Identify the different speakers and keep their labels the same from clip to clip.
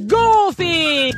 Speaker 1: Goofy!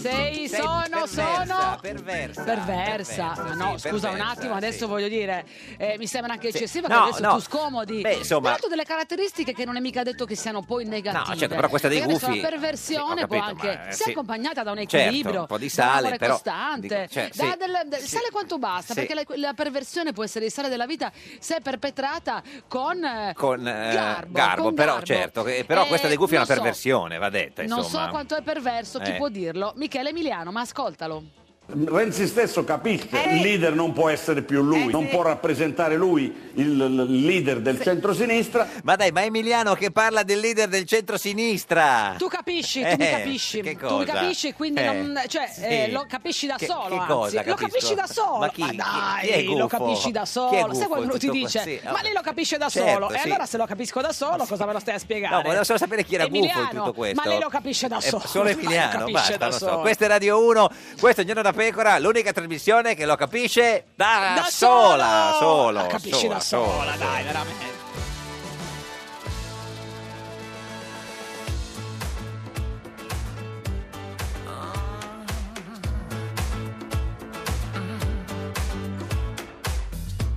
Speaker 2: 6, 6,
Speaker 1: Sei, sono,
Speaker 2: perversa,
Speaker 1: sono-
Speaker 2: Perversa,
Speaker 1: Perversa, ma no,
Speaker 2: sì,
Speaker 1: scusa un
Speaker 2: perversa,
Speaker 1: attimo, adesso
Speaker 2: sì.
Speaker 1: voglio dire, eh, mi sembra anche
Speaker 2: Sì.
Speaker 1: eccessiva
Speaker 2: No,
Speaker 1: che adesso
Speaker 2: no.
Speaker 1: tu scomodi.
Speaker 2: Beh, insomma-
Speaker 1: Dato delle caratteristiche che non è mica detto che siano poi negative.
Speaker 2: No, certo, però questa dei
Speaker 1: Perché adesso
Speaker 2: gufi-
Speaker 1: La
Speaker 2: sì,
Speaker 1: perversione
Speaker 2: ho
Speaker 1: può
Speaker 2: capito,
Speaker 1: anche,
Speaker 2: ma, eh,
Speaker 1: se
Speaker 2: sì.
Speaker 1: accompagnata da un
Speaker 2: Certo,
Speaker 1: equilibrio,
Speaker 2: un po' di
Speaker 1: da un
Speaker 2: sale,
Speaker 1: amore
Speaker 2: però,
Speaker 1: costante,
Speaker 2: dico, cioè,
Speaker 1: da
Speaker 2: sì.
Speaker 1: del- del-
Speaker 2: Sì.
Speaker 1: sale quanto basta,
Speaker 2: Sì.
Speaker 1: perché la, la perversione può essere il sale della vita se perpetrata con, eh,
Speaker 2: Con eh,
Speaker 1: garbo,
Speaker 2: garbo,
Speaker 1: con
Speaker 2: però
Speaker 1: garbo.
Speaker 2: certo, che- però
Speaker 1: Eh,
Speaker 2: questa dei gufi è
Speaker 1: non
Speaker 2: una
Speaker 1: so.
Speaker 2: perversione, va detta, insomma.
Speaker 1: Non so quanto è perverso, chi
Speaker 2: Eh.
Speaker 1: può dirlo? Michele Emiliano, ma ascoltalo.
Speaker 3: Renzi stesso capisce,
Speaker 1: Eh.
Speaker 3: il leader non può essere più lui, non può rappresentare lui il, il leader del centrosinistra.
Speaker 2: Ma dai, ma Emiliano che parla del leader del centrosinistra.
Speaker 1: Tu capisci, tu mi
Speaker 2: Eh,
Speaker 1: capisci,
Speaker 2: che
Speaker 1: tu
Speaker 2: cosa?
Speaker 1: mi capisci, quindi
Speaker 2: Eh,
Speaker 1: non, cioè,
Speaker 2: sì.
Speaker 1: eh, lo capisci da
Speaker 2: Che-
Speaker 1: solo,
Speaker 2: che
Speaker 1: anzi.
Speaker 2: cosa
Speaker 1: lo
Speaker 2: capisco?
Speaker 1: capisci da solo,
Speaker 2: Ma chi- chi-
Speaker 1: dai,
Speaker 2: chi è
Speaker 1: lo
Speaker 2: gufo?
Speaker 1: capisci da
Speaker 2: Chi è
Speaker 1: solo, sai
Speaker 2: gufo
Speaker 1: quando
Speaker 2: in
Speaker 1: uno ti
Speaker 2: tutto
Speaker 1: dice,
Speaker 2: questo? Sì,
Speaker 1: ma
Speaker 2: no.
Speaker 1: lei lo capisce da
Speaker 2: Certo,
Speaker 1: solo, e
Speaker 2: sì.
Speaker 1: allora se lo capisco da solo cosa me lo stai a spiegare?
Speaker 2: No, volevo solo sapere chi era gufo in
Speaker 1: Emiliano,
Speaker 2: tutto questo.
Speaker 1: ma lei lo capisce da
Speaker 2: Eh,
Speaker 1: solo,
Speaker 2: Solo
Speaker 1: ma
Speaker 2: Emiliano,
Speaker 1: lo
Speaker 2: basta,
Speaker 1: capisce da
Speaker 2: lo so.
Speaker 1: solo.
Speaker 2: Questa è Radio 1, questo è Giorno da Pecora, l'unica trasmissione che lo capisce da,
Speaker 1: Da
Speaker 2: sola,
Speaker 1: solo!
Speaker 2: solo,
Speaker 1: La capisci da sola, dai, veramente.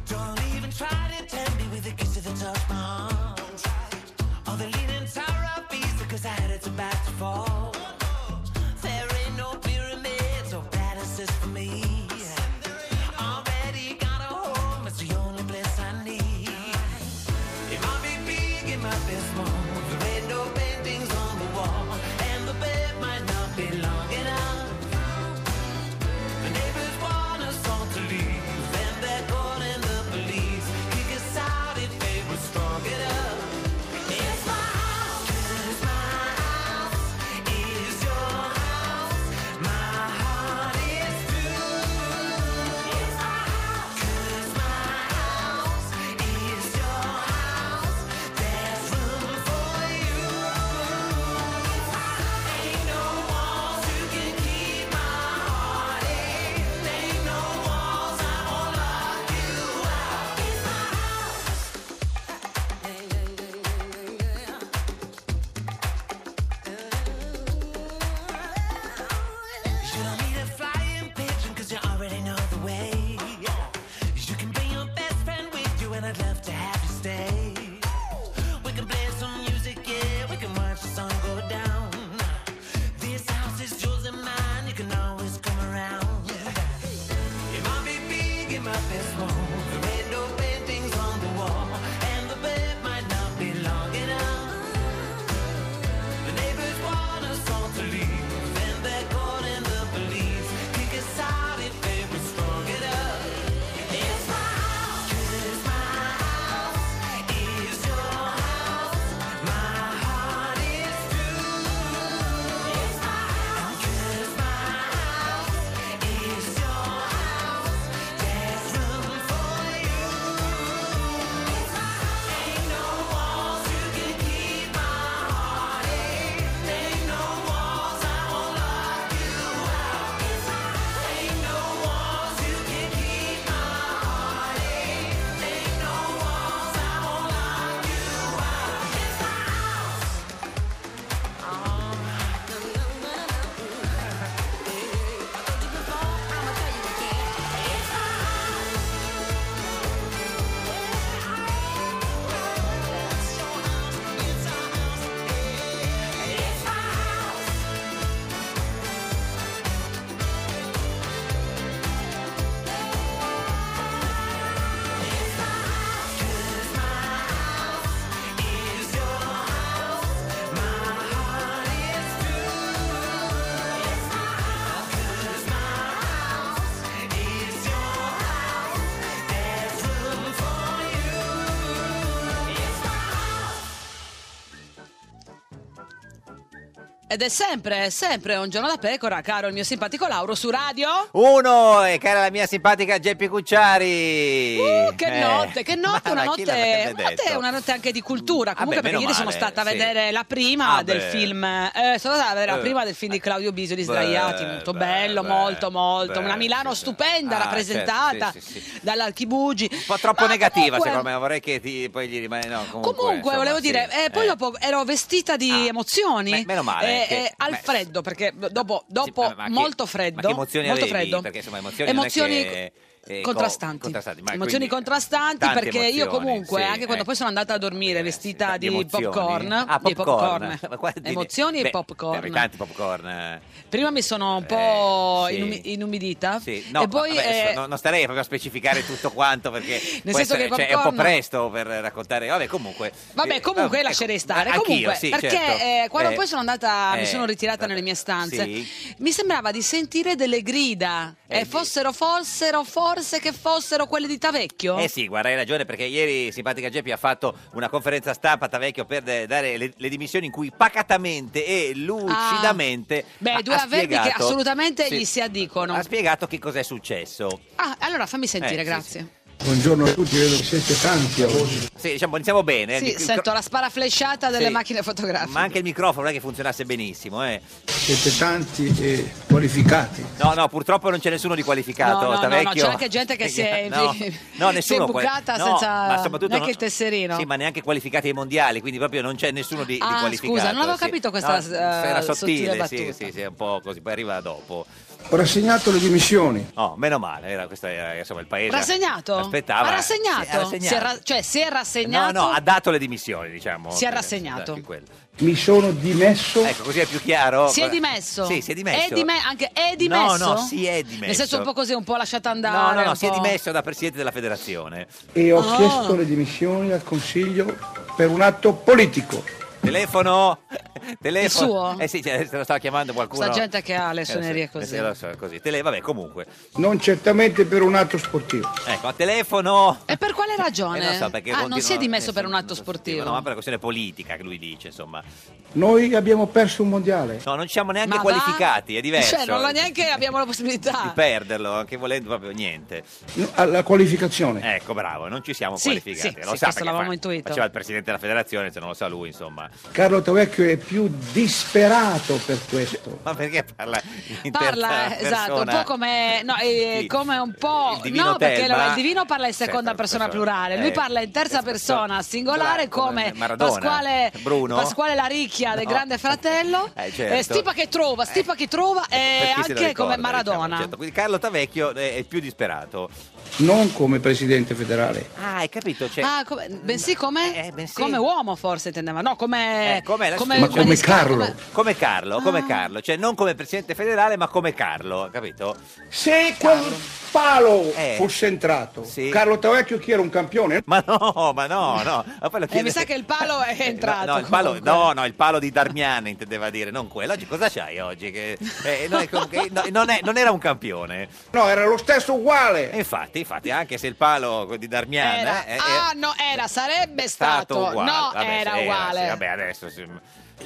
Speaker 4: Don't even try to tempt me with a kiss of the touch mom. All the leaning tower of Pisa, cause I had it about to fall. There ain't no pyramids or palaces for me. Already got a home, it's the only place I need. It might be big, it might be small. There ain't no paintings on the wall. And the bed might not be long enough. The neighbors want us all to leave. Then they're calling the police. Kick us out if they were strong enough. It's my house. It's my house. It's your house. My heart is through. It's my house. It's my house. It's your house. There's room for you. Ain't no walls you can keep my heart in. Ain't no walls I won't lock you out. It's my house. You don't need a flying pigeon cause you already know the way. You can bring your best friend with you and I'd love to have you stay. We can play some music, yeah, we can watch the sun go down. This house is yours and mine, you can always come around. It might be big, it might be small. There ain't no paintings on the wall. And the bed might not be long enough. The neighbors want us all to leave. Then they're calling the police. Kick us out if they were strong enough. It's my house. It's my house. It's your house. My heart is through. It's my house. It's my house. It's your house. There's room for you. It's my
Speaker 1: Ed è sempre, è sempre un giorno da pecora, caro il mio simpatico Lauro su radio.
Speaker 2: Uno, e cara la mia simpatica Geppi Cucciari.
Speaker 1: Uh, che
Speaker 2: Eh.
Speaker 1: notte, che notte,
Speaker 2: Ma
Speaker 1: una
Speaker 2: chi l'avrebbe
Speaker 1: notte, una notte,
Speaker 2: detto?
Speaker 1: una notte anche di cultura. Comunque, perché
Speaker 2: meno
Speaker 1: ieri sono
Speaker 2: male,
Speaker 1: stata a
Speaker 2: sì.
Speaker 1: vedere la prima
Speaker 2: Ah,
Speaker 1: del
Speaker 2: beh.
Speaker 1: film. eh, sono stata a vedere la
Speaker 2: Eh.
Speaker 1: prima del film di Claudio Bisoli,
Speaker 2: Beh,
Speaker 1: Sdraiati. Molto
Speaker 2: beh,
Speaker 1: bello,
Speaker 2: beh,
Speaker 1: molto, molto.
Speaker 2: beh,
Speaker 1: una Milano stupenda
Speaker 2: Ah,
Speaker 1: rappresentata
Speaker 2: certo, sì,
Speaker 1: dall'Archibugi.
Speaker 2: Un po' troppo
Speaker 1: Ma
Speaker 2: negativa,
Speaker 1: comunque-
Speaker 2: secondo me. Vorrei che ti, poi gli rimane. No, comunque,
Speaker 1: Comunque,
Speaker 2: insomma,
Speaker 1: volevo
Speaker 2: sì.
Speaker 1: dire, eh, poi
Speaker 2: Eh. Ah,
Speaker 1: dopo ero vestita di emozioni.
Speaker 2: me- meno male
Speaker 1: Eh,
Speaker 2: che-
Speaker 1: eh, al
Speaker 2: beh,
Speaker 1: freddo, perché dopo, dopo
Speaker 2: ma che-
Speaker 1: molto freddo.
Speaker 2: Ma che emozioni
Speaker 1: molto
Speaker 2: avevi?
Speaker 1: freddo.
Speaker 2: Perché insomma, emozioni,
Speaker 1: Emozioni
Speaker 2: non è che, eh, co-
Speaker 1: contrastanti.
Speaker 2: ma
Speaker 1: emozioni
Speaker 2: quindi-
Speaker 1: contrastanti
Speaker 2: tante
Speaker 1: perché io
Speaker 2: emozioni,
Speaker 1: comunque
Speaker 2: sì,
Speaker 1: anche quando
Speaker 2: eh.
Speaker 1: poi sono andata a dormire vestita di,
Speaker 2: emozioni.
Speaker 1: popcorn,
Speaker 2: Ah,
Speaker 1: di popcorn.
Speaker 2: Ma qua di-
Speaker 1: emozioni
Speaker 2: beh,
Speaker 1: e popcorn
Speaker 2: avevi tanti popcorn.
Speaker 1: prima mi sono un po'
Speaker 2: sì.
Speaker 1: inumi- inumidita
Speaker 2: Sì, no,
Speaker 1: e poi
Speaker 2: vabbè, adesso
Speaker 1: eh,
Speaker 2: non- non starei proprio a specificare tutto quanto perché può
Speaker 1: senso
Speaker 2: essere-
Speaker 1: che il
Speaker 2: cioè, è un po'
Speaker 1: popcorn-
Speaker 2: presto per raccontare. Vabbè, comunque.
Speaker 1: Vabbè,
Speaker 2: eh,
Speaker 1: comunque
Speaker 2: ecco,
Speaker 1: lascerei stare.
Speaker 2: anch'io,
Speaker 1: Comunque,
Speaker 2: sì,
Speaker 1: perché
Speaker 2: certo.
Speaker 1: eh, quando
Speaker 2: Eh,
Speaker 1: poi sono andata,
Speaker 2: eh,
Speaker 1: mi sono ritirata nelle mie stanze,
Speaker 2: sì. Eh,
Speaker 1: mi sembrava di sentire delle grida. E fossero, fossero, forse che fossero quelle di Tavecchio?
Speaker 2: Eh sì, guarda, hai ragione perché ieri Simpatica Geppi ha fatto una conferenza stampa a Tavecchio per de- dare le, le dimissioni in cui pacatamente e lucidamente ha-
Speaker 1: Ah, Beh, due
Speaker 2: ha
Speaker 1: avverbi che
Speaker 2: spiegato-
Speaker 1: assolutamente
Speaker 2: sì,
Speaker 1: gli si addicono.
Speaker 2: ha spiegato che cos'è successo.
Speaker 1: Ah, allora fammi sentire,
Speaker 2: Eh, sì,
Speaker 1: grazie.
Speaker 5: Buongiorno a tutti, vedo che siete tanti a voi.
Speaker 2: Sì, diciamo, iniziamo bene. eh,
Speaker 1: Sì,
Speaker 2: il micro-
Speaker 1: sento la sparaflesciata delle
Speaker 2: Sì.
Speaker 1: macchine fotografiche.
Speaker 2: Ma anche il microfono non è che funzionasse benissimo, eh.
Speaker 5: Siete tanti e qualificati.
Speaker 2: No, no, purtroppo non c'è nessuno di
Speaker 1: No,
Speaker 2: qualificato.
Speaker 1: no, no, no,
Speaker 2: Tavecchio.
Speaker 1: c'è anche gente che si è,
Speaker 2: No, no,
Speaker 1: si è
Speaker 2: nessuno quali-
Speaker 1: imbucata
Speaker 2: no,
Speaker 1: senza
Speaker 2: ma soprattutto
Speaker 1: neanche
Speaker 2: non-
Speaker 1: il tesserino.
Speaker 2: Sì, ma neanche qualificati ai mondiali, quindi proprio non c'è nessuno di, di
Speaker 1: Ah,
Speaker 2: qualificato.
Speaker 1: scusa, non avevo
Speaker 2: sì.
Speaker 1: capito questa,
Speaker 2: No,
Speaker 1: eh,
Speaker 2: era
Speaker 1: sottile
Speaker 2: sottile, sì,
Speaker 1: battuta.
Speaker 2: sì, sì, è un po' così, poi arriva dopo.
Speaker 5: Ho rassegnato le dimissioni.
Speaker 2: Oh, meno male, era, questo era insomma, il paese.
Speaker 1: Rassegnato?
Speaker 2: Aspettava.
Speaker 1: Ha rassegnato?
Speaker 2: Sì, ha rassegnato.
Speaker 1: Si è ra- cioè, si è
Speaker 2: No,
Speaker 1: rassegnato?
Speaker 2: no, ha dato le dimissioni, diciamo.
Speaker 1: Si è
Speaker 2: Eh,
Speaker 1: rassegnato.
Speaker 2: anche quello.
Speaker 5: Mi sono dimesso.
Speaker 2: Ecco, così è più chiaro.
Speaker 1: Si è dimesso?
Speaker 2: Sì, si è dimesso.
Speaker 1: È dime- anche è dimesso?
Speaker 2: No, no, si è dimesso.
Speaker 1: Nel senso un po' così, un po' lasciata
Speaker 2: No,
Speaker 1: andare.
Speaker 2: no, no,
Speaker 1: un
Speaker 2: si è
Speaker 1: po'.
Speaker 2: dimesso da presidente della federazione.
Speaker 5: E ho
Speaker 1: Ah.
Speaker 5: chiesto le dimissioni al Consiglio per un atto politico.
Speaker 2: Telefono, telefono.
Speaker 1: Il suo?
Speaker 2: Eh sì, cioè, se lo stava chiamando qualcuno.
Speaker 1: Sta gente che ha le
Speaker 2: Eh,
Speaker 1: suonerie
Speaker 2: sì,
Speaker 1: così.
Speaker 2: eh, lo so, così. Tele- vabbè, comunque.
Speaker 5: Non certamente per un atto sportivo.
Speaker 2: Ecco, a telefono.
Speaker 1: E per quale ragione?
Speaker 2: Eh, non so, perché
Speaker 1: ah, non si è
Speaker 2: continuano-
Speaker 1: dimesso
Speaker 2: eh,
Speaker 1: per un atto
Speaker 2: non so,
Speaker 1: sportivo.
Speaker 2: No, ma per una questione politica che lui dice, insomma.
Speaker 5: Noi abbiamo perso un mondiale.
Speaker 2: No, non ci siamo neanche
Speaker 1: Ma va?
Speaker 2: qualificati, è diverso.
Speaker 1: Cioè, non lo neanche abbiamo la
Speaker 2: Di
Speaker 1: possibilità.
Speaker 2: perderlo, anche volendo proprio niente.
Speaker 5: No, Alla qualificazione.
Speaker 2: Ecco, bravo, non ci siamo
Speaker 1: Sì,
Speaker 2: qualificati.
Speaker 1: sì,
Speaker 2: lo
Speaker 1: sì,
Speaker 2: sa
Speaker 1: questo
Speaker 2: perché
Speaker 1: l'avevamo
Speaker 2: fa-
Speaker 1: intuito. Eh,
Speaker 2: Faceva il presidente della federazione, se non lo sa lui, insomma.
Speaker 5: Carlo Tavecchio è più disperato per questo.
Speaker 2: Ma perché parla in
Speaker 1: Parla,
Speaker 2: terza
Speaker 1: eh, esatto, un
Speaker 2: persona?
Speaker 1: po' come, no, eh,
Speaker 2: Sì.
Speaker 1: come un po'...
Speaker 2: Il divino
Speaker 1: No, perché
Speaker 2: Telma-
Speaker 1: allora il divino parla in seconda
Speaker 2: Sì,
Speaker 1: persona
Speaker 2: persona.
Speaker 1: plurale, lui
Speaker 2: Eh,
Speaker 1: parla in terza persona singolare come
Speaker 2: Maradona,
Speaker 1: Pasquale,
Speaker 2: Bruno.
Speaker 1: Pasquale Laricchia del
Speaker 2: No.
Speaker 1: Grande Fratello,
Speaker 2: Eh, certo.
Speaker 1: Eh, Stipa che trova, Stipa che trova e
Speaker 2: Per chi se lo
Speaker 1: anche
Speaker 2: ricorda,
Speaker 1: come
Speaker 2: diciamo,
Speaker 1: Maradona.
Speaker 2: certo. Quindi Carlo Tavecchio è è il più disperato.
Speaker 5: Non come presidente federale.
Speaker 2: Ah, hai capito? Cioè,
Speaker 1: Ah, come- bensì come,
Speaker 2: Eh, bensì.
Speaker 1: come uomo forse intendeva, no, come,
Speaker 2: Eh, come la-
Speaker 5: Ma come
Speaker 1: disca-
Speaker 5: Carlo.
Speaker 1: come- Ah.
Speaker 2: Come Carlo, come Carlo, cioè non come presidente federale, ma come Carlo, capito?
Speaker 5: Se quel palo
Speaker 2: Eh.
Speaker 5: fosse entrato,
Speaker 2: Sì.
Speaker 5: Carlo Tavecchio chi era un campione?
Speaker 2: Ma no, ma no, no. Ma poi lo chiede-
Speaker 1: eh, mi sa che il palo è
Speaker 2: Eh, no,
Speaker 1: entrato,
Speaker 2: No, il palo,
Speaker 1: Ah, comunque.
Speaker 2: no, no, il palo di Darmian intendeva dire, non quello. Oggi cosa c'hai oggi? Che, eh, no, è com- che- no, non, è- non era un campione.
Speaker 5: No, era lo stesso uguale.
Speaker 2: E infatti, infatti, anche se il palo di Darmian...
Speaker 1: Era,
Speaker 2: eh, eh,
Speaker 1: ah no, era, sarebbe
Speaker 2: è stato,
Speaker 1: stato,
Speaker 2: uguale.
Speaker 1: no,
Speaker 2: Vabbè,
Speaker 1: era
Speaker 2: sì,
Speaker 1: uguale.
Speaker 2: sì, vabbè, adesso... sì.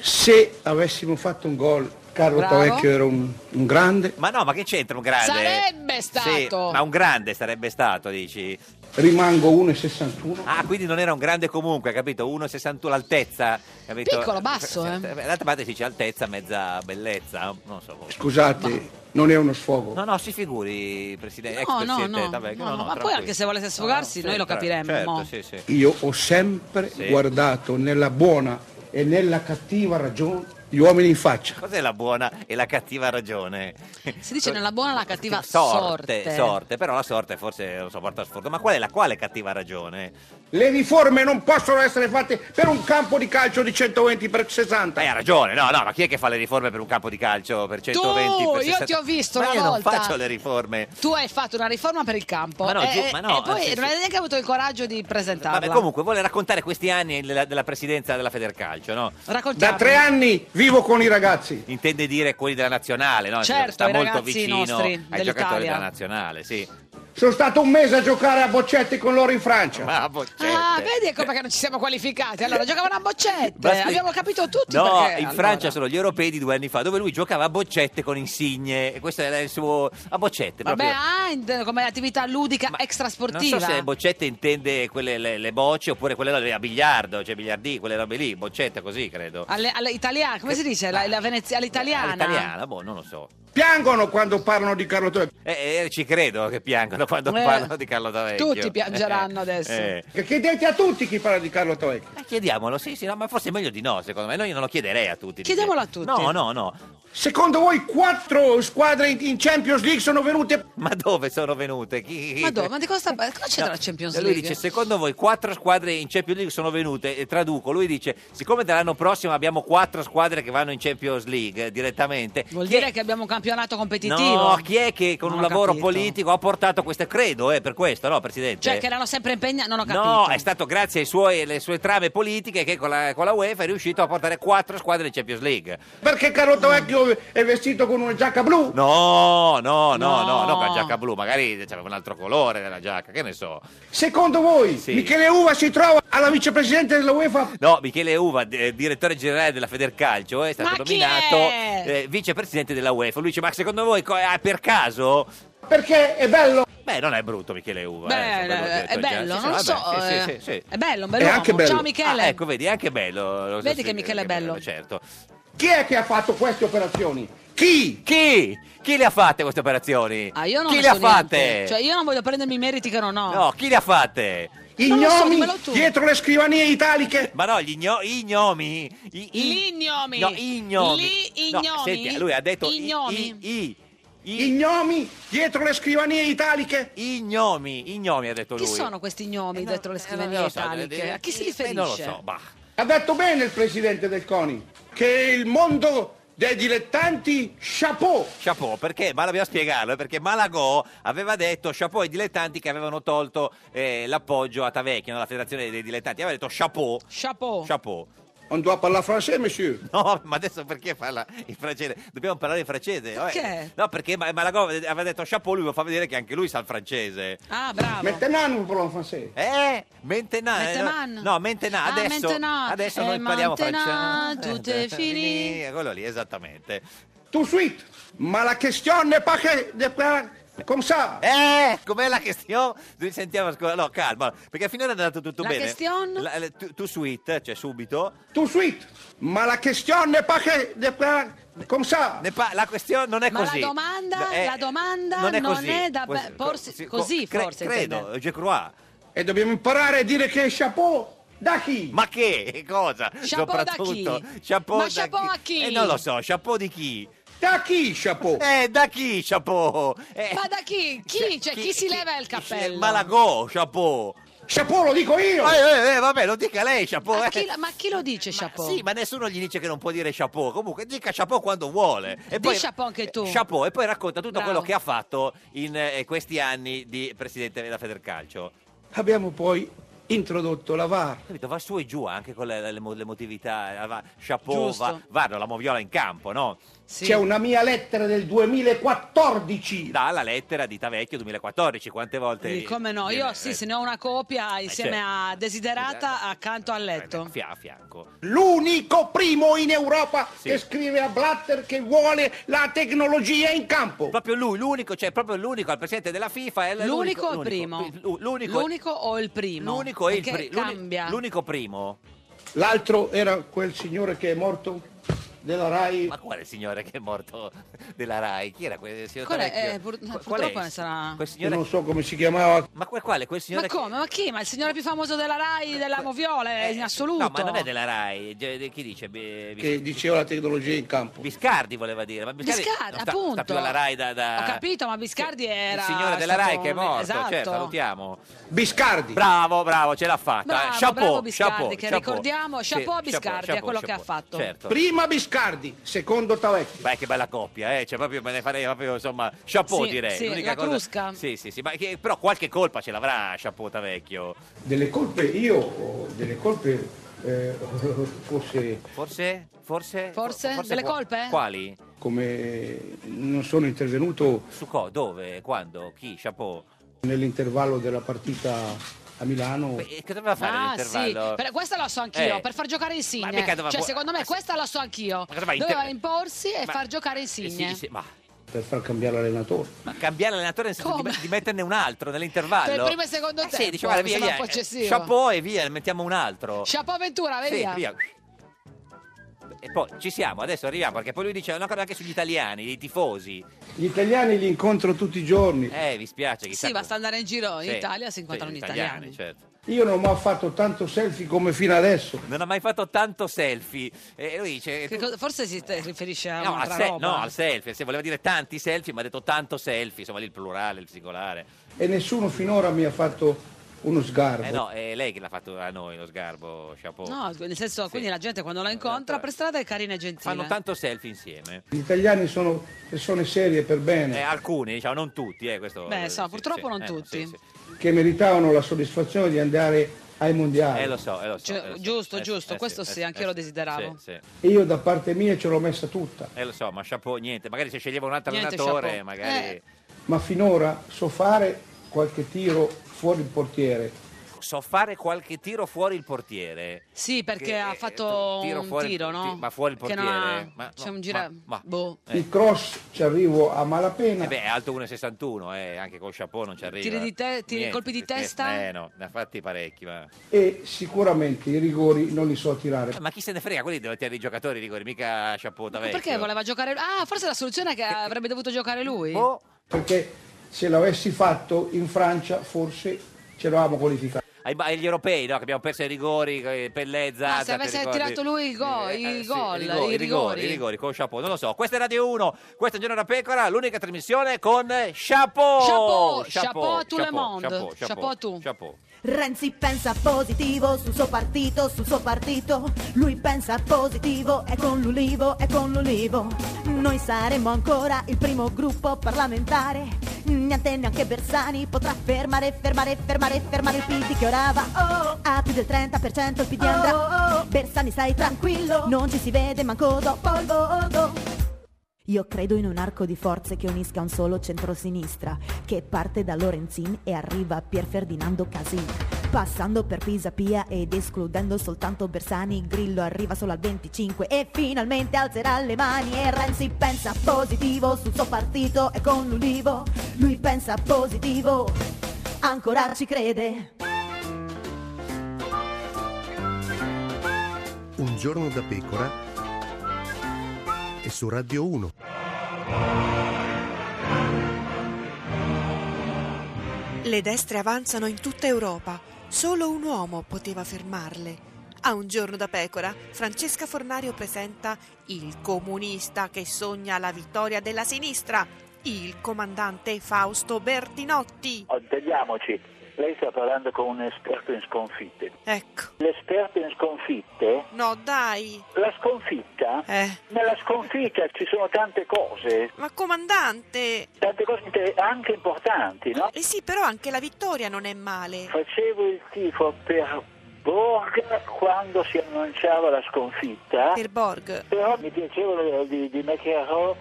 Speaker 5: Se avessimo fatto un gol, Carlo
Speaker 1: Bravo.
Speaker 5: Tavecchio era un, un grande,
Speaker 2: Ma no, ma che c'entra un grande?
Speaker 1: Sarebbe stato.
Speaker 2: Sì, ma un grande sarebbe stato, dici.
Speaker 5: rimango 1,61.
Speaker 2: Ah, quindi non era un grande comunque, capito? 1,61 l'altezza, capito?
Speaker 1: Piccolo, basso, eh.
Speaker 2: D'altra parte si dice altezza, mezza bellezza, non so.
Speaker 5: Scusate, non è uno sfogo.
Speaker 2: No, no, si figuri, presidente,
Speaker 1: No,
Speaker 2: ex
Speaker 1: no,
Speaker 2: presidente,
Speaker 1: no,
Speaker 2: vabbè,
Speaker 1: no, no, ma poi
Speaker 2: tranquillo.
Speaker 1: anche se volesse sfogarsi, noi lo
Speaker 2: certo,
Speaker 1: capiremmo.
Speaker 2: Certo, sì, sì.
Speaker 5: Io ho sempre
Speaker 2: Sì.
Speaker 5: guardato nella buona e nella cattiva ragione gli uomini in faccia.
Speaker 2: Cos'è la buona e la cattiva ragione?
Speaker 1: Si dice nella buona e la cattiva
Speaker 2: sorte,
Speaker 1: sorte.
Speaker 2: sorte, però la sorte forse non so, porta sfortuna. Ma qual è la quale cattiva ragione?
Speaker 5: Le riforme non possono essere fatte per un campo di calcio di 120 per 60.
Speaker 2: Hai ragione, no, no, ma chi è che fa le riforme per un campo di calcio per 120
Speaker 1: Tu,
Speaker 2: per
Speaker 1: io
Speaker 2: 60?
Speaker 1: ti ho visto
Speaker 2: ma
Speaker 1: una
Speaker 2: io
Speaker 1: volta.
Speaker 2: non faccio le riforme.
Speaker 1: Tu hai fatto una riforma per il campo
Speaker 2: Ma no,
Speaker 1: e,
Speaker 2: giù- ma no,
Speaker 1: e poi
Speaker 2: eh, sì,
Speaker 1: non
Speaker 2: sì.
Speaker 1: hai neanche avuto il coraggio di presentarla.
Speaker 2: Vabbè, comunque vuole raccontare questi anni della, della presidenza della Federcalcio, no?
Speaker 1: Raccontiamo.
Speaker 5: Da tre anni vivo con i ragazzi.
Speaker 2: Intende dire quelli della nazionale, no?
Speaker 1: Certo,
Speaker 2: Sta
Speaker 1: i
Speaker 2: molto
Speaker 1: ragazzi
Speaker 2: vicino
Speaker 1: nostri
Speaker 2: ai
Speaker 1: dell'Italia.
Speaker 2: giocatori della nazionale, sì.
Speaker 5: Sono stato un mese a giocare a boccetti con loro in Francia.
Speaker 2: Bravo, certo.
Speaker 1: Ah, Ah, vedi ecco perché non ci siamo qualificati. Allora, giocavano a boccette.
Speaker 2: Basti-
Speaker 1: Abbiamo capito tutti
Speaker 2: No,
Speaker 1: perché.
Speaker 2: in
Speaker 1: allora.
Speaker 2: Francia sono gli europei di due anni fa, dove lui giocava a boccette con insigne. E questo era il suo. a boccette
Speaker 1: Vabbè,
Speaker 2: proprio.
Speaker 1: ah, in- come attività ludica
Speaker 2: Non
Speaker 1: extrasportiva.
Speaker 2: so se boccette intende quelle le, le bocce oppure quelle là a biliardo, cioè biliardì, quelle robe lì, boccette così credo.
Speaker 1: Alle, alle italiane, come si dice? La, la venezia- all'italiana.
Speaker 2: Italiana, boh, non lo so.
Speaker 5: Piangono quando parlano di Carlo Torre.
Speaker 2: Eh, eh, ci credo che piangono quando
Speaker 5: Eh,
Speaker 2: parlano di Carlo D'Avecchio.
Speaker 5: tutti piangeranno
Speaker 1: adesso.
Speaker 2: Eh.
Speaker 5: Che chiedete a tutti chi parla di Carlo Torre.
Speaker 2: Ma Eh, Chiediamolo, sì, sì, no, ma forse è meglio di no, secondo me. Noi non lo chiederei a tutti. di
Speaker 5: Chiediamolo
Speaker 2: chied-
Speaker 5: a tutti.
Speaker 2: No, no, no.
Speaker 5: Secondo voi quattro squadre in- in Champions League sono venute
Speaker 2: Ma dove sono venute? Chi- chi-
Speaker 1: Ma dove? Ma di cosa, cosa c'è
Speaker 2: No,
Speaker 1: dalla Champions
Speaker 2: Lui
Speaker 1: League?
Speaker 2: dice, secondo voi quattro squadre in Champions League sono venute? E traduco, lui dice, siccome dall'anno prossimo abbiamo quattro squadre che vanno in Champions League eh, direttamente,
Speaker 1: Vuol dire che abbiamo un campionato competitivo.
Speaker 2: No, chi è che con
Speaker 1: Non
Speaker 2: un
Speaker 1: ho
Speaker 2: lavoro
Speaker 1: capito.
Speaker 2: politico ha portato queste, credo, eh, per questo, no, Presidente?
Speaker 1: Cioè, che erano sempre impegnati. Non ho capito.
Speaker 2: No, è stato grazie ai suoi- alle sue trame politiche che con la, con la UEFA è riuscito a portare quattro squadre in Champions League.
Speaker 5: Perché Carlo Torre è vestito con una giacca blu?
Speaker 2: No, no, no, no, no,
Speaker 5: No.
Speaker 2: con la giacca blu, magari c'aveva un altro colore della giacca, che ne so.
Speaker 5: Secondo voi Michele Uva si trova alla vicepresidente della UEFA?
Speaker 2: No, Michele Uva, d- eh, direttore generale della Federcalcio, è stato
Speaker 5: Ma chi
Speaker 2: nominato
Speaker 5: è?
Speaker 2: eh, vicepresidente della UEFA. Lui dice, ma secondo voi co- ah, per caso...
Speaker 5: Perché è bello.
Speaker 2: Beh, non è brutto Michele Uva.
Speaker 1: Beh,
Speaker 2: eh, insomma,
Speaker 1: è
Speaker 2: direttore
Speaker 1: bello,
Speaker 2: generale.
Speaker 1: non lo
Speaker 2: vabbè,
Speaker 1: so,
Speaker 2: sì,
Speaker 1: eh,
Speaker 2: sì, sì, sì.
Speaker 1: è bello, un bel È uomo. anche bello. Ciao, Michele.
Speaker 2: Ah, ecco, vedi, è anche bello. lo so
Speaker 1: Vedi che
Speaker 2: sì,
Speaker 1: Michele è bello.
Speaker 2: Certo.
Speaker 5: Chi è che ha fatto queste operazioni? Chi?
Speaker 2: Chi? Chi le ha fatte queste operazioni?
Speaker 1: Ah, io non
Speaker 2: chi
Speaker 1: ne
Speaker 2: le ha
Speaker 1: so
Speaker 2: fatte?
Speaker 1: niente. Cioè, io non voglio prendermi i meriti che non ho.
Speaker 2: No, chi le ha fatte?
Speaker 5: I
Speaker 1: Non lo so,
Speaker 5: gnomi
Speaker 1: dimmelo tu.
Speaker 5: dietro le scrivanie italiche?
Speaker 2: Ma no, gli igno- i gnomi. I, i-
Speaker 1: Gli gnomi.
Speaker 2: No, i gnomi.
Speaker 1: Gli
Speaker 2: No,
Speaker 1: ignomi.
Speaker 2: senti, lui ha detto
Speaker 1: I
Speaker 2: i-
Speaker 1: gnomi.
Speaker 2: I, i,
Speaker 5: I gnomi dietro le scrivanie italiche?
Speaker 2: I gnomi, i gnomi ha detto
Speaker 1: Chi
Speaker 2: lui.
Speaker 1: sono questi gnomi dietro le
Speaker 2: non
Speaker 1: scrivanie
Speaker 2: lo so,
Speaker 1: italiche?
Speaker 2: eh,
Speaker 1: A chi si
Speaker 2: eh,
Speaker 1: riferisce?
Speaker 2: non lo so, bah.
Speaker 5: Ha detto bene il presidente del CONI che il mondo dei dilettanti chapeau.
Speaker 2: Chapeau, perché? Ma dobbiamo spiegarlo, eh, perché Malagò aveva detto chapeau ai dilettanti che avevano tolto eh, l'appoggio a Tavecchio, no, la federazione dei dilettanti. Aveva detto chapeau.
Speaker 1: Chapeau.
Speaker 2: Chapeau.
Speaker 5: On doit parler français, monsieur.
Speaker 2: No, ma adesso perché parla in francese? Dobbiamo parlare in francese. vabbè.
Speaker 5: Perché?
Speaker 2: No, perché Ma- Malagò aveva detto chapeau, lui lo fa vedere che anche lui sa il francese.
Speaker 1: Ah, bravo.
Speaker 5: Maintenant, nous parlons français.
Speaker 2: Eh, Mentenan.
Speaker 1: Mentenan.
Speaker 2: No, Mentenan.
Speaker 1: Ah,
Speaker 2: Adesso,
Speaker 1: Mentenan.
Speaker 2: adesso
Speaker 1: Eh,
Speaker 2: noi parliamo
Speaker 1: Mentenan,
Speaker 2: francese.
Speaker 1: tout est fini.
Speaker 2: Eh, Quello lì, esattamente.
Speaker 5: Tout de suite. Ma la question n'est pas que de faire comme ça.
Speaker 2: Eh, com'è la questione? Noi sentiamo, scusa, no, calma, perché finora è andato tutto
Speaker 5: La
Speaker 2: bene.
Speaker 5: question?
Speaker 2: La la- tu, tu suite, cioè subito.
Speaker 5: Tout de suite. Ma la question n'est pas que de faire comme ça.
Speaker 2: Ne pa- la questione non è
Speaker 1: Ma
Speaker 2: così.
Speaker 1: la domanda,
Speaker 2: Eh,
Speaker 1: la domanda
Speaker 2: non è così.
Speaker 1: da
Speaker 2: Così,
Speaker 1: porsi
Speaker 2: co-
Speaker 1: così,
Speaker 2: cre-
Speaker 1: forse.
Speaker 2: Credo,
Speaker 1: intende.
Speaker 2: je crois.
Speaker 5: E dobbiamo imparare a dire che è chapeau da chi?
Speaker 2: Ma che cosa?
Speaker 5: Chapeau da chi?
Speaker 2: Soprattutto, chapeau
Speaker 5: Ma
Speaker 2: da
Speaker 5: chapeau a chi?
Speaker 2: Eh, non lo so, chapeau di chi?
Speaker 5: Da chi chapeau?
Speaker 2: Eh, da chi chapeau? Eh,
Speaker 1: Ma da chi? Chi? Cioè, chi, si leva il
Speaker 2: eh,
Speaker 1: cappello?
Speaker 2: Malagò, chapeau.
Speaker 5: Chapeau lo dico io!
Speaker 2: Eh, eh, eh, vabbè, lo dica lei, chapeau.
Speaker 1: Ma
Speaker 2: eh.
Speaker 1: chi, la- ma chi lo dice, Chapeau?
Speaker 2: Sì, ma nessuno gli dice che non può dire chapeau. Comunque, dica chapeau quando vuole. E poi, eh,
Speaker 1: Di Chapeau anche tu.
Speaker 2: chapeau, e poi racconta tutto
Speaker 1: Bravo.
Speaker 2: quello che ha fatto in eh, questi anni di presidente della Federcalcio.
Speaker 5: Abbiamo poi introdotto la VAR.
Speaker 2: Capito? Va su e giù anche con le- le- le- l'emotività. eh, Va, chapeau,
Speaker 5: Giusto.
Speaker 2: va, vanno la moviola in campo, no?
Speaker 5: C'è una mia lettera del 2014.
Speaker 2: Dalla lettera di Tavecchio 2014, quante volte.
Speaker 1: Sì, Come no? Io sì, se ne ho una copia insieme
Speaker 2: certo.
Speaker 1: a Desiderata accanto al letto.
Speaker 2: Fia- a fianco.
Speaker 5: L'unico primo in Europa
Speaker 2: Sì.
Speaker 5: che scrive a Blatter che vuole la tecnologia in campo.
Speaker 2: Proprio lui, l'unico, cioè proprio l'unico, il presidente della FIFA è l-
Speaker 1: L'unico o il
Speaker 2: l'unico.
Speaker 1: primo?
Speaker 2: L'u- L'unico,
Speaker 1: L'unico o il primo?
Speaker 2: l'unico è il
Speaker 1: Perché
Speaker 2: pri- l'uni-
Speaker 1: cambia.
Speaker 2: L'unico primo.
Speaker 5: L'altro era quel signore che è morto della RAI.
Speaker 2: Ma quale signore che è morto della RAI? Chi era quel signor
Speaker 1: Quella è-
Speaker 2: Tavecchio?
Speaker 1: eh, pur-
Speaker 2: Qu- qual
Speaker 1: purtroppo
Speaker 2: è?
Speaker 1: ne sarà.
Speaker 2: Quel
Speaker 5: Io
Speaker 2: signore...
Speaker 5: non so come si chiamava.
Speaker 2: Ma que- quale? Quel
Speaker 1: Ma
Speaker 2: signore che- Eh,
Speaker 1: come? Ma chi? Ma il signore più famoso della Rai, della Moviola, in assoluto.
Speaker 2: No, ma non è della RAI. Ge- Chi dice? Bi- Bis-
Speaker 5: Che diceva la tecnologia in campo.
Speaker 2: Biscardi voleva dire. Ma Biscardi,
Speaker 1: Biscardi,
Speaker 2: non sta-
Speaker 1: appunto.
Speaker 2: Sta più alla RAI da... da-
Speaker 1: Ho capito, ma Biscardi era.
Speaker 2: Il signore della
Speaker 1: stato
Speaker 2: RAI che è
Speaker 1: un-
Speaker 2: morto.
Speaker 1: Esatto.
Speaker 2: Cioè, salutiamo.
Speaker 5: Biscardi.
Speaker 2: Bravo, bravo, ce l'ha fatta.
Speaker 1: Bravo,
Speaker 2: eh. chapeau,
Speaker 1: bravo Biscardi,
Speaker 2: chapeau,
Speaker 1: che
Speaker 2: chapeau.
Speaker 1: ricordiamo.
Speaker 2: Sì,
Speaker 1: Chapeau a Biscardi, a quello che ha fatto.
Speaker 2: Certo.
Speaker 5: Prima Biscardi, secondo Tavecchi.
Speaker 2: Beh, che bella coppia, eh? Cioè, proprio me ne farei proprio, insomma, chapeau
Speaker 5: Sì,
Speaker 2: direi.
Speaker 5: sì, la crusca.
Speaker 2: Sì, sì, sì, ma che- però qualche colpa ce l'avrà chapeau Tavecchio.
Speaker 5: Delle colpe, io ho delle colpe eh, forse
Speaker 2: Forse? Forse?
Speaker 1: Forse? Delle
Speaker 2: qua-
Speaker 1: colpe?
Speaker 2: Quali?
Speaker 5: come non sono intervenuto
Speaker 2: Su co? Dove? Quando? Chi? Chapeau?
Speaker 5: nell'intervallo della partita a Milano.
Speaker 2: E cosa doveva fare
Speaker 1: Ah, sì,
Speaker 2: l'intervallo?
Speaker 1: per- questa la so anch'io,
Speaker 2: Eh.
Speaker 1: per far giocare
Speaker 2: Ma
Speaker 1: Insigne.
Speaker 2: mica doveva-
Speaker 1: Cioè, secondo me questa la so anch'io.
Speaker 2: cosa fa, inter-
Speaker 1: Doveva imporsi e
Speaker 2: Ma-
Speaker 1: far giocare
Speaker 2: Eh,
Speaker 1: Insigne.
Speaker 2: sì, sì, ma,
Speaker 5: Per far cambiare l'allenatore.
Speaker 2: ma cambiare allenatore nel senso di,
Speaker 1: Come?
Speaker 2: me- di metterne un altro nell'intervallo?
Speaker 1: Per il primo e secondo
Speaker 2: Eh Sì,
Speaker 1: tempo,
Speaker 2: dice, guarda,
Speaker 1: mi
Speaker 2: via,
Speaker 1: sembra
Speaker 2: via,
Speaker 1: un po'
Speaker 2: eh,
Speaker 1: eccessivo.
Speaker 2: chapeau e via, ne mettiamo un altro.
Speaker 1: Chapeau Ventura,
Speaker 2: Sì,
Speaker 1: vedi?
Speaker 2: via. E poi ci siamo, adesso arriviamo, perché poi lui dice una cosa anche sugli italiani, i tifosi.
Speaker 5: Gli italiani li incontro tutti i giorni.
Speaker 2: Eh, vi spiace, chissà.
Speaker 1: Sì, basta andare in giro in
Speaker 2: Sì,
Speaker 1: Italia, si
Speaker 2: sì,
Speaker 1: incontrano
Speaker 2: gli
Speaker 1: gli italiani.
Speaker 2: certo.
Speaker 5: Io non ho mai fatto tanto selfie come fino adesso.
Speaker 2: Non ha mai fatto tanto selfie. E lui dice...
Speaker 1: Che
Speaker 2: tu-
Speaker 1: cosa- forse si te- riferisce a
Speaker 2: Eh, No al,
Speaker 1: un'altra
Speaker 2: se-
Speaker 1: roba. eh.
Speaker 2: no, al selfie, se voleva dire tanti selfie, ma ha detto tanto selfie, insomma lì il plurale, il singolare.
Speaker 5: E nessuno finora mi ha fatto uno sgarbo.
Speaker 2: Eh no, è lei che l'ha fatto a noi lo sgarbo, chapeau.
Speaker 1: No, nel senso, quindi la gente quando la incontra per strada è carina e gentile.
Speaker 2: Fanno tanto selfie insieme.
Speaker 5: Gli italiani sono persone serie per
Speaker 2: Eh,
Speaker 5: bene,
Speaker 2: alcuni, diciamo, non tutti, eh, questo...
Speaker 1: Beh, insomma,
Speaker 2: sì,
Speaker 1: purtroppo
Speaker 2: sì,
Speaker 1: non
Speaker 2: eh,
Speaker 1: tutti.
Speaker 2: sì, sì.
Speaker 5: che meritavano la soddisfazione di andare ai mondiali.
Speaker 2: Eh, lo so, eh, lo so.
Speaker 1: Cioè,
Speaker 2: eh, lo so.
Speaker 1: giusto,
Speaker 2: Eh,
Speaker 1: giusto,
Speaker 2: eh,
Speaker 1: questo sì, anch'io lo desideravo.
Speaker 2: Sì, sì.
Speaker 5: E io da parte mia ce l'ho messa tutta,
Speaker 2: Eh, lo so, ma chapeau, niente. Magari se sceglieva un altro
Speaker 1: Niente,
Speaker 2: allenatore,
Speaker 1: chapeau.
Speaker 2: magari...
Speaker 1: Eh.
Speaker 5: ma finora so fare qualche tiro fuori il portiere.
Speaker 2: So fare qualche tiro fuori il portiere.
Speaker 1: Sì, perché
Speaker 2: Che,
Speaker 1: ha
Speaker 2: eh,
Speaker 1: fatto
Speaker 2: tu- tiro
Speaker 1: un
Speaker 2: fuori-
Speaker 1: tiro, no?
Speaker 2: ti- ma fuori il
Speaker 1: Che non
Speaker 2: portiere?
Speaker 1: ha-
Speaker 2: Ma-
Speaker 1: c'è
Speaker 2: no,
Speaker 1: un gira...
Speaker 2: ma- ma-
Speaker 1: boh.
Speaker 2: Eh.
Speaker 5: Il cross ci arrivo a malapena,
Speaker 2: Eh beh, è alto 1,61, eh, anche col chapeau non ci arriva.
Speaker 1: Tiri di te- tiri-
Speaker 2: Niente,
Speaker 1: colpi di
Speaker 2: niente,
Speaker 1: testa?
Speaker 2: Eh no, ne ha fatti parecchi, ma...
Speaker 5: e sicuramente i rigori non li so tirare.
Speaker 2: Ma chi se ne frega, quelli devono tirare i giocatori, i rigori, mica chapeau da
Speaker 1: Ma
Speaker 2: vecchio.
Speaker 1: Perché voleva giocare lui? Ah, forse la soluzione è che avrebbe dovuto giocare lui.
Speaker 2: Oh,
Speaker 5: Perché se l'avessi fatto in Francia forse ce l'avamo qualificato.
Speaker 2: ai- agli europei, no, che abbiamo perso i rigori, eh, Pellezza...
Speaker 1: Ah, se avesse tirato lui i
Speaker 2: Eh,
Speaker 1: gol- i
Speaker 2: rigori,
Speaker 1: gol, i
Speaker 2: rigori,
Speaker 1: rigori.
Speaker 2: rigori, con chapeau, non lo so. Questa è Radio 1, questa è Un Giorno da Pecora, l'unica trasmissione con chapeau!
Speaker 1: Chapeau, chapeau a tout le
Speaker 2: chapeau,
Speaker 1: monde.
Speaker 2: chapeau,
Speaker 1: Chapeau a tu.
Speaker 2: Chapeau.
Speaker 6: Renzi pensa positivo sul suo partito, sul suo partito. Lui pensa positivo, è con l'ulivo, è con l'ulivo. Noi saremo ancora il primo gruppo parlamentare. Niente, neanche Bersani potrà fermare, fermare, fermare, fermare il PD che orava. Oh, a più del 30% il PD andrà. Bersani, stai tranquillo, non ci si vede manco dopo il voto. Io credo in un arco di forze che unisca un solo centrosinistra, che parte da Lorenzin e arriva a Pier Ferdinando Casin. Passando per Pisa Pia ed escludendo soltanto Bersani, Grillo arriva solo al 25 e finalmente alzerà le mani e Renzi pensa positivo sul suo partito e con l'ulivo. Lui pensa positivo, ancora ci crede.
Speaker 7: Un giorno da pecora e su Radio 1.
Speaker 8: Le destre avanzano in tutta Europa. Solo un uomo poteva fermarle. A un giorno da pecora, Francesca Fornario presenta il comunista che sogna la vittoria della sinistra, il comandante Fausto Bertinotti.
Speaker 9: Oh, Vediamoci, lei sta parlando con un esperto in sconfitte.
Speaker 8: Ecco,
Speaker 9: L'esperto in sconfitte?
Speaker 8: no dai.
Speaker 9: La sconfitta?
Speaker 8: Eh,
Speaker 9: Nella sconfitta ci sono tante cose,
Speaker 8: ma comandante!
Speaker 9: tante cose inter- anche importanti, no?
Speaker 8: Eh sì, però anche la vittoria non è male.
Speaker 9: Facevo il tifo per Borg quando si annunciava la sconfitta,
Speaker 8: Per Borg.
Speaker 9: però mi piacevano di, di Macchiaro,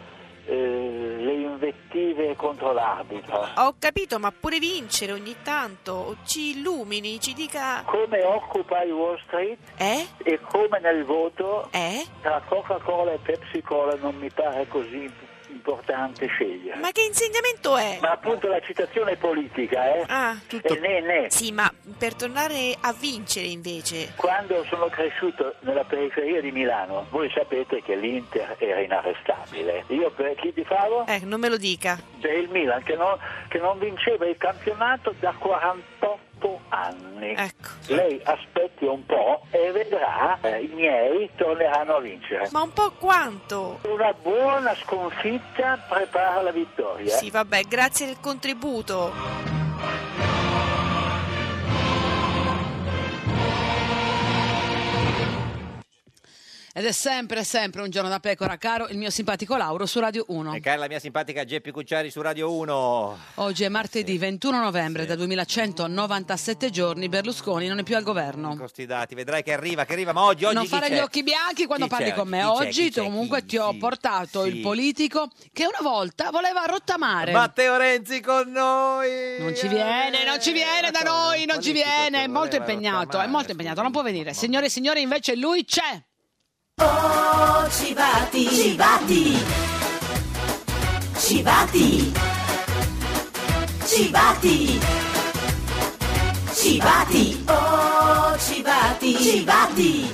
Speaker 9: eh, le invettive contro l'arbitro.
Speaker 8: Ho capito, ma pure vincere ogni tanto. Ci illumini, ci dica.
Speaker 9: Come Occupy Wall Street
Speaker 8: Eh?
Speaker 9: e come nel voto
Speaker 8: Eh?
Speaker 9: Tra Coca-Cola e Pepsi-Cola non mi pare così importante scegliere.
Speaker 8: Ma che insegnamento è?
Speaker 9: Ma appunto la citazione è politica, eh?
Speaker 8: Eh. Ah,
Speaker 9: E né né.
Speaker 8: sì, ma per tornare a vincere invece.
Speaker 9: Quando sono cresciuto nella periferia di Milano, voi sapete che l'Inter era inarrestabile. Io per chi tifavo?
Speaker 8: Eh, non me lo dica.
Speaker 9: C'è il Milan che non, che non vinceva il campionato da 48 anni.
Speaker 8: Ecco.
Speaker 9: Lei aspetti un po' e vedrà, eh, i miei torneranno a vincere.
Speaker 8: Ma un po' quanto?
Speaker 9: Una buona sconfitta prepara la vittoria.
Speaker 8: Sì, vabbè, grazie del contributo.
Speaker 1: Ed è sempre, sempre un giorno da pecora, caro il mio simpatico Lauro su Radio 1.
Speaker 2: E cara la mia simpatica Geppi Cucciari su Radio 1.
Speaker 1: Oggi è martedì 21 novembre, da 2197 giorni Berlusconi non è più al governo.
Speaker 2: Questi dati, vedrai che arriva, che arriva, ma oggi, oggi
Speaker 1: non
Speaker 2: chi
Speaker 1: fare
Speaker 2: c'è?
Speaker 1: gli occhi bianchi quando
Speaker 2: Chi
Speaker 1: parli
Speaker 2: c'è?
Speaker 1: con me.
Speaker 2: Chi c'è?
Speaker 1: Oggi
Speaker 2: Chi c'è?
Speaker 1: comunque ti ho portato
Speaker 2: Sì.
Speaker 1: il politico che una volta voleva rottamare.
Speaker 2: Matteo Renzi con noi. Eh,
Speaker 1: Non ci viene, non ci viene da noi, non ci viene. È molto impegnato, è molto impegnato, non può venire. Signore e signori, invece lui c'è.
Speaker 6: Oh, Civati, Civati, Civati, Civati, Civati, oh, Civati, Civati.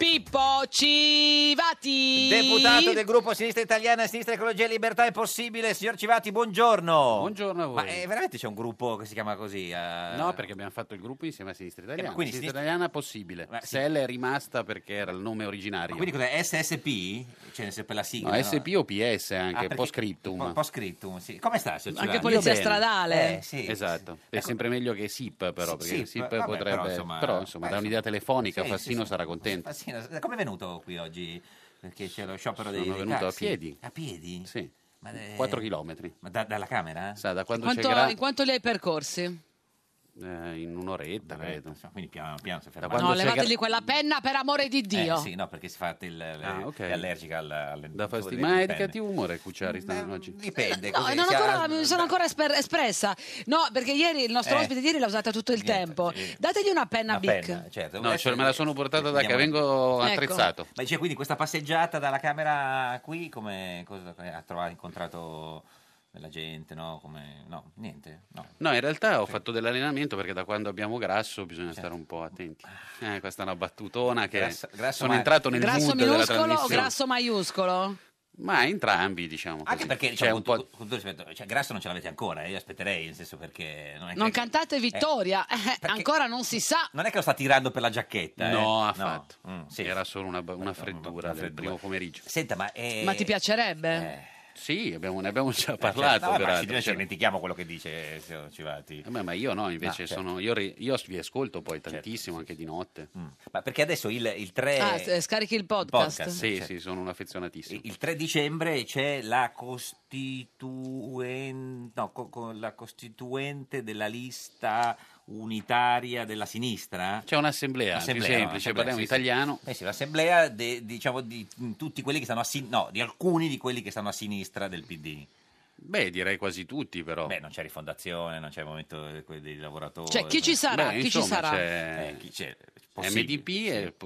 Speaker 1: Pippo Civati.
Speaker 2: Deputato del gruppo Sinistra Italiana, Sinistra Ecologia e Libertà è possibile. Signor Civati, buongiorno.
Speaker 10: Buongiorno a voi.
Speaker 2: Ma eh, veramente c'è un gruppo che si chiama così? eh?
Speaker 10: No, perché abbiamo fatto il gruppo insieme a Sinistra Italiana.
Speaker 2: Eh, quindi
Speaker 10: Sinistra
Speaker 2: Sinistra-
Speaker 10: Italiana possibile. Sell è rimasta perché era il nome originario.
Speaker 2: Ma Quindi cos'è? SSP? Cioè nel senso per la sigla?
Speaker 10: No, SP o PS anche,
Speaker 2: Ah, perché-
Speaker 10: po' scrittum.
Speaker 2: po- po' scrittum, sì. Come sta, signor
Speaker 10: Anche
Speaker 2: Civati?
Speaker 10: polizia
Speaker 2: Bene.
Speaker 1: stradale.
Speaker 2: Eh, sì.
Speaker 10: Esatto, è sempre meglio che SIP però,
Speaker 2: Sì,
Speaker 10: perché SIP,
Speaker 2: SIP, vabbè,
Speaker 10: potrebbe...
Speaker 2: però
Speaker 10: Però
Speaker 2: insomma-
Speaker 10: insomma,
Speaker 2: beh,
Speaker 10: da un'idea telefonica
Speaker 2: sì,
Speaker 10: Fassino
Speaker 2: sì,
Speaker 10: sarà contento.
Speaker 2: Fassino, come è venuto qui oggi? Perché c'è lo sciopero dei
Speaker 10: Sono
Speaker 2: dei
Speaker 10: venuto a
Speaker 2: taxi.
Speaker 10: piedi.
Speaker 2: A piedi?
Speaker 10: Sì.
Speaker 2: Ma, eh,
Speaker 10: 4 chilometri.
Speaker 2: Ma da- dalla Camera?
Speaker 10: Sa, da quando
Speaker 1: Quanto-
Speaker 10: c'è Gra-
Speaker 1: in quanto li hai percorsi?
Speaker 10: eh, in un'oretta, credo.
Speaker 2: Quindi piano piano si ferma.
Speaker 10: Da
Speaker 1: no,
Speaker 10: quando c'è Gra-
Speaker 1: levategli quella penna per amore di Dio.
Speaker 2: Eh, sì, no, perché si fa il, le- è allergica al- alle
Speaker 10: Ah,
Speaker 2: Mm.
Speaker 10: Da fasti-
Speaker 2: delle
Speaker 10: Ma è di
Speaker 2: penne.
Speaker 10: cattivo umore Cucciari stanno oggi.
Speaker 2: Dipende.
Speaker 1: No,
Speaker 2: così,
Speaker 1: non
Speaker 2: si
Speaker 1: ancora,
Speaker 2: ha-
Speaker 1: mi sono ancora esper- espressa. No, perché ieri il nostro
Speaker 10: Eh.
Speaker 1: ospite ieri l'ha usata tutto il tempo. Dategli una penna Bic.
Speaker 2: certo.
Speaker 10: No, cioè, me la sono portata da che
Speaker 2: Andiamo-
Speaker 10: vengo
Speaker 1: Ecco.
Speaker 10: attrezzato.
Speaker 2: Ma dice quindi questa passeggiata dalla Camera qui, come cosa, ha trovato, ha incontrato della gente, no? Come, no, niente. No.
Speaker 10: No, in realtà ho fatto dell'allenamento perché da quando abbiamo grasso bisogna stare un po' attenti. Eh, questa è una battutona che
Speaker 2: Certo. Grasso- grasso
Speaker 10: sono
Speaker 2: ma-
Speaker 10: entrato nel
Speaker 1: Grasso
Speaker 10: mood della
Speaker 1: minuscolo o
Speaker 10: trasmissione.
Speaker 1: grasso maiuscolo?
Speaker 10: Ma entrambi, diciamo così.
Speaker 2: Anche perché
Speaker 10: c'è
Speaker 2: diciamo,
Speaker 10: un po'
Speaker 2: con, con tutto rispetto, cioè, grasso non ce l'avete ancora, eh, io aspetterei, nel senso perché non è
Speaker 1: Non
Speaker 2: che,
Speaker 1: cantate vittoria, Eh, ancora non si sa.
Speaker 2: non è che lo sta tirando per la giacchetta, eh.
Speaker 10: No, affatto.
Speaker 2: sì.
Speaker 10: Era solo una, ba- una freddura del
Speaker 2: freddura.
Speaker 10: primo pomeriggio.
Speaker 2: Senta, ma... eh, certo.
Speaker 1: Ma ti piacerebbe?
Speaker 10: Sì, abbiamo- ne abbiamo già
Speaker 2: no,
Speaker 10: parlato,
Speaker 2: ma
Speaker 10: peraltro. certo.
Speaker 2: ci- noi ci dimentichiamo quello che dice eh, signor Civati.
Speaker 10: Vabbè, ma io no, invece
Speaker 2: No, certo.
Speaker 10: sono, io, ri- io vi ascolto poi tantissimo, anche di notte.
Speaker 2: Mm. Ma perché adesso il, il 3...
Speaker 1: Ah, eh, scarichi il podcast.
Speaker 2: podcast,
Speaker 10: Sì,
Speaker 2: certo.
Speaker 10: sì, sono un affezionatissimo.
Speaker 2: Il 3 dicembre c'è la costituente, no, co- co- la costituente della lista unitaria della sinistra.
Speaker 10: C'è un'assemblea, più semplice, parliamo italiano.
Speaker 2: Eh sì, l'assemblea de- diciamo di mm, tutti quelli che stanno a sin- no, di alcuni di quelli che stanno a sinistra del PD.
Speaker 10: Beh, direi quasi tutti, però.
Speaker 2: Beh, non c'è rifondazione, non c'è il momento eh, que- dei lavoratori.
Speaker 1: Cioè, chi ci sarà?
Speaker 10: Beh,
Speaker 1: chi
Speaker 10: insomma,
Speaker 1: ci sarà?
Speaker 10: c'è-
Speaker 2: Eh, chi c'è? Possibile.
Speaker 10: MDP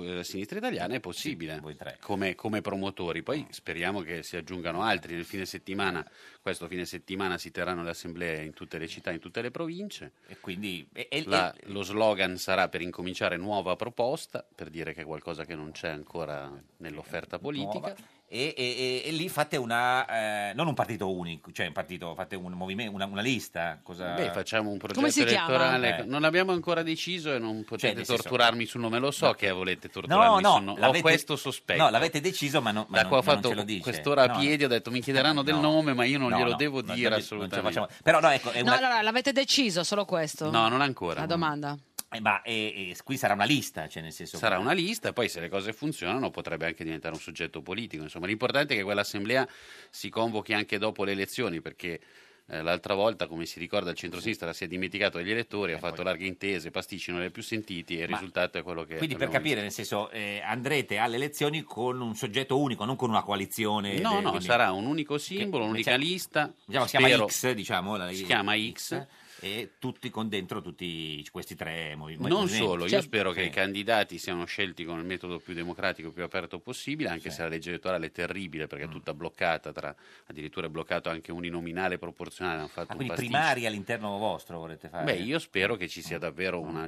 Speaker 10: e eh, Sinistra Italiana è possibile come, come promotori.
Speaker 2: Mm.
Speaker 10: Poi speriamo che si aggiungano altri. Nel fine settimana, questo fine settimana, si terranno le assemblee in tutte le città, in tutte le province.
Speaker 2: E quindi e-
Speaker 10: lo slogan sarà per incominciare nuova proposta, per dire che è qualcosa che non c'è ancora nell'offerta politica.
Speaker 2: Nuova. E, e- e- e lì fate una, eh, non un partito unico, cioè un partito, fate un movimento, una, una lista. Cosa...
Speaker 10: Beh, facciamo un progetto
Speaker 1: Come si chiama?
Speaker 10: elettorale.
Speaker 2: Eh.
Speaker 10: Non l'abbiamo ancora deciso e non potete
Speaker 2: Cioè, nel senso-
Speaker 10: torturarmi sul nome. Lo so che volete
Speaker 2: No,
Speaker 10: torturarmi
Speaker 2: no,
Speaker 10: sul nome. Ho
Speaker 2: l'avete-
Speaker 10: questo sospetto.
Speaker 2: No, l'avete deciso, ma, no, ma
Speaker 10: da
Speaker 2: non,
Speaker 10: qua ho
Speaker 2: ma non
Speaker 10: fatto
Speaker 2: ce lo dice.
Speaker 10: quest'ora
Speaker 2: No,
Speaker 10: a piedi, ho detto mi chiederanno del
Speaker 2: no.
Speaker 10: nome, ma io non
Speaker 2: No,
Speaker 10: glielo
Speaker 2: no,
Speaker 10: devo
Speaker 2: no, non
Speaker 10: dire
Speaker 2: ce- non ce
Speaker 10: assolutamente.
Speaker 2: lo facciamo. Però no, ecco, è
Speaker 1: No,
Speaker 2: una...
Speaker 1: allora l'avete deciso, solo questo?
Speaker 10: No, non ancora.
Speaker 1: La domanda.
Speaker 2: Eh, ma eh, eh, qui sarà una lista, cioè nel senso...
Speaker 10: Sarà una lista, poi se le cose funzionano potrebbe anche diventare un soggetto politico. Insomma, l'importante è che quell'assemblea si convochi anche dopo le elezioni, perché eh, l'altra volta, come si ricorda, il centrosinistra si è dimenticato degli elettori, ha fatto larghe intese, pasticci non le ha più sentiti e il
Speaker 2: Eh, Ma-
Speaker 10: risultato è quello che...
Speaker 2: Quindi per
Speaker 10: abbiamo
Speaker 2: capire, nel senso, eh, andrete alle elezioni con un soggetto unico, non con una coalizione.
Speaker 10: No,
Speaker 2: de-
Speaker 10: no,
Speaker 2: quindi- cioè,
Speaker 10: sarà un unico simbolo, un'unica lista.
Speaker 2: Diciamo, si chiama
Speaker 10: spero-
Speaker 2: X, diciamo. La,
Speaker 10: Si chiama X.
Speaker 2: E tutti con dentro tutti questi tre movi-
Speaker 10: Non
Speaker 2: movimenti.
Speaker 10: solo,
Speaker 2: Cioè,
Speaker 10: io spero che
Speaker 2: sì.
Speaker 10: i candidati siano scelti con il metodo più democratico, più aperto possibile, anche se la legge elettorale è terribile
Speaker 2: Mm.
Speaker 10: perché è tutta bloccata, tra, addirittura è bloccato anche uninominale proporzionale, hanno fatto
Speaker 2: Ah,
Speaker 10: un
Speaker 2: quindi
Speaker 10: pasticcio.
Speaker 2: primari all'interno vostro volete fare?
Speaker 10: Beh, io spero che ci
Speaker 2: mm,
Speaker 10: sia davvero una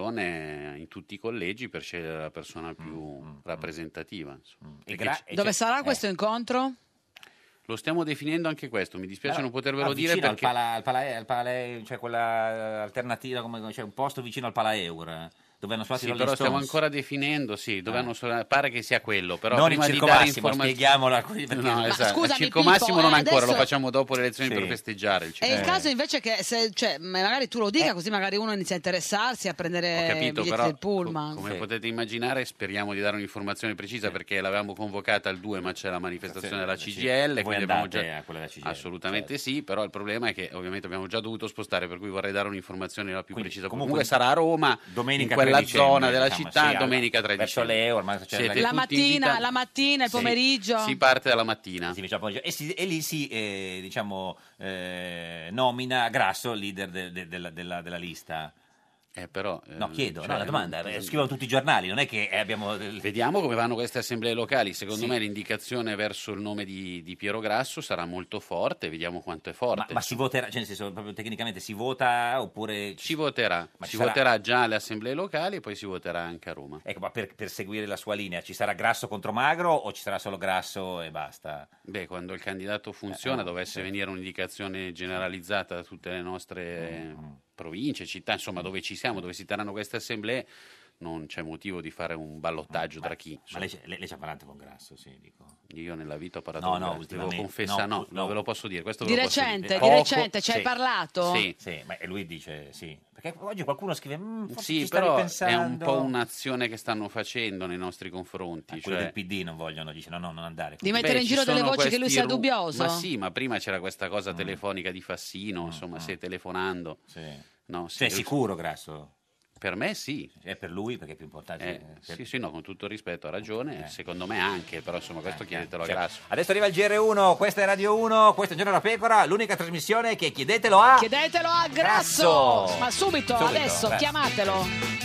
Speaker 10: discussione in tutti i collegi per scegliere la
Speaker 2: Mm,
Speaker 10: persona più rappresentativa. insomma. Perché
Speaker 2: gra-
Speaker 10: ci-
Speaker 1: Dove sarà questo incontro?
Speaker 10: cioè Lo stiamo definendo anche questo, mi dispiace non potervelo
Speaker 2: Ah,
Speaker 10: dire
Speaker 2: vicino
Speaker 10: perché...
Speaker 2: al pala, al pala, al pala- cioè quella eh, alternativa, come c'è un posto vicino al Pala Eur, dove hanno suonato
Speaker 10: Sì,
Speaker 2: i
Speaker 10: però
Speaker 2: Rolling
Speaker 10: stiamo
Speaker 2: Stones.
Speaker 10: ancora definendo, sì, dove
Speaker 2: Ah.
Speaker 10: hanno suonato- pare che sia quello, però
Speaker 2: Non
Speaker 10: prima
Speaker 2: il
Speaker 10: di
Speaker 2: Circo
Speaker 10: dare
Speaker 2: Massimo,
Speaker 10: informazioni...
Speaker 2: spieghiamola qui, perché-
Speaker 10: No,
Speaker 2: Ma
Speaker 10: esatto.
Speaker 1: scusami,
Speaker 10: il Circo
Speaker 1: Pippo,
Speaker 10: Massimo non
Speaker 1: eh,
Speaker 10: ancora,
Speaker 1: adesso-
Speaker 10: lo facciamo dopo le elezioni per festeggiare il
Speaker 1: È
Speaker 10: Circo
Speaker 1: il
Speaker 10: Massimo.
Speaker 1: caso invece che, se, cioè, ma magari tu lo dica, così magari uno inizia a interessarsi, a prendere
Speaker 10: Ho
Speaker 1: i
Speaker 10: capito,
Speaker 1: biglietti
Speaker 10: però
Speaker 1: del pullman.
Speaker 10: co- come potete immaginare speriamo di dare un'informazione precisa perché l'avevamo convocata al 2 ma c'è la manifestazione della
Speaker 2: Sì,
Speaker 10: CGL.
Speaker 2: voi
Speaker 10: quindi
Speaker 2: andate
Speaker 10: abbiamo già...
Speaker 2: a quella della CGIL, certo.
Speaker 10: Assolutamente sì, però il problema è che ovviamente abbiamo già dovuto spostare, per cui vorrei dare un'informazione la più precisa. Comunque,
Speaker 2: comunque
Speaker 10: sarà a Roma,
Speaker 2: domenica
Speaker 10: in quella
Speaker 2: 13,
Speaker 10: zona della
Speaker 2: diciamo,
Speaker 10: città,
Speaker 2: sì, alla-
Speaker 10: domenica 13.
Speaker 2: verso le ormai c'è
Speaker 10: Siete
Speaker 1: La
Speaker 10: tutti
Speaker 1: mattina,
Speaker 10: invitati.
Speaker 1: la mattina, il
Speaker 10: Sì.
Speaker 1: pomeriggio.
Speaker 10: Si parte dalla mattina.
Speaker 2: e, si- e lì si eh, diciamo, eh, nomina Grasso leader de- de- della, della- della lista.
Speaker 10: Eh, però,
Speaker 2: no, chiedo,
Speaker 10: cioè,
Speaker 2: no, la domanda,
Speaker 10: non-
Speaker 2: eh, scrivono tutti i giornali, non è che eh, abbiamo... del-
Speaker 10: Vediamo come vanno queste assemblee locali. Secondo
Speaker 2: Sì.
Speaker 10: me l'indicazione verso il nome di, di Piero Grasso sarà molto forte. Vediamo quanto è forte.
Speaker 2: Ma, ma si voterà, cioè nel senso, proprio tecnicamente si vota oppure...
Speaker 10: Si voterà,
Speaker 2: Ma
Speaker 10: si
Speaker 2: ci sarà-
Speaker 10: voterà già alle assemblee locali e poi si voterà anche a Roma.
Speaker 2: Ecco, ma per, per seguire la sua linea, ci sarà grasso contro magro o ci sarà solo grasso e basta?
Speaker 10: Beh, quando il candidato funziona,
Speaker 2: Eh, no,
Speaker 10: dovesse
Speaker 2: certo.
Speaker 10: venire un'indicazione generalizzata da tutte le nostre
Speaker 2: Mm,
Speaker 10: eh, province, città, insomma, dove ci siamo, dove si terranno queste assemblee, non c'è motivo di fare un
Speaker 2: Mm,
Speaker 10: ballottaggio tra chi. Ma lei,
Speaker 2: ci ha parlato con Grasso, sì, dico.
Speaker 10: Io nella vita ho parlato
Speaker 2: No,
Speaker 10: con
Speaker 2: no,
Speaker 10: Grasso, devo
Speaker 2: ultimamente,
Speaker 10: confessare,
Speaker 2: no,
Speaker 10: no, no, ve lo posso dire. Questo
Speaker 1: Di
Speaker 10: ve lo posso
Speaker 1: recente,
Speaker 10: dire.
Speaker 1: di
Speaker 10: Poco,
Speaker 1: recente, ci hai parlato?
Speaker 10: Sì.
Speaker 2: Sì, ma e lui dice sì. Perché oggi qualcuno scrive, "Mm, forse
Speaker 10: Sì,
Speaker 2: ci stavi
Speaker 10: però è
Speaker 2: pensando.
Speaker 10: un po' un'azione che stanno facendo nei nostri confronti.
Speaker 2: quelli
Speaker 10: cioè-
Speaker 2: Ah, del PD non vogliono, dice no, no, non andare.
Speaker 1: Di mettere in
Speaker 10: ci
Speaker 1: giro delle
Speaker 10: sono
Speaker 1: voci che lui
Speaker 10: questi
Speaker 1: sia
Speaker 10: ru-
Speaker 1: dubbioso?
Speaker 10: Ma sì, ma prima c'era questa cosa
Speaker 2: Mm.
Speaker 10: telefonica di Fassino, insomma, stai telefonando. No,
Speaker 2: Sei
Speaker 10: sì,
Speaker 2: sicuro, Grasso?
Speaker 10: Per me sì.
Speaker 2: È per lui perché è più importante.
Speaker 10: Eh,
Speaker 2: per- Eh.
Speaker 10: Sì, sì, no, con tutto rispetto, ha ragione, secondo me anche, però insomma questo chiedetelo a
Speaker 2: Cioè,
Speaker 10: Grasso.
Speaker 2: Adesso arriva il GR1, questa è Radio 1, questo è Giorno della Pecora, l'unica trasmissione che chiedetelo a...
Speaker 1: Chiedetelo a Grasso!
Speaker 2: Grasso!
Speaker 1: Ma subito,
Speaker 2: Subito,
Speaker 1: adesso,
Speaker 2: beh.
Speaker 1: chiamatelo.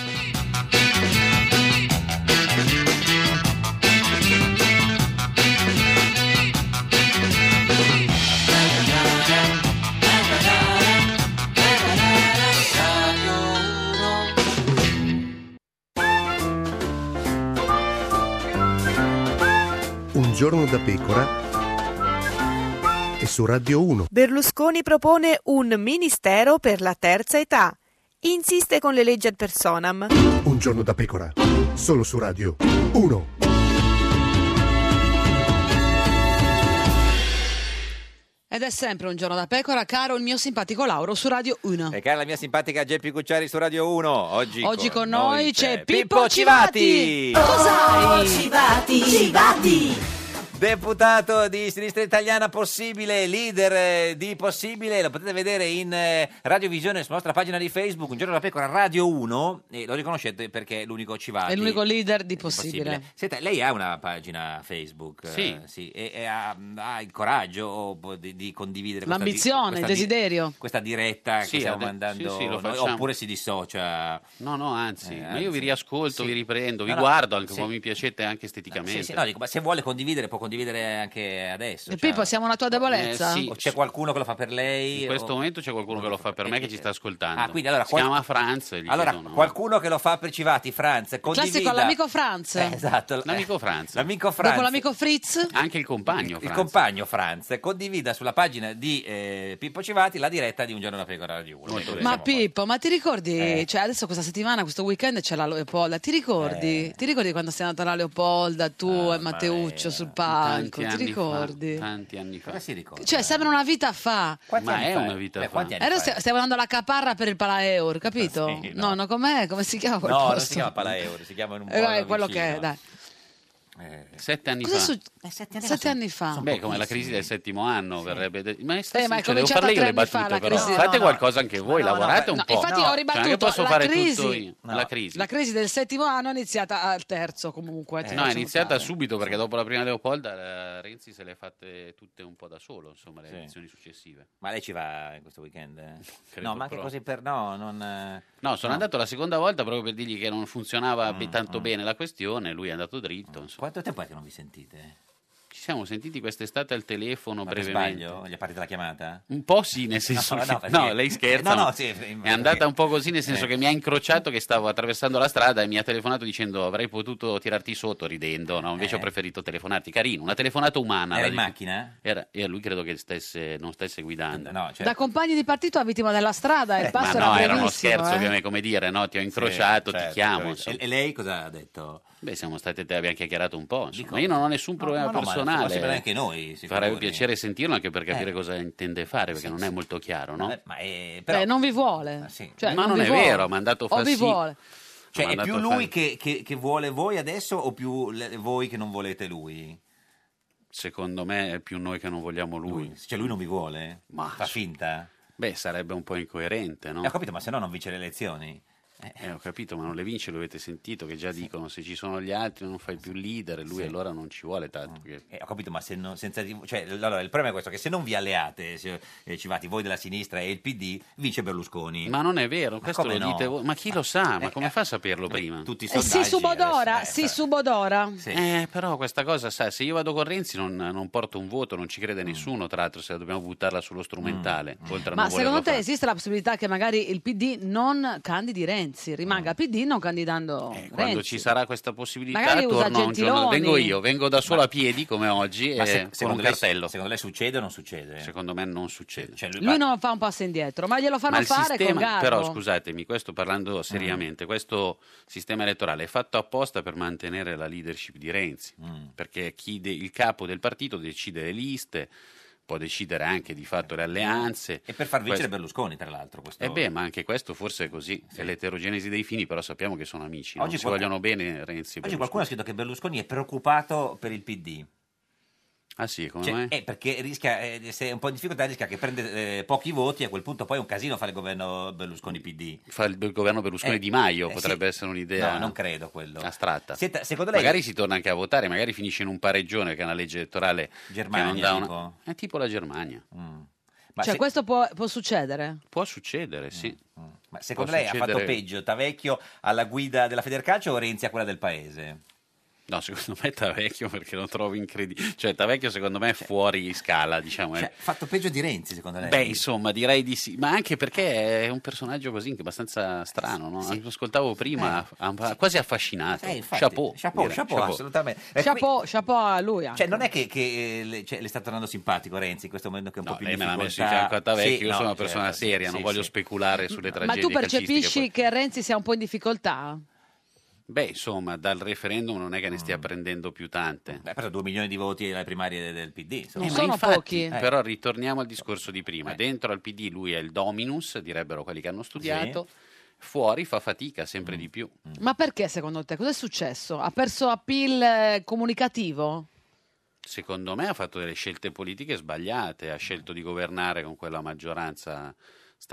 Speaker 7: Un giorno da pecora e su Radio 1.
Speaker 8: Berlusconi propone un ministero per la terza età. Insiste con le leggi ad personam.
Speaker 7: Un giorno da pecora, solo su Radio 1.
Speaker 1: Ed è sempre un giorno da pecora, caro il mio simpatico Lauro su Radio 1.
Speaker 2: E cara la mia simpatica Geppi Cucciari su Radio 1, oggi,
Speaker 1: Oggi con noi c'è Pippo
Speaker 2: Pippo
Speaker 1: Civati.
Speaker 2: Civati!
Speaker 1: Cos'hai?
Speaker 6: Civati, Civati!
Speaker 2: Deputato di Sinistra Italiana Possibile, leader eh, di Possibile, lo potete vedere in eh, radiovisione sulla nostra pagina di Facebook, un giorno la pecora Radio 1, e lo riconoscete perché è l'unico Civati.
Speaker 1: È l'unico leader di possibile.
Speaker 2: Senta, lei ha una pagina Facebook, eh,
Speaker 1: Sì.
Speaker 2: e, e ha, ha il coraggio oh, di, di condividere questa di-
Speaker 1: L'ambizione, il
Speaker 2: questa di-
Speaker 1: desiderio.
Speaker 2: questa diretta
Speaker 10: Sì,
Speaker 2: che stiamo
Speaker 10: ade-
Speaker 2: mandando
Speaker 10: sì, sì, lo
Speaker 2: noi,
Speaker 10: facciamo.
Speaker 2: oppure si dissocia
Speaker 10: No, no, anzi,
Speaker 2: Eh,
Speaker 10: ma io vi
Speaker 2: anzi.
Speaker 10: riascolto,
Speaker 2: Sì.
Speaker 10: vi riprendo, vi
Speaker 2: No, no,
Speaker 10: guardo anche
Speaker 2: sì.
Speaker 10: come mi piacete anche
Speaker 2: Sì,
Speaker 10: esteticamente.
Speaker 2: sì, no, dico, ma se vuole condividere può condividere anche adesso
Speaker 1: E
Speaker 2: cioè-
Speaker 1: Pippo, siamo una tua debolezza?
Speaker 2: O c'è qualcuno che lo fa per lei
Speaker 10: In questo
Speaker 2: o-
Speaker 10: momento c'è qualcuno che lo fa per me che ci sta ascoltando.
Speaker 2: Ah, quindi allora
Speaker 10: si
Speaker 2: qual-
Speaker 10: chiama Franz e gli
Speaker 2: allora
Speaker 10: chiedo un nome.
Speaker 2: qualcuno che lo fa per Civati Franz condivida
Speaker 1: Classico all'amico Franz.
Speaker 2: Eh, esatto
Speaker 10: L'amico Franz.
Speaker 2: l'amico Franz
Speaker 1: Dopo l'amico Fritz?
Speaker 10: Anche il compagno
Speaker 2: il
Speaker 10: Franz.
Speaker 2: compagno Franz condivida sulla pagina di eh, Pippo Civati la diretta di Un giorno da pecora di uno.
Speaker 1: Ma Pippo, ma ti ricordi?
Speaker 2: Eh.
Speaker 1: Cioè adesso questa settimana, questo weekend c'è la Leopolda. Ti ricordi?
Speaker 2: Eh.
Speaker 1: Ti ricordi quando sei andata alla Leopolda, tu e Matteuccio sul palco?
Speaker 10: Tanti
Speaker 1: Ti
Speaker 10: anni
Speaker 1: ricordi?
Speaker 10: Fa, tanti anni fa.
Speaker 2: si ricorda?
Speaker 1: Cioè, sembra una vita fa.
Speaker 10: Ma è una vita fa.
Speaker 1: Era st- stiamo andando alla caparra per il Palaeur, capito? no. no, com'è? Come si chiama quel
Speaker 2: no
Speaker 1: posto?
Speaker 2: non si chiama Palaeuro si chiama in un
Speaker 1: Eh,
Speaker 2: modo
Speaker 1: è quello
Speaker 2: vicino.
Speaker 1: che è, dai.
Speaker 10: Sette anni
Speaker 1: Cosa è
Speaker 10: fa.
Speaker 1: successo? Eh, Sette anni fa.
Speaker 10: Beh, come la crisi del settimo anno verrebbe. de- ma è
Speaker 1: Eh, ma
Speaker 10: cioè,
Speaker 1: è
Speaker 10: devo
Speaker 1: cominciata
Speaker 10: fare io
Speaker 1: tre
Speaker 10: le
Speaker 1: anni fa
Speaker 10: battute,
Speaker 1: la
Speaker 10: però.
Speaker 1: crisi, no,
Speaker 10: Fate
Speaker 1: no.
Speaker 10: qualcosa anche voi,
Speaker 1: no,
Speaker 10: lavorate
Speaker 1: no,
Speaker 10: un
Speaker 1: no,
Speaker 10: po'.
Speaker 1: infatti ho
Speaker 10: Cioè, non è che
Speaker 1: ribattuto,
Speaker 10: posso
Speaker 1: la
Speaker 10: fare
Speaker 1: crisi-
Speaker 10: tutto io. La crisi. Eh,
Speaker 1: La crisi del settimo anno è iniziata al terzo comunque. te
Speaker 10: no,
Speaker 1: lo
Speaker 10: è
Speaker 1: faccio
Speaker 10: iniziata
Speaker 1: notare.
Speaker 10: subito perché dopo la prima Leopolda eh, Renzi se le ha fatte tutte un po' da solo, insomma, le
Speaker 2: Sì.
Speaker 10: elezioni successive.
Speaker 2: ma lei ci va in questo weekend? eh?
Speaker 10: Credo
Speaker 2: no ma anche
Speaker 10: però.
Speaker 2: così per no non eh,
Speaker 10: No, sono
Speaker 2: no. Mm,
Speaker 10: andato la seconda volta proprio per dirgli che non funzionava be- tanto bene la questione, lui è andato dritto.
Speaker 2: Quanto tempo è che non vi sentite?
Speaker 10: Ci ci siamo sentiti quest'estate al telefono
Speaker 2: Ma per
Speaker 10: brevemente.
Speaker 2: sbaglio? Gli è partita la chiamata?
Speaker 10: Un po' sì, nel senso
Speaker 2: No,
Speaker 10: che-
Speaker 2: no,
Speaker 10: no,
Speaker 2: perché-
Speaker 10: lei scherza.
Speaker 2: No, no,
Speaker 10: ma
Speaker 2: sì,
Speaker 10: è andata un po' così, nel senso
Speaker 2: Eh.
Speaker 10: che mi ha incrociato che stavo attraversando la strada e mi ha telefonato dicendo avrei potuto tirarti sotto ridendo, no? invece
Speaker 2: Eh.
Speaker 10: ho preferito telefonarti. Carino, una telefonata umana.
Speaker 2: Era
Speaker 10: la
Speaker 2: in
Speaker 10: dico.
Speaker 2: macchina? certo.
Speaker 10: Era, e lui credo che stesse, non stesse guidando.
Speaker 1: Da compagni di partito a vittima della
Speaker 2: Eh,
Speaker 1: strada, il passo
Speaker 10: cioè Eh, Ma no,
Speaker 1: era
Speaker 10: era uno
Speaker 1: brevissimo,
Speaker 10: scherzo,
Speaker 1: eh.
Speaker 10: ovviamente, come dire, no? Ti ho incrociato,
Speaker 2: certo,
Speaker 10: ti chiamo.
Speaker 2: capito.
Speaker 10: insomma.
Speaker 2: E, e lei cosa ha detto?
Speaker 10: Beh, siamo stati, abbiamo chiacchierato un po'. insomma. io non ho nessun problema
Speaker 2: ma no, ma
Speaker 10: personale.
Speaker 2: forse per anche noi, si
Speaker 10: Farebbe
Speaker 2: figuri.
Speaker 10: piacere sentirlo anche per capire
Speaker 2: Eh.
Speaker 10: cosa intende fare, perché
Speaker 2: Sì,
Speaker 10: non è
Speaker 2: sì.
Speaker 10: molto chiaro, no?
Speaker 2: Ma eh, è,
Speaker 1: Beh, non vi vuole. Cioè,
Speaker 10: Ma
Speaker 1: vi
Speaker 10: non è
Speaker 1: vuole.
Speaker 10: vero, ha mandato
Speaker 1: O vi
Speaker 10: Fassi-
Speaker 1: vuole.
Speaker 2: Cioè,
Speaker 10: Ha
Speaker 2: è
Speaker 10: mandato
Speaker 2: più lui
Speaker 10: Fassi-
Speaker 2: che, che- che vuole voi adesso o più le- voi che non volete lui?
Speaker 10: Secondo me è più noi che non vogliamo lui.
Speaker 2: Cioè, lui non vi vuole?
Speaker 10: Ma
Speaker 2: Fa finta?
Speaker 10: Beh, sarebbe un po' incoerente, no?
Speaker 2: Eh, ho capito, ma se no non vince le elezioni.
Speaker 10: Eh, ho capito, ma non le vince, lo avete sentito, che già dicono se ci sono gli altri non fai più il leader, e lui
Speaker 2: Sì.
Speaker 10: allora non ci vuole tanto. perché-
Speaker 2: Eh, ho capito, ma se non, senza di- cioè, l- allora, il problema è questo: che se non vi alleate, se, eh, ci vati voi della sinistra e il PD, vince Berlusconi.
Speaker 10: Ma non è vero, questo
Speaker 2: come
Speaker 10: lo
Speaker 2: no? Eh,
Speaker 10: dite voi. Ma chi lo sa? Ma come fa a saperlo prima?
Speaker 2: Tutti
Speaker 1: E Eh, si subodora, si subodora.
Speaker 10: Eh, però questa cosa, sai, se io vado con Renzi non, non porto un voto, non ci
Speaker 2: Mm.
Speaker 10: crede nessuno, tra l'altro, se la dobbiamo buttarla sullo strumentale. Oltre a
Speaker 1: Ma
Speaker 10: non
Speaker 1: secondo
Speaker 10: volerlo
Speaker 1: te
Speaker 10: fare.
Speaker 1: esiste la possibilità che magari il PD non candidi Renzi, rimanga PD non candidando
Speaker 10: Eh, Quando
Speaker 1: Renzi?
Speaker 10: ci sarà questa possibilità,
Speaker 1: Magari usa
Speaker 10: torno a un giorno.
Speaker 1: Gentiloni.
Speaker 10: Vengo io, vengo da solo a piedi come oggi
Speaker 2: Ma
Speaker 10: e
Speaker 2: se-
Speaker 10: con un
Speaker 2: secondo lei-
Speaker 10: cartello.
Speaker 2: secondo lei succede o non succede? Cioè,
Speaker 10: Secondo me non succede.
Speaker 1: Lui non fa un passo indietro, ma glielo fanno
Speaker 10: Ma il
Speaker 1: fare con
Speaker 10: sistema,
Speaker 1: Garbo.
Speaker 10: però scusatemi, questo
Speaker 2: Eh.
Speaker 10: parlando seriamente, questo sistema elettorale è fatto apposta per mantenere la leadership di Renzi,
Speaker 2: Mm.
Speaker 10: perché chi de- il capo del partito decide le liste, può decidere anche di fatto le alleanze.
Speaker 2: E per far
Speaker 10: Questo-
Speaker 2: vincere Berlusconi, tra l'altro. Questo...
Speaker 10: Eh beh, ma anche questo forse è così, è l'eterogenesi dei fini, però sappiamo che sono amici, no?
Speaker 2: Oggi
Speaker 10: si
Speaker 2: qualcuno-
Speaker 10: vogliono bene Renzi e
Speaker 2: Oggi
Speaker 10: Berlusconi.
Speaker 2: qualcuno ha scritto che Berlusconi è preoccupato per il PD.
Speaker 10: Ah sì, come
Speaker 2: Cioè,
Speaker 10: mai?
Speaker 2: eh, perché rischia, eh, se è un po' in difficoltà, rischia che prende eh, pochi voti e a quel punto poi è un casino fare il governo Berlusconi-PD.
Speaker 10: Fa il il governo Berlusconi
Speaker 2: Eh,
Speaker 10: di Maio,
Speaker 2: eh,
Speaker 10: potrebbe
Speaker 2: sì.
Speaker 10: essere un'idea.
Speaker 2: No, non credo quello.
Speaker 10: Astratta.
Speaker 2: Senta, secondo lei-
Speaker 10: Magari si torna anche a votare, magari finisce in un pareggione che è una legge elettorale
Speaker 2: Germania,
Speaker 10: che non dà una...
Speaker 2: tipo?
Speaker 10: È tipo la Germania.
Speaker 1: cioè, questo può, può succedere.
Speaker 10: Può succedere, sì.
Speaker 2: Mm, Ma secondo
Speaker 10: Può
Speaker 2: lei ha fatto
Speaker 10: succedere-
Speaker 2: peggio Tavecchio alla guida della Federcalcio o Renzi a quella del paese?
Speaker 10: No, secondo me Tavecchio perché lo trovo incredibile. Cioè, Tavecchio secondo me è fuori scala, diciamo. eh.
Speaker 2: Cioè, fatto peggio di Renzi, secondo lei?
Speaker 10: Beh, insomma, direi di sì, ma anche perché è un personaggio così anche abbastanza strano, no? Lo ascoltavo prima, am- quasi affascinato.
Speaker 2: Eh, infatti.
Speaker 10: chapeau.
Speaker 2: Chapeau,
Speaker 10: direi.
Speaker 2: chapeau, assolutamente. Eh,
Speaker 1: Chapeau, chapeau a lui anche.
Speaker 2: Cioè, non è che, che, eh, le, cioè, le sta tornando simpatico Renzi in questo momento che è un po' più
Speaker 10: lei me l'ha
Speaker 2: difficoltà.
Speaker 10: messo in fianco a Tavecchio,
Speaker 2: Sì,
Speaker 10: io sono
Speaker 2: no,
Speaker 10: una persona
Speaker 2: certo,
Speaker 10: seria,
Speaker 2: sì,
Speaker 10: non
Speaker 2: sì,
Speaker 10: voglio
Speaker 2: sì.
Speaker 10: speculare sulle
Speaker 1: ma
Speaker 10: tragedie
Speaker 1: tu
Speaker 10: calcistiche. Mm.
Speaker 1: percepisci che Renzi sia un po' in difficoltà?
Speaker 10: Beh, insomma, dal referendum non è che ne stia prendendo più tante.
Speaker 2: Mm. Beh, però 2 milioni di voti alle primarie del PD. insomma. Eh.
Speaker 10: Eh, ma infatti, Però ritorniamo al discorso di prima. Dentro al PD lui è il dominus, direbbero quelli che hanno studiato. Fuori fa fatica sempre
Speaker 2: Mm.
Speaker 10: di più.
Speaker 1: Ma perché secondo te? Cos'è successo? Ha perso appeal eh, comunicativo?
Speaker 10: Secondo me ha fatto delle scelte politiche sbagliate, ha scelto di governare con quella maggioranza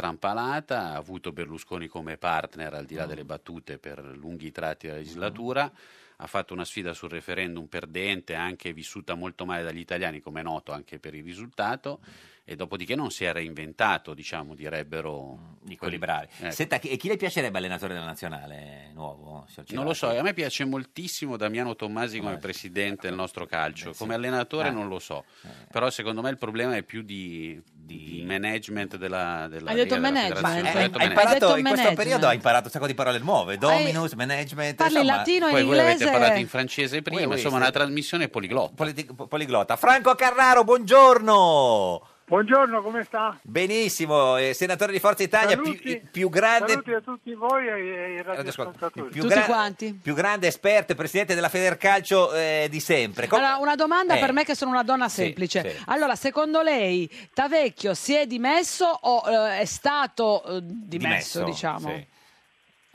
Speaker 10: strampalata, ha avuto Berlusconi come partner al di
Speaker 2: Mm.
Speaker 10: là delle battute per lunghi tratti della legislatura, ha fatto una sfida sul referendum perdente, anche vissuta molto male dagli italiani, come è noto anche per il risultato, e dopodiché non si è reinventato, diciamo, direbbero
Speaker 2: Mm, di quelli bravi.
Speaker 10: Ecco.
Speaker 2: Senta, chi, e chi le piacerebbe allenatore della nazionale nuovo? signor Civati?
Speaker 10: Non lo so, a me piace moltissimo Damiano Tommasi come presidente
Speaker 2: eh,
Speaker 10: del nostro calcio, come allenatore
Speaker 2: Ah.
Speaker 10: non lo so, però secondo me il problema è più di, di management della, della
Speaker 1: Hai detto
Speaker 10: Lega, della
Speaker 1: management.
Speaker 10: federazione. Ho
Speaker 1: Ma hai-
Speaker 10: detto management.
Speaker 2: Ha
Speaker 1: detto
Speaker 2: imparato, in questo
Speaker 1: management.
Speaker 2: periodo ha imparato un sacco di parole nuove, dominus, management.
Speaker 1: parli
Speaker 2: insomma.
Speaker 1: latino e
Speaker 10: Poi voi avete parlato in francese prima,
Speaker 2: Oui, oui,
Speaker 10: insomma
Speaker 2: sì.
Speaker 10: una trasmissione poliglotta.
Speaker 2: Politi- po- poliglota. Franco Carraro, buongiorno.
Speaker 11: Buongiorno, come sta?
Speaker 2: Benissimo, eh, senatore di Forza Italia, più, il più grande, Eh,
Speaker 11: Saluti a tutti voi e ai radioascoltatori.
Speaker 2: più gra- più grande esperto e presidente della Federcalcio eh, di sempre. Com-
Speaker 1: Allora, una domanda
Speaker 2: Eh.
Speaker 1: per me che sono una donna semplice.
Speaker 2: sì.
Speaker 1: Allora, secondo lei Tavecchio si è dimesso o eh, è stato eh, dimesso,
Speaker 2: Dimesso,
Speaker 1: diciamo?
Speaker 2: sì.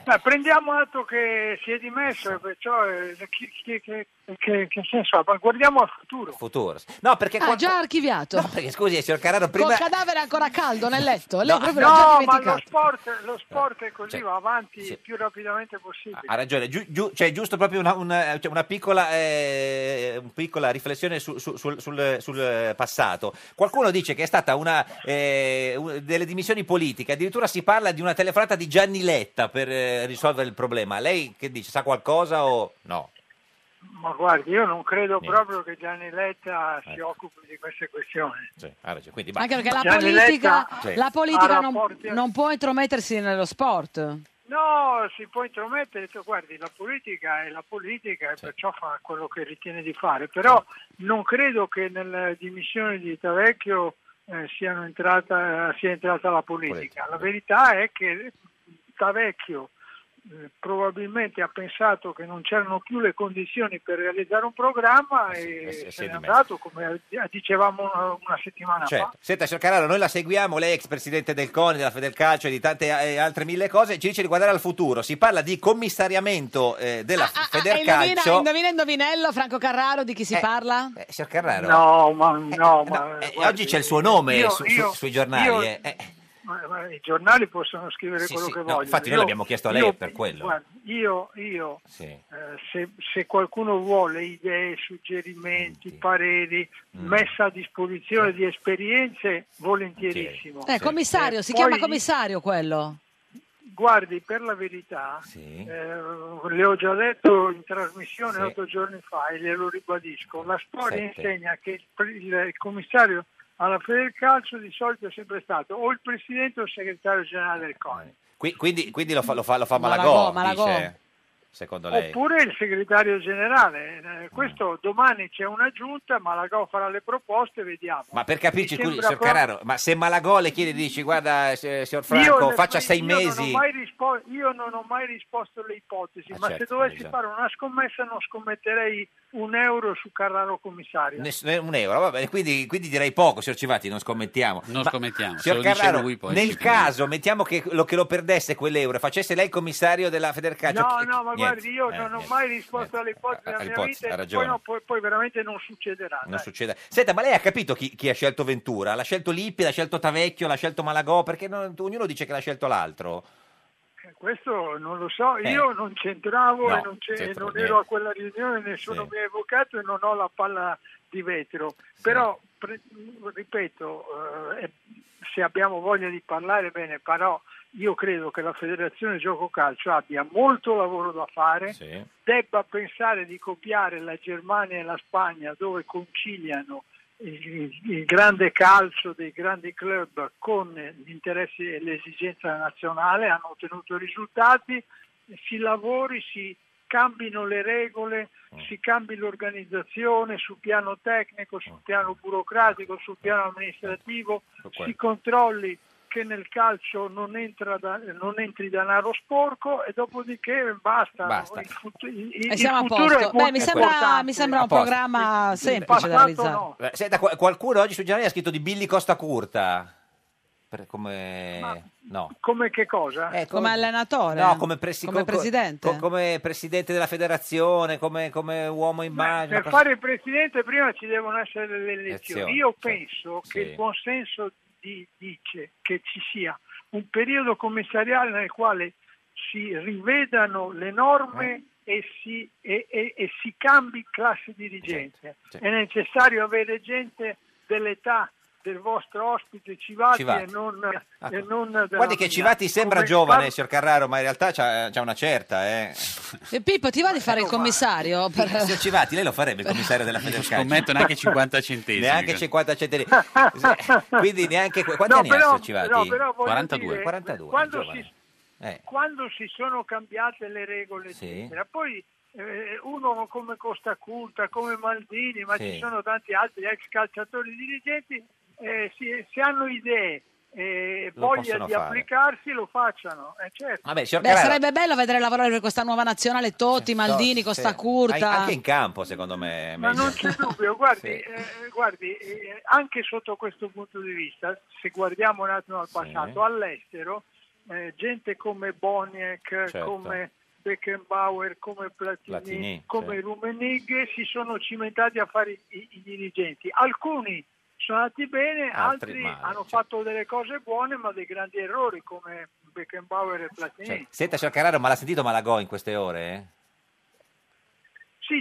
Speaker 11: Beh, prendiamo atto che si è dimesso e perciò eh, chi- chi- che, che- che senso ha? Ma guardiamo al futuro.
Speaker 2: Futuro. No, perché
Speaker 1: Ha Ah, già archiviato.
Speaker 2: No, perché scusi, eh, signor Carraro, prima
Speaker 1: Col cadavere ancora caldo nel letto. Lei
Speaker 2: No.
Speaker 1: proprio l'ha già
Speaker 11: No, ma lo
Speaker 1: dimenticato.
Speaker 11: sport, lo sport è così,
Speaker 2: Cioè,
Speaker 11: va avanti
Speaker 2: sì.
Speaker 11: il più rapidamente possibile.
Speaker 2: ha ragione, giu- giu- cioè, giusto proprio una, una- cioè, una piccola, eh, una piccola riflessione su- su- sul, sul- sul, eh, passato. Qualcuno dice che è stata una eh, un- delle dimissioni politiche, addirittura si parla di una telefonata di Gianni Letta per eh, risolvere il problema. Lei che dice, sa qualcosa o no?
Speaker 11: Ma guardi, io non credo
Speaker 2: Niente. Eh.
Speaker 11: proprio che Gianni Letta si occupi di queste questioni.
Speaker 2: Sì, ha Ah, ragione. Quindi
Speaker 1: Anche
Speaker 2: basta.
Speaker 1: perché la
Speaker 11: Gianni
Speaker 1: politica,
Speaker 11: Letta
Speaker 2: Sì. Ah,
Speaker 1: la politica
Speaker 11: ha
Speaker 1: non,
Speaker 11: rapporti-
Speaker 1: non può intromettersi nello sport.
Speaker 11: No, si può intromettere, tu guardi, la politica è la politica e perciò fa quello che ritiene di fare, però non credo che nelle dimissioni di Tavecchio eh, siano entrata- sia entrata la politica. La verità è che Tavecchio eh, probabilmente ha pensato che non c'erano più le condizioni per realizzare un programma e
Speaker 2: si è
Speaker 11: se n'è
Speaker 2: dimesso.
Speaker 11: andato, come eh, dicevamo una, una settimana fa.
Speaker 2: Certo. Senta, signor Carraro, noi la seguiamo, lei è ex presidente del CONI, della Federcalcio e di tante eh, altre mille cose, ci dice di guardare al futuro. Si parla di commissariamento eh, della
Speaker 1: E Ah, indovina,
Speaker 2: Federcalcio.
Speaker 1: indovina, indovinello, Franco Carraro, di chi si parla?
Speaker 2: Eh, signor Carraro,
Speaker 11: No, ma, no, ma
Speaker 2: eh, oggi c'è il suo nome
Speaker 11: io-
Speaker 2: su- su-
Speaker 11: io-
Speaker 2: sui giornali.
Speaker 11: io-
Speaker 2: eh. Eh,
Speaker 11: Ma- ma I giornali possono scrivere
Speaker 2: sì,
Speaker 11: quello
Speaker 2: sì,
Speaker 11: che
Speaker 2: no,
Speaker 11: vogliono.
Speaker 2: infatti noi
Speaker 11: Io-
Speaker 2: l'abbiamo chiesto a lei
Speaker 11: io-
Speaker 2: per quello.
Speaker 11: guarda, io, io,
Speaker 2: Sì.
Speaker 11: eh, se, se qualcuno vuole idee, suggerimenti, pareri,
Speaker 2: Mm.
Speaker 11: messa a
Speaker 2: Eh.
Speaker 11: disposizione di esperienze, volentierissimo.
Speaker 1: Eh, commissario, si
Speaker 11: Poi-
Speaker 1: chiama commissario quello.
Speaker 11: Guardi, per la verità, eh, le ho già detto in trasmissione
Speaker 1: Sì.
Speaker 11: otto giorni fa e glielo ribadisco, la storia
Speaker 12: Sette.
Speaker 11: insegna che il, pre- il commissario alla Federcalcio di solito è sempre stato o il presidente o il segretario generale del CONI,
Speaker 2: Qui- quindi, quindi lo fa, lo fa, lo fa
Speaker 11: Malagò,
Speaker 2: Malagò,
Speaker 11: Malagò.
Speaker 2: dice, secondo lei.
Speaker 11: oppure il segretario generale. Eh,
Speaker 2: Mm.
Speaker 11: questo domani c'è una giunta, Malagò farà le proposte, vediamo.
Speaker 2: Ma per capirci,
Speaker 11: Mi
Speaker 2: scusi,
Speaker 11: sembra
Speaker 2: signor
Speaker 11: proprio-
Speaker 2: Carraro, ma se Malagò le chiede, dici, guarda, eh, signor
Speaker 11: Io
Speaker 2: Franco,
Speaker 11: le-
Speaker 2: faccia sei
Speaker 11: io Non
Speaker 2: mesi.
Speaker 11: ho mai rispo- io non ho mai risposto alle ipotesi,
Speaker 2: Ah,
Speaker 11: ma
Speaker 2: certo,
Speaker 11: se dovessi
Speaker 2: esatto.
Speaker 11: fare una scommessa non scommetterei un euro su Carraro commissario.
Speaker 2: Ness- eh, un euro, vabbè, quindi, quindi direi poco, signor Civati, non scommettiamo.
Speaker 10: Non scommettiamo, se
Speaker 2: Signor
Speaker 10: lo dice
Speaker 2: Carraro,
Speaker 10: lui poi
Speaker 2: nel
Speaker 10: ci
Speaker 2: caso, mettiamo che lo, che lo perdesse quell'euro e facesse lei il commissario della Federcalcio.
Speaker 11: No,
Speaker 2: chi-
Speaker 11: no, ma
Speaker 2: Eh, niente,
Speaker 11: guardi, io
Speaker 2: eh,
Speaker 11: non ho
Speaker 2: niente,
Speaker 11: mai risposto alle ipotesi
Speaker 2: alle
Speaker 11: della mia
Speaker 2: ipotesi, ha
Speaker 11: vita e
Speaker 2: ragione.
Speaker 11: poi, no- poi- poi veramente non succederà.
Speaker 2: non
Speaker 11: dai.
Speaker 2: succeda. Senta, ma lei ha capito chi, chi ha scelto Ventura? L'ha scelto Lippi, l'ha scelto Tavecchio, l'ha scelto Malagò? Perché non- ognuno dice che l'ha scelto l'altro.
Speaker 11: Questo non lo so,
Speaker 2: Eh.
Speaker 11: io non c'entravo
Speaker 2: No,
Speaker 11: e non, c'è-
Speaker 2: certo,
Speaker 11: non
Speaker 2: niente.
Speaker 11: ero a quella riunione, nessuno
Speaker 2: Sì.
Speaker 11: mi ha evocato e non ho la palla di vetro. Però, pre- ripeto, eh, se abbiamo voglia di parlare bene, però io credo che la Federazione Gioco Calcio abbia molto lavoro da fare, debba pensare di copiare la Germania e la Spagna dove conciliano il, il- il grande calcio dei grandi club con gli interessi e l'esigenza nazionale, hanno ottenuto risultati, si lavori, si cambino le regole, si cambi l'organizzazione sul piano tecnico, sul piano burocratico, sul piano amministrativo, si controlli che nel calcio non, entra da- non entri danaro sporco e dopodiché basta.
Speaker 2: Basta.
Speaker 11: Il fut- il- il
Speaker 1: E siamo a
Speaker 11: futuro è
Speaker 1: posto. Beh, mi
Speaker 11: molto
Speaker 1: sembra,
Speaker 11: importante.
Speaker 1: Ah, mi sembra
Speaker 2: A
Speaker 1: un
Speaker 2: posto.
Speaker 1: programma semplice
Speaker 11: passato
Speaker 1: da realizzare.
Speaker 11: no.
Speaker 2: Eh, Senta, qua- qualcuno oggi sui giornali ha scritto di Billy Costa Curta. Per- come... no.
Speaker 11: Come che cosa?
Speaker 1: Come allenatore?
Speaker 2: Eh, No, come, presi-
Speaker 1: Come
Speaker 2: co- co-
Speaker 1: presidente?
Speaker 2: co- come presidente della federazione, come, come uomo in bagno.
Speaker 11: Per
Speaker 2: Ah, cosa-
Speaker 11: fare il presidente prima ci devono essere le elezioni.
Speaker 2: Elezioni, certo,
Speaker 11: Io penso
Speaker 2: Sì.
Speaker 11: che il buonsenso di- dice che ci sia un periodo commissariale nel quale si rivedano le norme
Speaker 2: Eh.
Speaker 11: e, si, e- e- e si cambi classe dirigente.
Speaker 2: sì.
Speaker 11: È necessario avere gente dell'età del vostro ospite Civati,
Speaker 2: Civati.
Speaker 11: e non... e
Speaker 2: Ecco.
Speaker 11: non della
Speaker 2: Guardi che
Speaker 11: mia.
Speaker 2: Civati sembra
Speaker 11: Come-
Speaker 2: giovane, signor Carraro, ma in realtà c'ha, c'ha una certa, eh.
Speaker 1: E Pippo, ti va di fare il commissario? Per-
Speaker 2: Signor Civati, lei lo farebbe il commissario della Federcalcio?
Speaker 10: scommetto neanche 50 centesimi. cioè.
Speaker 2: Neanche 50 centesimi. Sì, Quindi neanche... que- Quanti
Speaker 11: No,
Speaker 2: anni ha
Speaker 11: però-
Speaker 2: signor Civati?
Speaker 11: però- però voglio
Speaker 2: 42.
Speaker 11: dire,
Speaker 2: 42,
Speaker 11: quando
Speaker 2: giovane.
Speaker 11: si-
Speaker 2: Eh,
Speaker 11: quando si sono cambiate le regole,
Speaker 2: Sì.
Speaker 11: eccetera, poi eh, uno come Costa Curta, come Maldini, ma
Speaker 2: Sì.
Speaker 11: ci sono tanti altri ex calciatori dirigenti, eh, si- se hanno idee e
Speaker 2: Lo
Speaker 11: voglia
Speaker 2: possono
Speaker 11: di
Speaker 2: fare.
Speaker 11: applicarsi, lo facciano. eh, certo.
Speaker 2: Vabbè, signor
Speaker 1: Beh,
Speaker 2: Carraro,
Speaker 1: sarebbe bello vedere lavorare per questa nuova nazionale Totti, Maldini,
Speaker 2: sì.
Speaker 1: Costa
Speaker 2: An-
Speaker 1: Curta.
Speaker 2: Anche in campo, secondo me. è
Speaker 11: Ma
Speaker 2: meglio.
Speaker 11: non c'è dubbio, guardi,
Speaker 2: Sì.
Speaker 11: eh, guardi, eh, anche sotto questo punto di vista, se guardiamo un attimo al passato, all'estero, eh, gente come Boniek,
Speaker 2: Certo.
Speaker 11: come Beckenbauer, come Platini,
Speaker 2: Platini,
Speaker 11: come
Speaker 2: sì.
Speaker 11: Rummenigge si sono cimentati a fare i, i dirigenti. Alcuni sono andati bene,
Speaker 2: Altri
Speaker 11: altri,
Speaker 2: male,
Speaker 11: hanno fatto delle cose buone ma dei grandi errori come Beckenbauer e Platini.
Speaker 2: Certo. Cioè, senta, signor Carraro, ma l'ha sentito Malagò in queste ore?
Speaker 11: Sì,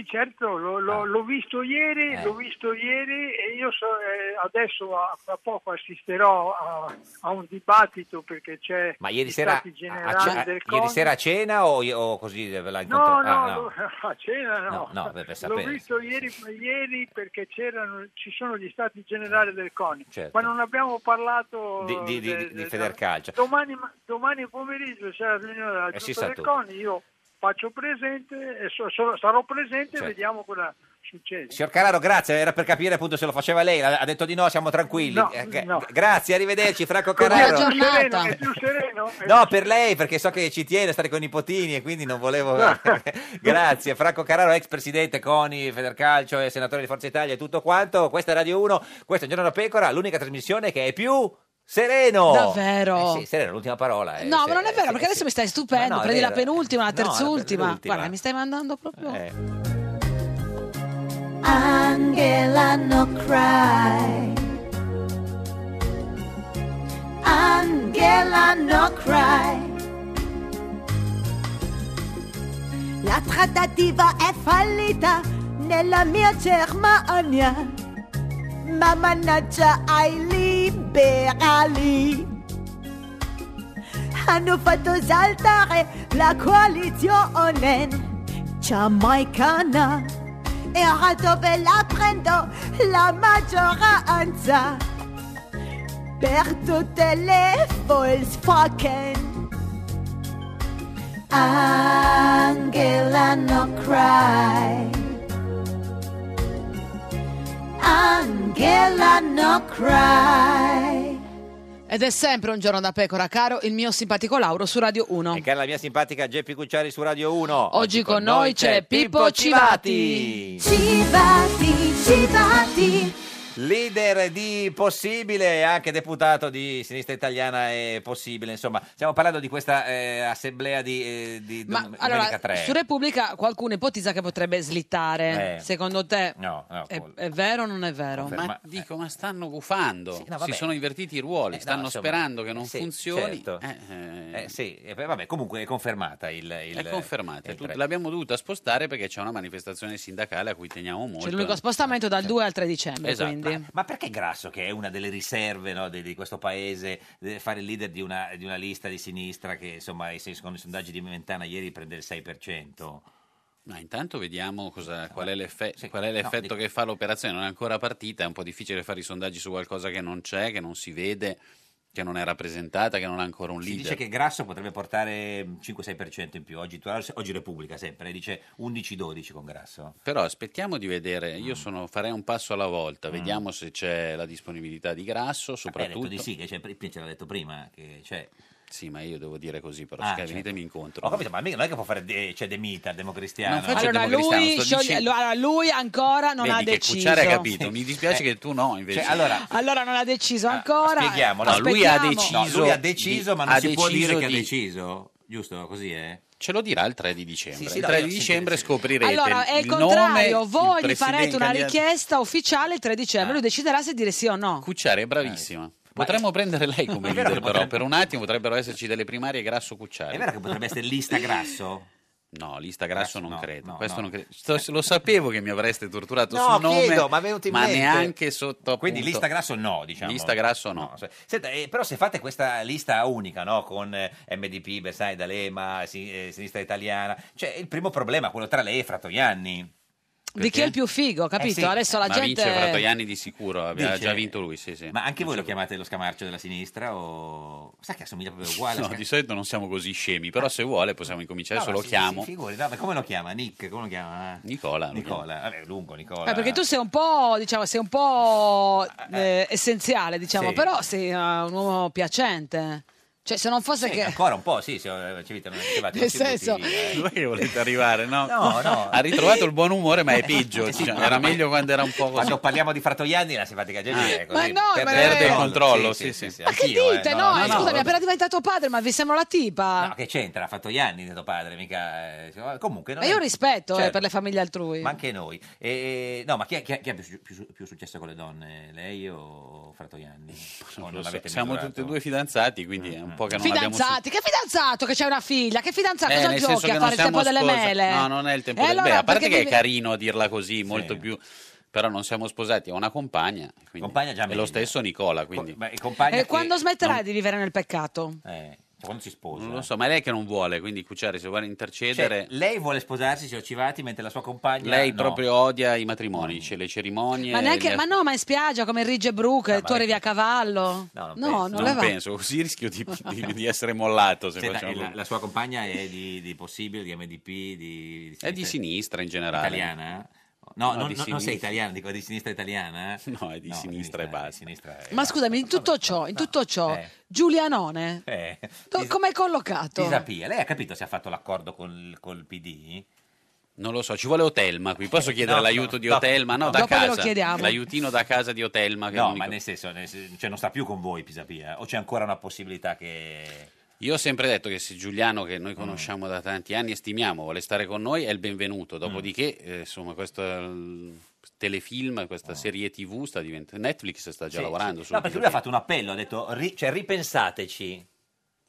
Speaker 11: Sì, certo, lo- lo- l'ho visto ieri,
Speaker 2: Ah. Eh.
Speaker 11: l'ho visto ieri e io so- eh, adesso a- fra poco assisterò a, a un dibattito perché c'è
Speaker 2: Ma ieri
Speaker 11: gli
Speaker 2: sera,
Speaker 11: stati
Speaker 2: a,
Speaker 11: generali
Speaker 2: a ce- a-
Speaker 11: del
Speaker 2: ieri
Speaker 11: CONI.
Speaker 2: sera a cena o, o così l'ha
Speaker 11: No,
Speaker 2: incontrato?
Speaker 11: no,
Speaker 2: Ah,
Speaker 11: lo- a cena no.
Speaker 2: No, no, per- per
Speaker 11: L'ho
Speaker 2: sapere.
Speaker 11: visto ieri, ieri perché c'erano, ci sono gli stati generali del CONI,
Speaker 2: Certo.
Speaker 11: ma non abbiamo parlato
Speaker 2: Di, di, di,
Speaker 11: del-
Speaker 2: di
Speaker 11: del-
Speaker 2: Federcalcio.
Speaker 11: Domani, ma- domani pomeriggio c'è la riunione della
Speaker 2: Eh, si
Speaker 11: Giunta
Speaker 2: sa
Speaker 11: del
Speaker 2: tutto.
Speaker 11: CONI, io faccio presente, e so- so- sarò presente
Speaker 2: Certo.
Speaker 11: e vediamo cosa succede.
Speaker 2: Signor Carraro, grazie, era per capire appunto se lo faceva lei, ha ha detto di no, siamo tranquilli.
Speaker 11: No,
Speaker 2: Eh, gra-
Speaker 11: no.
Speaker 2: Grazie, arrivederci Franco
Speaker 11: Così è
Speaker 2: Carraro.
Speaker 11: più sereno, è più sereno. è
Speaker 2: No, per lei, perché so che ci tiene a stare con i nipotini e quindi non volevo... Grazie, Franco Carraro, ex presidente Coni, Federcalcio e senatore di Forza Italia e tutto quanto. Questa è Radio 1, questo è Giorno da Pecora, l'unica trasmissione che è più sereno.
Speaker 1: Davvero?
Speaker 2: Eh sì, sereno, l'ultima parola. eh,
Speaker 1: No,
Speaker 2: se-
Speaker 1: ma non è vero, perché adesso mi stai stupendo.
Speaker 2: No, no, è
Speaker 1: Prendi la
Speaker 2: vero.
Speaker 1: penultima, la
Speaker 2: No, la pe-
Speaker 1: terzultima.
Speaker 2: l'ultima.
Speaker 1: Guarda, mi stai mandando proprio.
Speaker 2: eh.
Speaker 6: Angela, no cry. Angela, no cry. La trattativa è fallita nella mia Germania. Ma mannaggia ai liberali. Hanno fatto saltare la coalizione giamaicana. E ora dove la prendo la maggioranza per tutte le Volkswagen. Angela no cry. Angela no cry.
Speaker 1: Ed è sempre un giorno da pecora, caro il mio simpatico Lauro su Radio 1.
Speaker 2: E cara la mia simpatica Geppi Cucciari su Radio 1. Oggi,
Speaker 1: con noi c'è Pippo
Speaker 2: Civati.
Speaker 6: Civati, Civati.
Speaker 2: Leader di Possibile e anche deputato di Sinistra Italiana è Possibile. Insomma, stiamo parlando di questa eh, assemblea di, eh, di dom-
Speaker 1: Ma
Speaker 2: domenica
Speaker 1: allora,
Speaker 2: 3.
Speaker 1: su Repubblica qualcuno ipotizza che potrebbe slittare.
Speaker 2: Eh.
Speaker 1: Secondo te
Speaker 2: No, no,
Speaker 1: è, è vero o non è vero?
Speaker 10: Ma
Speaker 2: eh.
Speaker 10: dico, Eh, ma stanno gufando,
Speaker 2: no, vabbè.
Speaker 10: si sono invertiti i ruoli,
Speaker 2: Eh, no,
Speaker 10: stanno
Speaker 2: insomma,
Speaker 10: sperando che non
Speaker 2: sì,
Speaker 10: funzioni.
Speaker 2: certo. Eh, sì, eh, beh, vabbè, comunque è confermata il, il
Speaker 10: È confermata,
Speaker 2: il
Speaker 10: tu-
Speaker 2: tre.
Speaker 10: l'abbiamo dovuta spostare perché c'è una manifestazione sindacale a cui teniamo molto.
Speaker 1: C'è l'unico spostamento dal 2 al 3 dicembre,
Speaker 2: Esatto.
Speaker 1: quindi.
Speaker 2: Ma, ma perché Grasso, che è una delle riserve no, di, di questo paese, deve fare il leader di una, di una lista di sinistra che, insomma, se- secondo i sondaggi di Mentana ieri prende il 6%?
Speaker 10: Ma intanto vediamo cosa- qual è, l'effe- qual è
Speaker 2: no,
Speaker 10: l'effetto
Speaker 2: dico-
Speaker 10: che fa l'operazione, non è ancora partita, è un po' difficile fare i sondaggi su qualcosa che non c'è, che non si vede, che non è rappresentata, che non ha ancora un
Speaker 2: Si
Speaker 10: leader.
Speaker 2: dice che Grasso potrebbe portare mm, 5-6% in più. Oggi, tu- oggi Repubblica sempre, eh, dice 11-12 con Grasso.
Speaker 10: Però aspettiamo di vedere,
Speaker 2: Mm.
Speaker 10: io sono- farei un passo alla volta, vediamo se c'è la disponibilità di grasso,
Speaker 2: Beh, Mm. ha detto
Speaker 10: soprattutto...
Speaker 2: di sì, che c'è, ce l'ha detto prima, che c'è...
Speaker 10: Sì, ma io devo dire così, però
Speaker 2: Ah,
Speaker 10: Sky,
Speaker 2: certo.
Speaker 10: venitemi incontro.
Speaker 2: Ho capito, ma mica non è che può fare de, cioè, De Mita, democristiano.
Speaker 10: Non faccio il
Speaker 1: Allora lui, scioglie- allora, lui ancora non
Speaker 10: Vedi
Speaker 1: ha
Speaker 10: che
Speaker 1: deciso.
Speaker 10: Cucciari ha capito, mi dispiace che tu no invece.
Speaker 2: Eh. Cioè, allora,
Speaker 1: Allora non ha deciso ancora.
Speaker 2: Spieghiamo,
Speaker 10: No, lui ha
Speaker 1: aspettiamo.
Speaker 10: deciso.
Speaker 2: No, lui ha deciso, ma non
Speaker 10: ha
Speaker 2: si può
Speaker 10: deciso
Speaker 2: dire che ha
Speaker 10: di-
Speaker 2: deciso, giusto? Così è?
Speaker 10: Ce lo dirà il 3 di dicembre.
Speaker 2: Sì, sì,
Speaker 10: il
Speaker 2: no,
Speaker 10: 3
Speaker 2: io-
Speaker 10: di
Speaker 2: sì,
Speaker 10: dicembre scoprirete
Speaker 1: Allora, è il
Speaker 10: il nome,
Speaker 1: contrario,
Speaker 10: il
Speaker 1: voi gli
Speaker 10: presidente
Speaker 1: farete una
Speaker 10: candidato-
Speaker 1: richiesta ufficiale il 3 dicembre, lui deciderà se dire sì o no.
Speaker 10: Cucciari è bravissima. Potremmo prendere lei come
Speaker 2: Eh, È vero
Speaker 10: leader,
Speaker 2: che
Speaker 10: però
Speaker 2: potrebbe-
Speaker 10: per un attimo potrebbero esserci delle primarie grasso Cucciari.
Speaker 2: È vero che potrebbe essere lista Grasso?
Speaker 10: No, lista grasso non credo.
Speaker 2: no,
Speaker 10: Questo
Speaker 2: no.
Speaker 10: non credo. Sto- lo sapevo che mi avreste torturato
Speaker 2: No,
Speaker 10: sul nome,
Speaker 2: chiedo, ma è venuto in mente.
Speaker 10: neanche sotto.
Speaker 2: Quindi
Speaker 10: appunto.
Speaker 2: lista grasso no, diciamo.
Speaker 10: Lista grasso no.
Speaker 2: Senta, eh, però se fate questa lista unica, no? Con eh, MDP, Bersani, D'Alema, si- eh, Sinistra Italiana, cioè il primo problema è quello tra lei e Fratoianni.
Speaker 1: Di chi è il più figo, capito?
Speaker 2: Eh, sì,
Speaker 1: Adesso la
Speaker 10: ma
Speaker 1: gente...
Speaker 10: vince Fratoianni di sicuro, ha
Speaker 2: Dice-
Speaker 10: già vinto lui, sì, sì.
Speaker 2: Ma anche voi lo chiamate lo scamarcio della sinistra o... Sa che assomiglia proprio uguale? a
Speaker 10: No,
Speaker 2: Sca-
Speaker 10: di solito non siamo così scemi, però se vuole possiamo incominciare,
Speaker 2: No,
Speaker 10: Cioè, adesso
Speaker 2: ma
Speaker 10: lo
Speaker 2: si-
Speaker 10: chiamo.
Speaker 2: si figuri, no, ma come lo chiama? Nick? Come lo chiama?
Speaker 10: Nicola. lo
Speaker 2: Nicola. Vabbè, lungo Nicola.
Speaker 1: Eh, perché tu sei un po', diciamo, sei un po' eh, essenziale, diciamo,
Speaker 2: Sì.
Speaker 1: però sei eh, un uomo piacente. Cioè, se non fosse
Speaker 2: Sì,
Speaker 1: che...
Speaker 2: Ancora un po', sì, sì, eh, Civita, non ci vate, non
Speaker 1: Nel
Speaker 2: si butti
Speaker 1: senso-
Speaker 2: via, eh.
Speaker 10: Dove che volete arrivare? No.
Speaker 2: No, no. Eh,
Speaker 10: Ha ritrovato il buon umore, ma è peggio.
Speaker 2: Sì,
Speaker 10: cioè,
Speaker 2: ma-
Speaker 10: era meglio quando era un po' così. Ah.
Speaker 2: Quando parliamo di Fratoianni, la simpatica gente è
Speaker 1: Ma
Speaker 2: così.
Speaker 1: no,
Speaker 2: perde-
Speaker 1: ma-
Speaker 10: Perde il
Speaker 1: Eh,
Speaker 10: controllo,
Speaker 2: sì,
Speaker 10: sì,
Speaker 2: sì,
Speaker 10: sì.
Speaker 2: sì.
Speaker 1: Che
Speaker 2: Anch'io, eh,
Speaker 1: dite?
Speaker 2: no,
Speaker 1: no,
Speaker 2: no,
Speaker 1: eh,
Speaker 2: no,
Speaker 1: scusami, è
Speaker 2: vabbè.
Speaker 1: appena diventato padre, ma vi sembra la tipa.
Speaker 2: No, che c'entra? Fratoianni, detto padre, mica... eh, Comunque, non
Speaker 1: Ma
Speaker 2: è-
Speaker 1: io rispetto eh,
Speaker 2: Certo.
Speaker 1: per le famiglie altrui.
Speaker 2: Ma anche noi. E- no, ma chi, è- chi è- chi ha più, su- più su- più successo con le donne? Lei o Fratoianni? O
Speaker 10: Non
Speaker 2: non
Speaker 10: lo so,
Speaker 2: l'avete
Speaker 10: Siamo
Speaker 2: misurato?
Speaker 10: tutti e due fidanzati, quindi è un un po' che non abbiamo sentito.
Speaker 1: Fidanzati, che fidanzato che c'è una figlia, che fidanzato,
Speaker 10: Eh,
Speaker 1: cosa
Speaker 10: nel senso
Speaker 1: giochi
Speaker 10: che
Speaker 1: a
Speaker 10: non
Speaker 1: fare il
Speaker 10: siamo
Speaker 1: tempo delle
Speaker 10: sposa-
Speaker 1: mele?
Speaker 10: No, non è il tempo
Speaker 1: Eh,
Speaker 10: delle
Speaker 1: allora,
Speaker 10: mele. A parte
Speaker 1: perché
Speaker 10: che è
Speaker 1: devi-
Speaker 10: carino dirla così, molto più. Però non siamo sposati, ho una compagna. Quindi è lo stesso Nicola. Quindi.
Speaker 1: E Eh, quando smetterai di vivere nel peccato?
Speaker 10: Eh,
Speaker 2: Quando si sposa.
Speaker 10: Non lo so, ma è lei che non vuole, quindi Cucciari se vuole intercedere.
Speaker 2: Cioè, lei vuole sposarsi, signor Civati, mentre la sua compagna.
Speaker 10: lei
Speaker 2: no.
Speaker 10: proprio odia i matrimoni, cioè le cerimonie.
Speaker 1: Ma,
Speaker 10: gli-
Speaker 1: neanche, ma no, ma in spiaggia come Ridge e Brooke,
Speaker 10: ma
Speaker 1: tu arrivi a cavallo. No, non, le
Speaker 10: non
Speaker 1: va.
Speaker 10: penso, così rischio di, di- di essere mollato. Se
Speaker 2: Senta,
Speaker 10: facciamo
Speaker 2: e la, la sua compagna è di, di Possibile, di MDP, di,
Speaker 10: È di sinistra in generale.
Speaker 2: Italiana? No,
Speaker 10: No,
Speaker 2: non,
Speaker 10: di
Speaker 2: non- non sei
Speaker 10: sinistra.
Speaker 2: italiana, dico di sinistra italiana? No, è di sinistra eh. e basta.
Speaker 1: Ma scusami, in tutto ciò, in tutto ciò,
Speaker 10: Eh.
Speaker 1: Giulianone,
Speaker 2: Eh,
Speaker 1: do- come è collocato?
Speaker 2: Pisapia, lei ha capito se ha fatto l'accordo col, col PD?
Speaker 10: Non lo so, ci vuole Otelma qui. Posso chiedere
Speaker 2: No,
Speaker 10: l'aiuto di
Speaker 2: no,
Speaker 10: Otelma? No,
Speaker 2: no.
Speaker 10: da
Speaker 2: Dopo
Speaker 10: casa.
Speaker 2: glielo chiediamo.
Speaker 10: L'aiutino da casa di Otelma. Ah, Che è
Speaker 2: no,
Speaker 10: l'unico-
Speaker 2: ma nel senso, nel sen- cioè non sta più con voi Pisapia? O c'è ancora una possibilità che...
Speaker 10: Io ho sempre detto che se Giuliano, che
Speaker 2: Mm.
Speaker 10: noi conosciamo da tanti anni e stimiamo, vuole stare con noi, è il benvenuto. Dopodiché,
Speaker 2: Mm.
Speaker 10: eh, insomma, questo eh, telefilm,
Speaker 2: Oh.
Speaker 10: questa serie TV sta diventando. Netflix sta già
Speaker 2: Sì,
Speaker 10: lavorando.
Speaker 2: sì.
Speaker 10: su
Speaker 2: No, perché lui ha fatto un appello, ha detto, ri- cioè, ripensateci.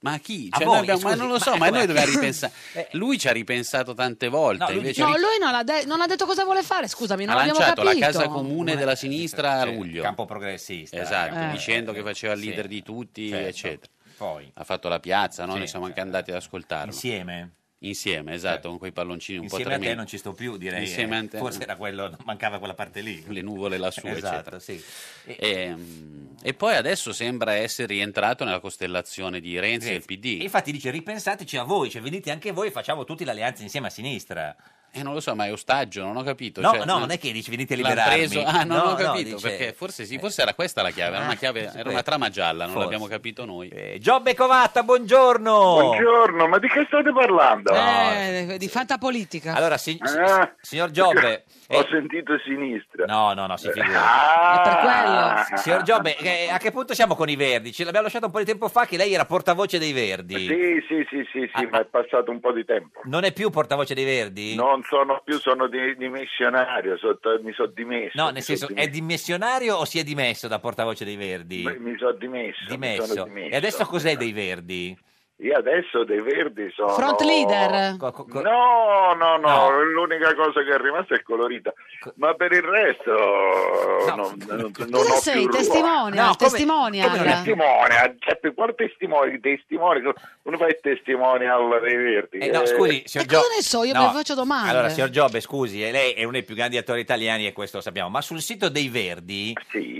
Speaker 10: Ma a chi?
Speaker 2: A
Speaker 10: Cioè,
Speaker 2: voi,
Speaker 10: noi abbiamo- ma
Speaker 2: scusi,
Speaker 10: non lo so,
Speaker 2: ma Eh.
Speaker 10: ma,
Speaker 2: come?
Speaker 10: noi dobbiamo ripensare. Lui ci ha ripensato tante volte.
Speaker 1: No, lui,
Speaker 10: invece
Speaker 1: non, ha de- non ha detto cosa vuole fare, scusami,
Speaker 10: ha
Speaker 1: non abbiamo
Speaker 10: lanciato la
Speaker 1: capito.
Speaker 10: casa comune della sinistra a
Speaker 2: Sì,
Speaker 10: luglio.
Speaker 2: Eh. Cioè, Campo progressista.
Speaker 10: Esatto,
Speaker 1: Eh.
Speaker 10: dicendo che faceva il
Speaker 2: Sì.
Speaker 10: leader di tutti,
Speaker 2: Certo.
Speaker 10: eccetera.
Speaker 2: Poi.
Speaker 10: Ha fatto la piazza, no?
Speaker 2: Sì, certo.
Speaker 10: noi siamo anche andati ad ascoltarlo.
Speaker 2: Insieme. Certo.
Speaker 10: Insieme, esatto, con quei palloncini un po'
Speaker 2: Insieme a
Speaker 10: tremendi.
Speaker 2: te non ci sto più, direi.
Speaker 10: Insieme
Speaker 2: eh.
Speaker 10: a te.
Speaker 2: Forse era quello, mancava quella parte lì.
Speaker 10: Le nuvole lassù,
Speaker 2: Esatto,
Speaker 10: eccetera. Eh. Ehm, E, poi adesso sembra essere rientrato nella costellazione di Renzi e il PD.
Speaker 2: E infatti dice ripensateci a voi, cioè venite anche voi e facciamo tutti l'alleanza insieme a sinistra.
Speaker 10: Eh, non lo so, ma è ostaggio, non ho capito.
Speaker 2: No,
Speaker 10: cioè,
Speaker 2: no, non è che dici venite a
Speaker 10: l'ha
Speaker 2: liberarmi.
Speaker 10: preso- Ah, non
Speaker 2: No,
Speaker 10: ho
Speaker 2: no,
Speaker 10: capito,
Speaker 2: dice- eh, ah,
Speaker 10: perché forse sì, forse era questa la chiave, era una, chiave, era una trama gialla, non
Speaker 2: Forse. Eh,
Speaker 10: l'abbiamo capito noi.
Speaker 2: Giobbe Covatta, buongiorno. Ah,
Speaker 12: Buongiorno, ma di che state parlando?
Speaker 1: Eh, di fantapolitica.
Speaker 2: Allora, si-
Speaker 12: Ah,
Speaker 2: signor Giobbe, eh,
Speaker 12: ho sentito sinistra.
Speaker 2: No, no, no, si figuri.
Speaker 12: Ah,
Speaker 2: Signor Giobbe, eh, a che punto siamo con i Verdi? Ce l'abbiamo lasciato un po' di tempo fa che lei era portavoce dei Verdi.
Speaker 12: Sì, sì, sì, sì, sì, ma è passato un po' di tempo.
Speaker 2: Ah, Non è più portavoce dei Verdi?
Speaker 12: Non sono più, sono di- dimissionario, sotto- mi sono dimesso.
Speaker 2: No,
Speaker 12: mi
Speaker 2: nel
Speaker 12: son
Speaker 2: senso, è
Speaker 12: dimesso.
Speaker 2: dimissionario o si è dimesso da portavoce dei Verdi?
Speaker 12: Mi- mi sono dimesso. Mi sono
Speaker 2: Dimesso.
Speaker 12: dimesso.
Speaker 2: E adesso cos'è dei Verdi?
Speaker 12: Io adesso dei Verdi sono...
Speaker 1: Front leader.
Speaker 12: No, no, no, l'unica cosa che è rimasta è colorita. Ma per il resto... non, non, non ho
Speaker 1: Cosa
Speaker 12: più
Speaker 1: sei?
Speaker 12: ruolo.
Speaker 1: Testimonial, testimonial.
Speaker 12: testimone, cioè, quale testimone, testimone, uno fa il testimonial dei Verdi.
Speaker 2: Eh, no, scusi, signor Giobbe.
Speaker 1: ne so? Io mi faccio domande.
Speaker 2: Allora, signor Giobbe, scusi, eh, lei è uno dei più grandi attori italiani e questo lo sappiamo, ma sul sito dei Verdi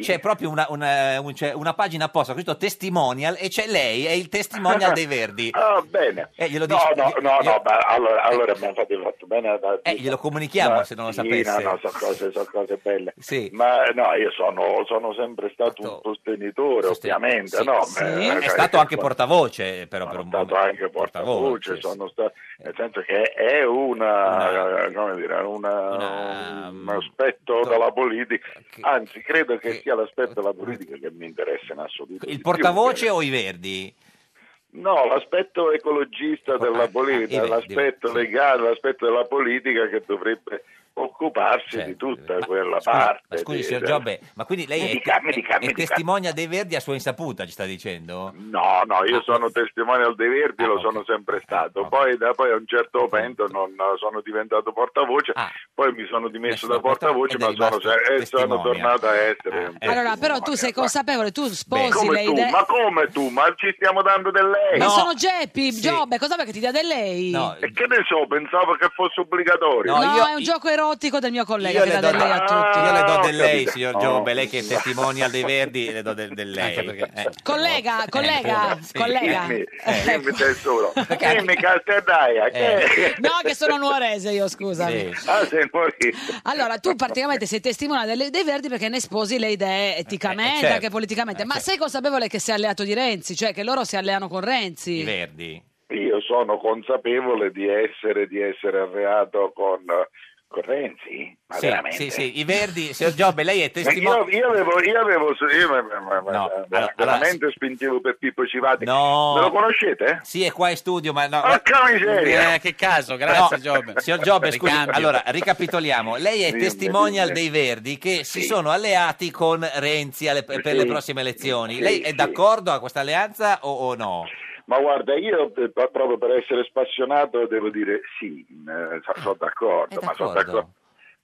Speaker 2: c'è proprio una, una- un- c'è una pagina apposta, scritto testimonial, e c'è lei, è il testimonial dei Verdi.
Speaker 12: Ah, bene.
Speaker 2: Eh, glielo
Speaker 12: no,
Speaker 2: dici-
Speaker 12: no, no,
Speaker 2: glielo-
Speaker 12: no, ma allora, allora abbiamo fatto fatto bene. da-
Speaker 2: Eh, glielo comunichiamo
Speaker 12: Ma-
Speaker 2: se non lo
Speaker 12: sì,
Speaker 2: sapesse.
Speaker 12: No, no, sono cose, sono cose belle.
Speaker 2: Sì.
Speaker 12: Ma no, io sono, sono sempre stato un sostenitore, ovviamente.
Speaker 2: Sì,
Speaker 12: no, Eh, cioè,
Speaker 2: sì.
Speaker 12: ma-
Speaker 2: È
Speaker 12: ragazzi,
Speaker 2: stato anche
Speaker 12: sono-
Speaker 2: portavoce, però, per
Speaker 12: sono
Speaker 2: un
Speaker 12: stato anche portavoce,
Speaker 2: portavoce,
Speaker 12: sono stato, nel senso che è una, come dire, una- un aspetto della politica, anzi credo che sia l'aspetto della politica che mi interessa in assoluto. di
Speaker 2: Il
Speaker 12: più,
Speaker 2: portavoce o i Verdi?
Speaker 12: No, l'aspetto ecologista
Speaker 2: ah,
Speaker 12: della politica,
Speaker 2: vedi,
Speaker 12: l'aspetto legale, l'aspetto della politica che dovrebbe occuparsi di tutta quella parte.
Speaker 2: Ma Certo, scusi,
Speaker 12: di-
Speaker 2: signor Giobbe, ma quindi lei
Speaker 12: Mi
Speaker 2: è,
Speaker 12: dica, mi dica,
Speaker 2: è-
Speaker 12: mi
Speaker 2: è
Speaker 12: dica.
Speaker 2: testimonial dei Verdi a sua insaputa, ci sta dicendo?
Speaker 12: No, no,
Speaker 2: Ah.
Speaker 12: io sono testimonial dei Verdi, lo sono
Speaker 2: Eh,
Speaker 12: sempre stato. Poi, da, poi a un certo momento non, sono diventato portavoce,
Speaker 2: Ah.
Speaker 12: poi mi sono dimesso da portavoce, ma sono, se- e sono
Speaker 2: testimonial.
Speaker 12: tornato a
Speaker 2: Eh,
Speaker 12: essere. un
Speaker 1: allora, però tu sei consapevole, tu
Speaker 12: testimonial.
Speaker 1: sposi
Speaker 12: come
Speaker 1: le
Speaker 12: tu,
Speaker 1: idee.
Speaker 12: ma come tu? Ma ci stiamo dando del lei?
Speaker 1: Ma sono Geppi, Giobbe, cosa vuoi che ti dia di lei?
Speaker 12: E che ne so, pensavo che fosse obbligatorio.
Speaker 1: No, è un gioco erotico del mio collega
Speaker 2: Io
Speaker 1: che
Speaker 2: le,
Speaker 1: dà
Speaker 2: do
Speaker 1: del lei a tutti.
Speaker 2: Ah, io le do del lei,
Speaker 12: Ah, capito. Oh,
Speaker 2: signor
Speaker 12: No.
Speaker 1: Oh.
Speaker 2: Giobbe, lei che è testimonial dei Verdi, le do del, del lei. eh. Ah,
Speaker 1: Collega, collega,
Speaker 2: sì.
Speaker 1: collega.
Speaker 12: Dimmi,
Speaker 1: Eh.
Speaker 12: dimmi tesoro, dimmi
Speaker 2: Eh.
Speaker 12: calterdaia. Che...
Speaker 1: No, che sono nuorese io, scusami.
Speaker 12: Ah, sei morito.
Speaker 1: Allora, tu praticamente sei testimone delle- dei Verdi perché ne sposi le idee eticamente,
Speaker 2: eh, certo.
Speaker 1: anche politicamente, ma sei consapevole che sei alleato di Renzi, cioè che loro si alleano con Renzi.
Speaker 2: Verdi.
Speaker 12: Io sono consapevole di essere, di essere arreato con, con Renzi, ma
Speaker 2: Sì,
Speaker 12: Ah, veramente.
Speaker 2: sì, sì, i Verdi, signor Giobbe, lei è
Speaker 12: Io,
Speaker 2: testimonial.
Speaker 12: io avevo, io avevo io ma- ma- ma- ma-
Speaker 2: allora,
Speaker 12: veramente spingevo per Pippo Civati.
Speaker 2: No.
Speaker 12: Me lo conoscete?
Speaker 2: Sì, è qua in studio, ma no.
Speaker 12: Porca miseria!
Speaker 10: Eh, che caso, grazie
Speaker 2: No,
Speaker 10: Giobbe.
Speaker 2: Signor Giobbe, scusi,
Speaker 10: Ricambio.
Speaker 2: allora ricapitoliamo. Lei è
Speaker 10: Sì,
Speaker 2: testimonial
Speaker 10: sì.
Speaker 2: dei Verdi che si sono alleati con Renzi alle- per
Speaker 12: Sì.
Speaker 2: le prossime elezioni.
Speaker 12: Sì,
Speaker 2: Lei è
Speaker 12: sì.
Speaker 2: d'accordo a questa alleanza o, o no?
Speaker 12: Ma guarda, io eh, proprio per essere spassionato devo dire sì, eh, so- sono d'accordo, ma sono d'accordo.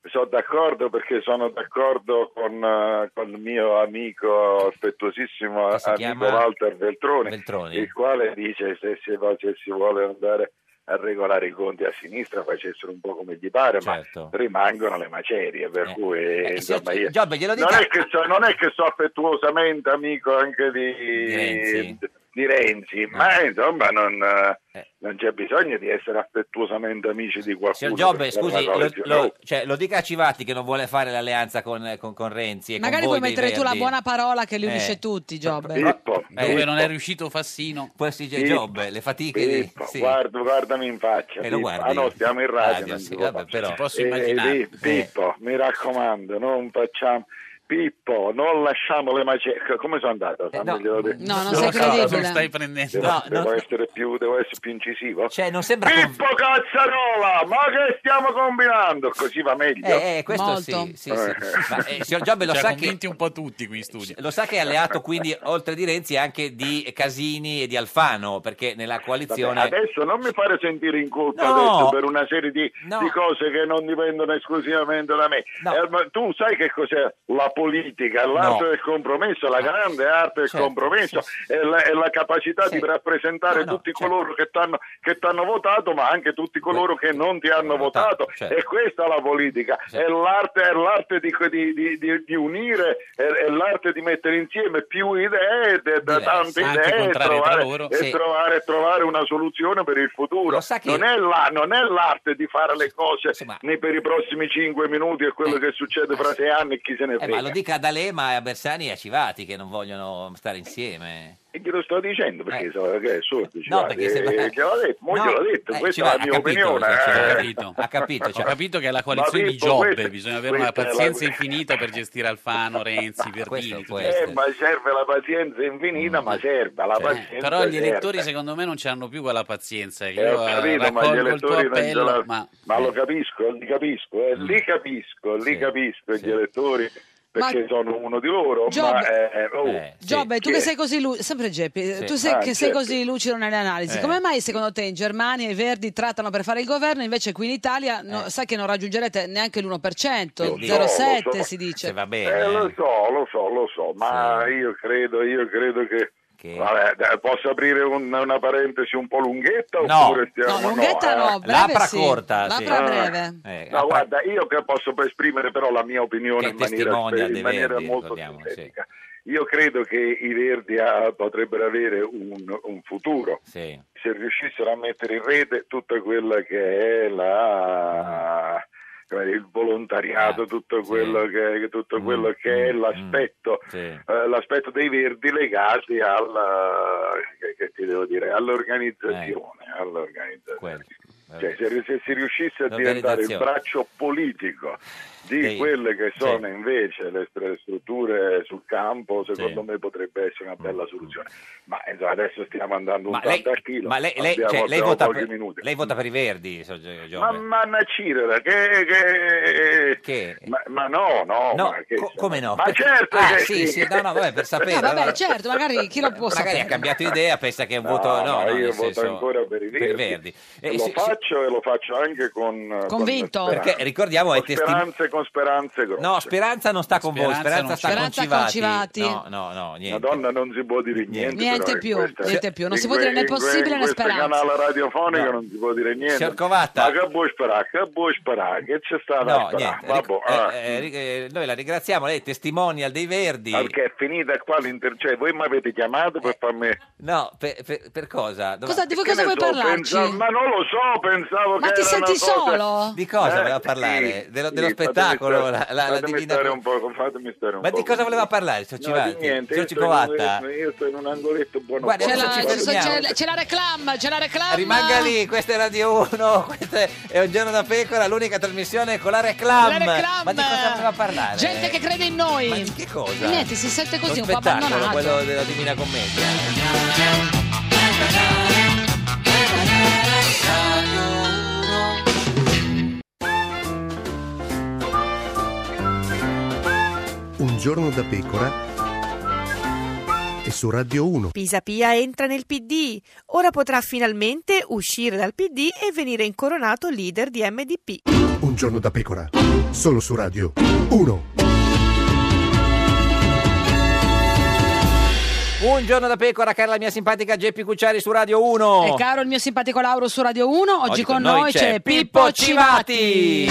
Speaker 12: Sono d'accordo perché sono d'accordo con, eh, con il mio amico affettuosissimo
Speaker 13: Che si
Speaker 12: amico
Speaker 13: chiama?
Speaker 12: Walter Veltroni,
Speaker 13: Veltroni.
Speaker 12: il quale dice se si, va- se si vuole andare a regolare i conti a sinistra facessero un po' come gli pare, ma rimangono le macerie, per cui insomma, io-
Speaker 2: Giobbe, glielo dica-
Speaker 12: non, è che so, non è che so affettuosamente amico anche di, di
Speaker 2: Renzi. Eh.
Speaker 12: di Renzi, ma insomma non, non c'è bisogno di essere affettuosamente amici di
Speaker 2: Signor
Speaker 12: qualcuno.
Speaker 2: Giobbe,
Speaker 12: per fare
Speaker 2: scusi,
Speaker 12: una
Speaker 2: lo,
Speaker 12: cosa Eh, del
Speaker 2: lo- cioè, lo dica a Civatti che non vuole fare l'alleanza con, con- con Renzi. E
Speaker 1: Magari
Speaker 2: con voi
Speaker 1: puoi mettere
Speaker 2: dei
Speaker 1: tu la
Speaker 2: Verdi.
Speaker 1: buona parola che li
Speaker 2: Eh.
Speaker 1: unisce tutti, Giobbe.
Speaker 10: Dove Eh, non è riuscito Fassino.
Speaker 2: Questi
Speaker 10: Sì.
Speaker 2: Giobbe, le fatiche di...
Speaker 12: Pippo,
Speaker 2: sì.
Speaker 12: guarda- guardami in faccia.
Speaker 2: Eh, lo
Speaker 12: Pippo.
Speaker 2: guardi.
Speaker 12: Ah no, stiamo in radio.
Speaker 2: Radio,
Speaker 12: non
Speaker 2: sì,
Speaker 12: si può
Speaker 2: vabbè,
Speaker 12: fare.
Speaker 2: però. Ci posso
Speaker 12: Eh,
Speaker 2: immaginare.
Speaker 12: Pi- Pippo, mi raccomando, non facciamo... Pippo, non lasciamo le macerie. Come sono andato?
Speaker 2: Eh,
Speaker 12: Fammi glielo dire.
Speaker 1: No, non
Speaker 12: Devo
Speaker 1: sei
Speaker 12: essere-
Speaker 1: credibile. Non stai
Speaker 10: prendendo.
Speaker 12: Devo,
Speaker 2: No,
Speaker 12: devo
Speaker 2: non-
Speaker 12: essere più, devo essere più incisivo. Eh,
Speaker 2: Cioè, non sembra...
Speaker 12: Pippo Cazzarola, ma che stiamo combinando? Così va meglio.
Speaker 2: Eh, eh, questo sì, sì, sì. Ma, eh, signor Giobbe lo
Speaker 10: Cioè,
Speaker 2: sa che...
Speaker 10: convinti un po' tutti qui in studio.
Speaker 2: Lo sa che è alleato quindi, oltre di Renzi, anche di Casini e di Alfano, perché nella coalizione...
Speaker 12: Vabbè, adesso non mi fare sentire in colpa
Speaker 2: No.
Speaker 12: adesso per una serie di,
Speaker 2: No.
Speaker 12: di cose che non dipendono esclusivamente da me. Eh, ma tu sai che cos'è la politica, l'arte
Speaker 2: No.
Speaker 12: del compromesso, la grande arte del
Speaker 2: Certo,
Speaker 12: compromesso e la, e la capacità di
Speaker 2: Ah,
Speaker 12: rappresentare tutti
Speaker 2: certo.
Speaker 12: coloro che t'hanno- che ti hanno votato, ma anche tutti coloro che non ti hanno votato.
Speaker 2: certo.
Speaker 12: E questa è la politica, è l'arte, è l'arte di, di- di- di- di unire, è, è l'arte di mettere insieme più idee, da- da
Speaker 2: Diverse,
Speaker 12: tante
Speaker 2: anche
Speaker 12: idee e
Speaker 2: contrarie tra
Speaker 12: trovare,
Speaker 2: loro.
Speaker 12: e
Speaker 2: Sì.
Speaker 12: trovare, trovare una soluzione per il futuro.
Speaker 2: che-
Speaker 12: Non, è la- non è l'arte di fare le cose né per i prossimi cinque minuti e quello che succede fra sei anni e chi se ne
Speaker 2: Eh, ma
Speaker 12: frega.
Speaker 2: lo dica ad Alema, a Bersani e a Civati che non vogliono stare insieme.
Speaker 12: E glielo sto dicendo perché so- che è sordo. ci
Speaker 2: Eh. No,
Speaker 12: guardi,
Speaker 2: perché sembra-
Speaker 12: eh, gliel'ho detto, mo
Speaker 2: No,
Speaker 12: gliel'ho detto,
Speaker 2: eh, ci
Speaker 12: questa
Speaker 2: va-
Speaker 12: è
Speaker 2: ha
Speaker 12: la mia
Speaker 2: capito,
Speaker 12: opinione.
Speaker 10: cioè,
Speaker 12: eh.
Speaker 10: ho capito.
Speaker 2: Ha capito, cioè.
Speaker 10: Ho capito che è la coalizione
Speaker 12: Ma
Speaker 10: di
Speaker 12: Pippo,
Speaker 10: Giobbe,
Speaker 12: questo-
Speaker 10: bisogna avere una
Speaker 12: questa è la-
Speaker 10: pazienza infinita per gestire Alfano, Renzi, Verdini. tutti
Speaker 12: Eh, ma serve la pazienza
Speaker 2: Mm,
Speaker 12: infinita, Eh, ma serve la pazienza.
Speaker 10: Però gli
Speaker 12: serve.
Speaker 10: elettori secondo me non hanno più quella pazienza. Io
Speaker 12: Eh, ho capito, ma gli
Speaker 10: raccolgo il tuo
Speaker 12: elettori non ce
Speaker 10: appello,
Speaker 12: l'hanno.
Speaker 10: ma... eh. Mm.
Speaker 12: Ma lo capisco, li capisco, eh, li capisco, li capisco gli elettori perché sono uno di loro.
Speaker 1: Giobbe-
Speaker 12: ma, eh, oh,
Speaker 1: Giobbe, tu
Speaker 12: chi
Speaker 1: che
Speaker 12: è?
Speaker 1: sei così lu- sempre Geppi, eh,
Speaker 12: Sì.
Speaker 1: tu sei-
Speaker 12: Ah,
Speaker 1: che sei
Speaker 12: Geppi.
Speaker 1: così lucido nelle analisi,
Speaker 12: Eh.
Speaker 1: come mai secondo te in Germania i Verdi trattano per fare il governo, invece qui in Italia no-
Speaker 2: Eh.
Speaker 1: sai che non raggiungerete neanche l'1%,
Speaker 12: Lo so,
Speaker 1: 0,7
Speaker 12: lo so.
Speaker 1: si dice.
Speaker 12: Eh, lo so, lo so, lo so, ma io credo, io credo che. Vabbè, dai, posso aprire un- una parentesi un po' lunghetta?
Speaker 2: No.
Speaker 12: oppure stiamo-
Speaker 2: No, lunghetta no,
Speaker 12: eh.
Speaker 2: breve L'apra sì, corta, l'apra sì. breve.
Speaker 12: Eh,
Speaker 2: Eh,
Speaker 12: no, guarda, io che posso esprimere però la mia opinione
Speaker 2: Che
Speaker 12: in maniera,
Speaker 2: testimonia
Speaker 12: in
Speaker 2: De
Speaker 12: maniera
Speaker 2: Verdi,
Speaker 12: molto
Speaker 2: ricordiamo,
Speaker 12: sintetica. Io credo che i Verdi ah, potrebbero avere un, un futuro
Speaker 2: Sì.
Speaker 12: se riuscissero a mettere in rete tutta quella che è la come dire, il volontariato, tutto quello che, che- tutto quello che è l'aspetto, eh, l'aspetto dei verdi legati alla, che- che ti devo dire, all'organizzazione. all'organizzazione. Cioè, se, se si riuscisse a diventare il
Speaker 2: Eh, L'organizzazione.
Speaker 12: braccio politico di
Speaker 2: Dei-
Speaker 12: quelle che sono invece le stre- strutture sul campo, secondo me potrebbe essere una bella soluzione. Ma insomma, adesso stiamo andando un
Speaker 2: Mm, Ma
Speaker 12: po'
Speaker 2: lei,
Speaker 12: a chilo.
Speaker 2: ma lei, lei-
Speaker 12: Abbiamo-
Speaker 2: cioè, lei
Speaker 12: abbiamo
Speaker 2: vota
Speaker 12: pochi
Speaker 2: per,
Speaker 12: minuti.
Speaker 2: lei vota per i Verdi, so- Gio-
Speaker 12: Ma
Speaker 2: Giobbe?
Speaker 12: manna Cirera, che... che- Ma, ma no, no.
Speaker 2: No,
Speaker 12: ma che-
Speaker 2: co- come no?
Speaker 12: Ma
Speaker 2: Perché-
Speaker 12: certo
Speaker 2: ah,
Speaker 12: che
Speaker 2: sì, sì, no, no, vabbè, per sapere.
Speaker 1: No, Ah, vabbè,
Speaker 2: allora- Eh,
Speaker 1: certo, magari chi lo può
Speaker 2: Magari ecco, ha
Speaker 1: sapere.
Speaker 2: cambiato idea, pensa che è un
Speaker 12: No,
Speaker 2: voto... No,
Speaker 12: ma
Speaker 2: no,
Speaker 12: io
Speaker 2: nel
Speaker 12: voto
Speaker 2: senso-
Speaker 12: ancora per i Verdi.
Speaker 2: Eh,
Speaker 12: lo
Speaker 2: sì, sì.
Speaker 12: faccio e lo faccio anche con... eh,
Speaker 2: Convinto.
Speaker 12: con speranze.
Speaker 2: Perché ricordiamo, è
Speaker 12: Con
Speaker 2: testim-
Speaker 12: speranze, con speranze grosse.
Speaker 2: No, Boh, Speranza non sta con voi, Speranza
Speaker 12: Speranza non
Speaker 2: sta
Speaker 12: c'è.
Speaker 2: con
Speaker 12: Speranza con
Speaker 2: Civati. No,
Speaker 12: Civati.
Speaker 2: no, no, niente.
Speaker 12: Madonna, non si può dire niente.
Speaker 1: Niente
Speaker 12: però in
Speaker 1: più,
Speaker 12: questa-
Speaker 1: niente più. Non
Speaker 12: in
Speaker 1: si può dire né
Speaker 12: in
Speaker 1: possibile né
Speaker 12: in questo
Speaker 1: speranza.
Speaker 12: canale radiofonico
Speaker 2: No.
Speaker 12: non si può dire niente.
Speaker 2: Signor Covatta.
Speaker 12: Ma che vuoi sperare? Che vuoi sperare? Che c'è stata a
Speaker 2: No,
Speaker 12: sperare?
Speaker 2: niente.
Speaker 12: Vabbè,
Speaker 2: Ric-
Speaker 12: Ecco, ah.
Speaker 2: eh, eh, ri- eh, noi la ringraziamo, lei è testimonial dei Verdi.
Speaker 12: Perché è finita qua l'inter... Cioè, voi mi avete chiamato
Speaker 1: Eh.
Speaker 12: per farmi...
Speaker 2: No, per, per- per cosa? Dove-
Speaker 1: Cosa- di voi cosa
Speaker 12: Che ne
Speaker 1: vuoi parlarci?
Speaker 12: pensavo- Ma non lo so, pensavo
Speaker 1: Ma
Speaker 12: che
Speaker 1: ti
Speaker 12: era una
Speaker 1: senti
Speaker 12: cosa-
Speaker 1: solo?
Speaker 2: Di cosa
Speaker 12: Eh,
Speaker 2: voleva parlare?
Speaker 12: sì,
Speaker 2: dello
Speaker 12: sì,
Speaker 2: dello
Speaker 12: fatemi
Speaker 2: spettacolo,
Speaker 12: stare-
Speaker 2: la, la, la
Speaker 12: fatemi
Speaker 2: divina...
Speaker 12: stare un po', fatemi stare un
Speaker 2: Ma
Speaker 12: po'.
Speaker 2: di cosa voleva parlare, Sir
Speaker 12: No, di
Speaker 2: Civati?
Speaker 12: niente,
Speaker 2: Sir
Speaker 12: io sto, in
Speaker 2: Cicovatta?
Speaker 12: un, io sto in un angoletto buono
Speaker 2: Guarda,
Speaker 12: buono.
Speaker 1: C'è la,
Speaker 2: Ci
Speaker 1: c'è-
Speaker 2: fermiamo.
Speaker 1: c'è- c'è la reclam, c'è la reclam.
Speaker 2: Rimanga lì, questa è Radio 1, questo è- è un giorno da pecora, l'unica trasmissione con la reclam.
Speaker 1: La reclam.
Speaker 2: Ma di cosa voleva parlare?
Speaker 1: Gente che crede in noi.
Speaker 2: Ma di che cosa?
Speaker 1: Niente, si sente così
Speaker 2: Lo
Speaker 1: un po'
Speaker 2: spettacolo,
Speaker 1: abbandonato.
Speaker 2: quello della Divina Commedia.
Speaker 7: Un giorno da pecora e su Radio 1.
Speaker 8: Pisapia entra nel PD. Ora potrà finalmente uscire dal PD e venire incoronato leader di MDP.
Speaker 7: Un giorno da pecora, solo su Radio 1.
Speaker 2: Buongiorno da pecora, cara la mia simpatica Geppi Cucciari su Radio 1.
Speaker 1: E caro il mio simpatico Lauro su Radio 1, oggi,
Speaker 2: Oggi
Speaker 1: con noi c'è Pippo Civati.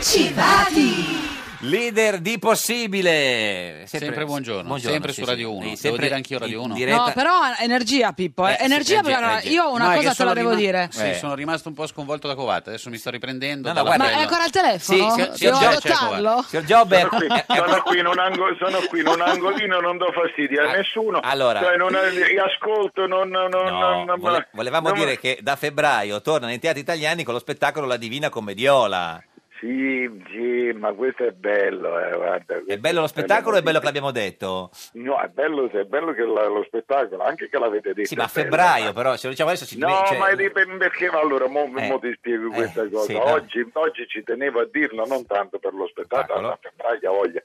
Speaker 2: Civati! Leader di possibile.
Speaker 10: Sempre buongiorno, sempre su Radio
Speaker 2: Eh,
Speaker 10: 1. Devo dire anch'io Radio 1.
Speaker 1: No, però energia Pippo, eh. energia, perché allora, io una cosa te la devo dire. Eh.
Speaker 10: Sì, sono rimasto un po' sconvolto da Covata, adesso mi sto riprendendo.
Speaker 2: no,
Speaker 10: dalla
Speaker 2: guarda,
Speaker 10: presa.
Speaker 1: Ma è ancora al telefono?
Speaker 10: Sì, sì, sì,
Speaker 1: Devo
Speaker 10: già,
Speaker 1: adottarlo?
Speaker 10: certo,
Speaker 2: Signor Giobbe,
Speaker 12: Sono qui, sono qui in un ango- sono qui in un angolino, non do fastidio a nessuno.
Speaker 2: Ah, allora-
Speaker 12: Cioè, non- ascolto, non, non, non- non-
Speaker 2: Ah, vole- volevamo
Speaker 12: non-
Speaker 2: dire che da febbraio torna nei teatri italiani con lo spettacolo La Divina Commediola.
Speaker 12: Sì, sì, ma questo è bello, eh, guarda.
Speaker 2: È bello lo spettacolo o è bello che l'abbiamo detto?
Speaker 12: No, è bello, è bello che la- lo spettacolo, anche che l'avete detto.
Speaker 2: Sì, ma a
Speaker 12: è bello.
Speaker 2: febbraio però, se lo diciamo adesso ci
Speaker 12: No,
Speaker 2: cioè- Eh,
Speaker 12: ma è di- perché ma allora mo, mo ti spiego questa cosa.
Speaker 2: sì, no.
Speaker 12: oggi, oggi ci tenevo a dirlo non tanto per lo spettacolo, a febbraio ha voglia,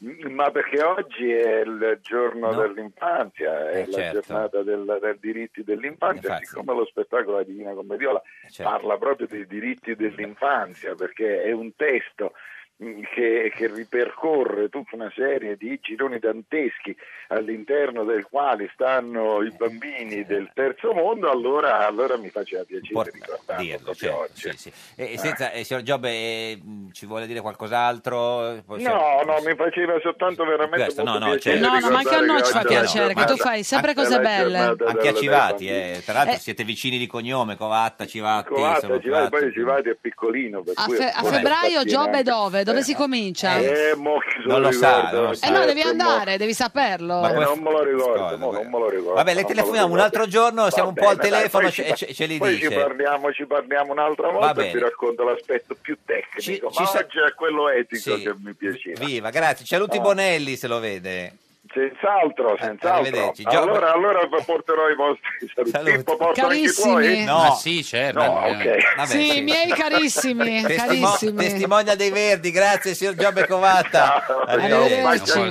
Speaker 12: M- ma perché oggi è il giorno dell'infanzia, è
Speaker 2: Eh,
Speaker 12: la
Speaker 2: certo.
Speaker 12: giornata del, del diritti dell'infanzia,
Speaker 2: Infatti. Eh, certo.
Speaker 12: siccome lo spettacolo La Divina Commediola parla proprio dei diritti dell'infanzia, perché è un testo mh, che, che ripercorre tutta una serie di gironi danteschi all'interno del quale stanno
Speaker 2: Eh,
Speaker 12: i bambini del terzo mondo, allora, allora mi faceva piacere ricordarlo proprio oggi.
Speaker 2: Eh, eh, senza, eh, signor Giobbe, eh, mh, ci vuole dire qualcos'altro? Poi se-
Speaker 12: No, no, mi faceva soltanto veramente
Speaker 2: Questo,
Speaker 12: molto
Speaker 2: no, no,
Speaker 12: piacere.
Speaker 2: certo. No, no, ma
Speaker 1: anche a
Speaker 12: ricordare
Speaker 1: noi
Speaker 12: che
Speaker 1: ci fa
Speaker 12: oggi è la
Speaker 1: piacere, che tu
Speaker 12: giornata-
Speaker 1: fai sempre
Speaker 12: anche
Speaker 1: cose
Speaker 12: la
Speaker 1: belle.
Speaker 12: giornata
Speaker 2: Anche a
Speaker 12: della-
Speaker 2: Civati,
Speaker 12: della-
Speaker 2: eh, tra l'altro
Speaker 1: Eh.
Speaker 2: siete vicini di cognome, Covatta, Civatti.
Speaker 12: Covata,
Speaker 2: insomma,
Speaker 12: Civati,
Speaker 2: Covatta.
Speaker 12: poi Civati è piccolino. Per
Speaker 1: A,
Speaker 12: cui
Speaker 1: fe-
Speaker 12: è
Speaker 1: a
Speaker 12: buona
Speaker 1: febbraio
Speaker 12: statina
Speaker 1: Giobbe
Speaker 12: anche.
Speaker 1: dove? Dove si comincia? Eh,
Speaker 12: Eh, mo che se
Speaker 2: Non lo sa,
Speaker 12: ricordo,
Speaker 2: non lo sa.
Speaker 1: no,
Speaker 12: certo,
Speaker 1: devi
Speaker 12: mo-
Speaker 1: andare, devi saperlo.
Speaker 12: Eh, non me lo ricordo, mo non me lo ricordo.
Speaker 2: Vabbè, le
Speaker 12: non me lo
Speaker 2: telefoniamo un
Speaker 12: ricordo.
Speaker 2: altro giorno, siamo un
Speaker 12: Va
Speaker 2: po' al
Speaker 12: bene, dai,
Speaker 2: telefono
Speaker 12: poi
Speaker 2: ce-
Speaker 12: par-
Speaker 2: ce- ce li
Speaker 12: poi
Speaker 2: dice.
Speaker 12: Ci parliamo, ci parliamo un'altra volta e
Speaker 2: bene.
Speaker 12: ti racconto l'aspetto più tecnico, ma
Speaker 2: ci sa-
Speaker 12: oggi è quello etico
Speaker 2: Sì.
Speaker 12: che mi piaceva.
Speaker 2: Viva, grazie. Saluti
Speaker 12: Ah.
Speaker 2: Bonelli se lo vede.
Speaker 12: Senz'altro, senz'altro.
Speaker 2: Eh, arrivederci. Giobbe-
Speaker 12: Allora, allora porterò i vostri saluti. Pippo, posso
Speaker 1: Carissimi.
Speaker 12: anche i tuoi? Eh,
Speaker 2: No.
Speaker 10: Ma sì, certo.
Speaker 12: No,
Speaker 10: ovviamente.
Speaker 12: ok.
Speaker 2: Vabbè,
Speaker 1: sì, i miei carissimi,
Speaker 2: Testimo-
Speaker 1: carissimi.
Speaker 2: Testimonial dei Verdi, grazie signor Giobbe Covatta.
Speaker 10: Eh, Arrivederci. Non so,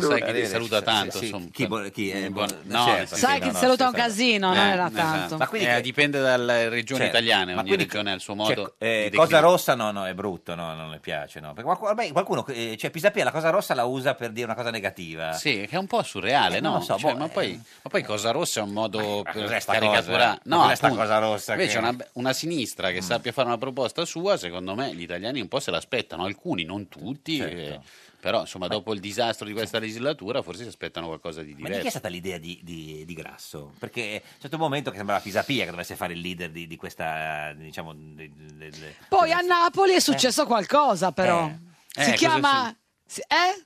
Speaker 10: sai chi ti saluta tanto, insomma.
Speaker 2: Chi, bo- chi è?
Speaker 10: Buon-
Speaker 2: Bo-
Speaker 10: no,
Speaker 2: certo,
Speaker 10: sì,
Speaker 1: Sai
Speaker 10: sì,
Speaker 1: che
Speaker 10: no,
Speaker 1: ti
Speaker 10: no,
Speaker 1: saluta
Speaker 10: sì,
Speaker 1: un casino, non era tanto.
Speaker 2: Ma quindi
Speaker 10: Eh,
Speaker 2: che-
Speaker 10: dipende dalle regioni
Speaker 2: Certo.
Speaker 10: italiane,
Speaker 2: Ma
Speaker 10: ogni
Speaker 2: quindi-
Speaker 10: regione ha il suo
Speaker 2: cioè,
Speaker 10: modo.
Speaker 2: eh,
Speaker 10: di
Speaker 2: cosa
Speaker 10: declinare.
Speaker 2: rossa no, no, è brutto, no, non le piace. No. Perché qualcuno, ormai qualcuno, eh, cioè Pisapia la cosa rossa la usa per dire una cosa negativa.
Speaker 10: Sì, che è un po' surreale,
Speaker 2: Eh,
Speaker 10: no?
Speaker 2: non lo so,
Speaker 10: Cioè,
Speaker 2: boh,
Speaker 10: ma, poi, ma poi Cosa Rossa è un modo
Speaker 2: cos'è
Speaker 10: per
Speaker 2: sta cosa?
Speaker 10: caricaturare. No,
Speaker 2: Cos'è sta
Speaker 10: appunto.
Speaker 2: cosa rossa
Speaker 10: Invece
Speaker 2: che- Mm.
Speaker 10: una, una sinistra che sappia fare una proposta sua, secondo me gli italiani un po' se l'aspettano, alcuni, non tutti. eh,
Speaker 2: Certo.
Speaker 10: però, insomma, dopo il disastro di questa legislatura, forse si aspettano qualcosa di
Speaker 2: Ma
Speaker 10: diverso.
Speaker 2: di chi è stata l'idea di, eh, di- di Grasso? Perché a un certo momento che sembrava Pisapia che dovesse fare il leader di, di questa, eh, diciamo... de- de- de-
Speaker 1: Poi a Napoli è
Speaker 12: Eh.
Speaker 1: successo qualcosa, però.
Speaker 10: Eh,
Speaker 1: si
Speaker 10: cosa
Speaker 1: chiama. si- eh?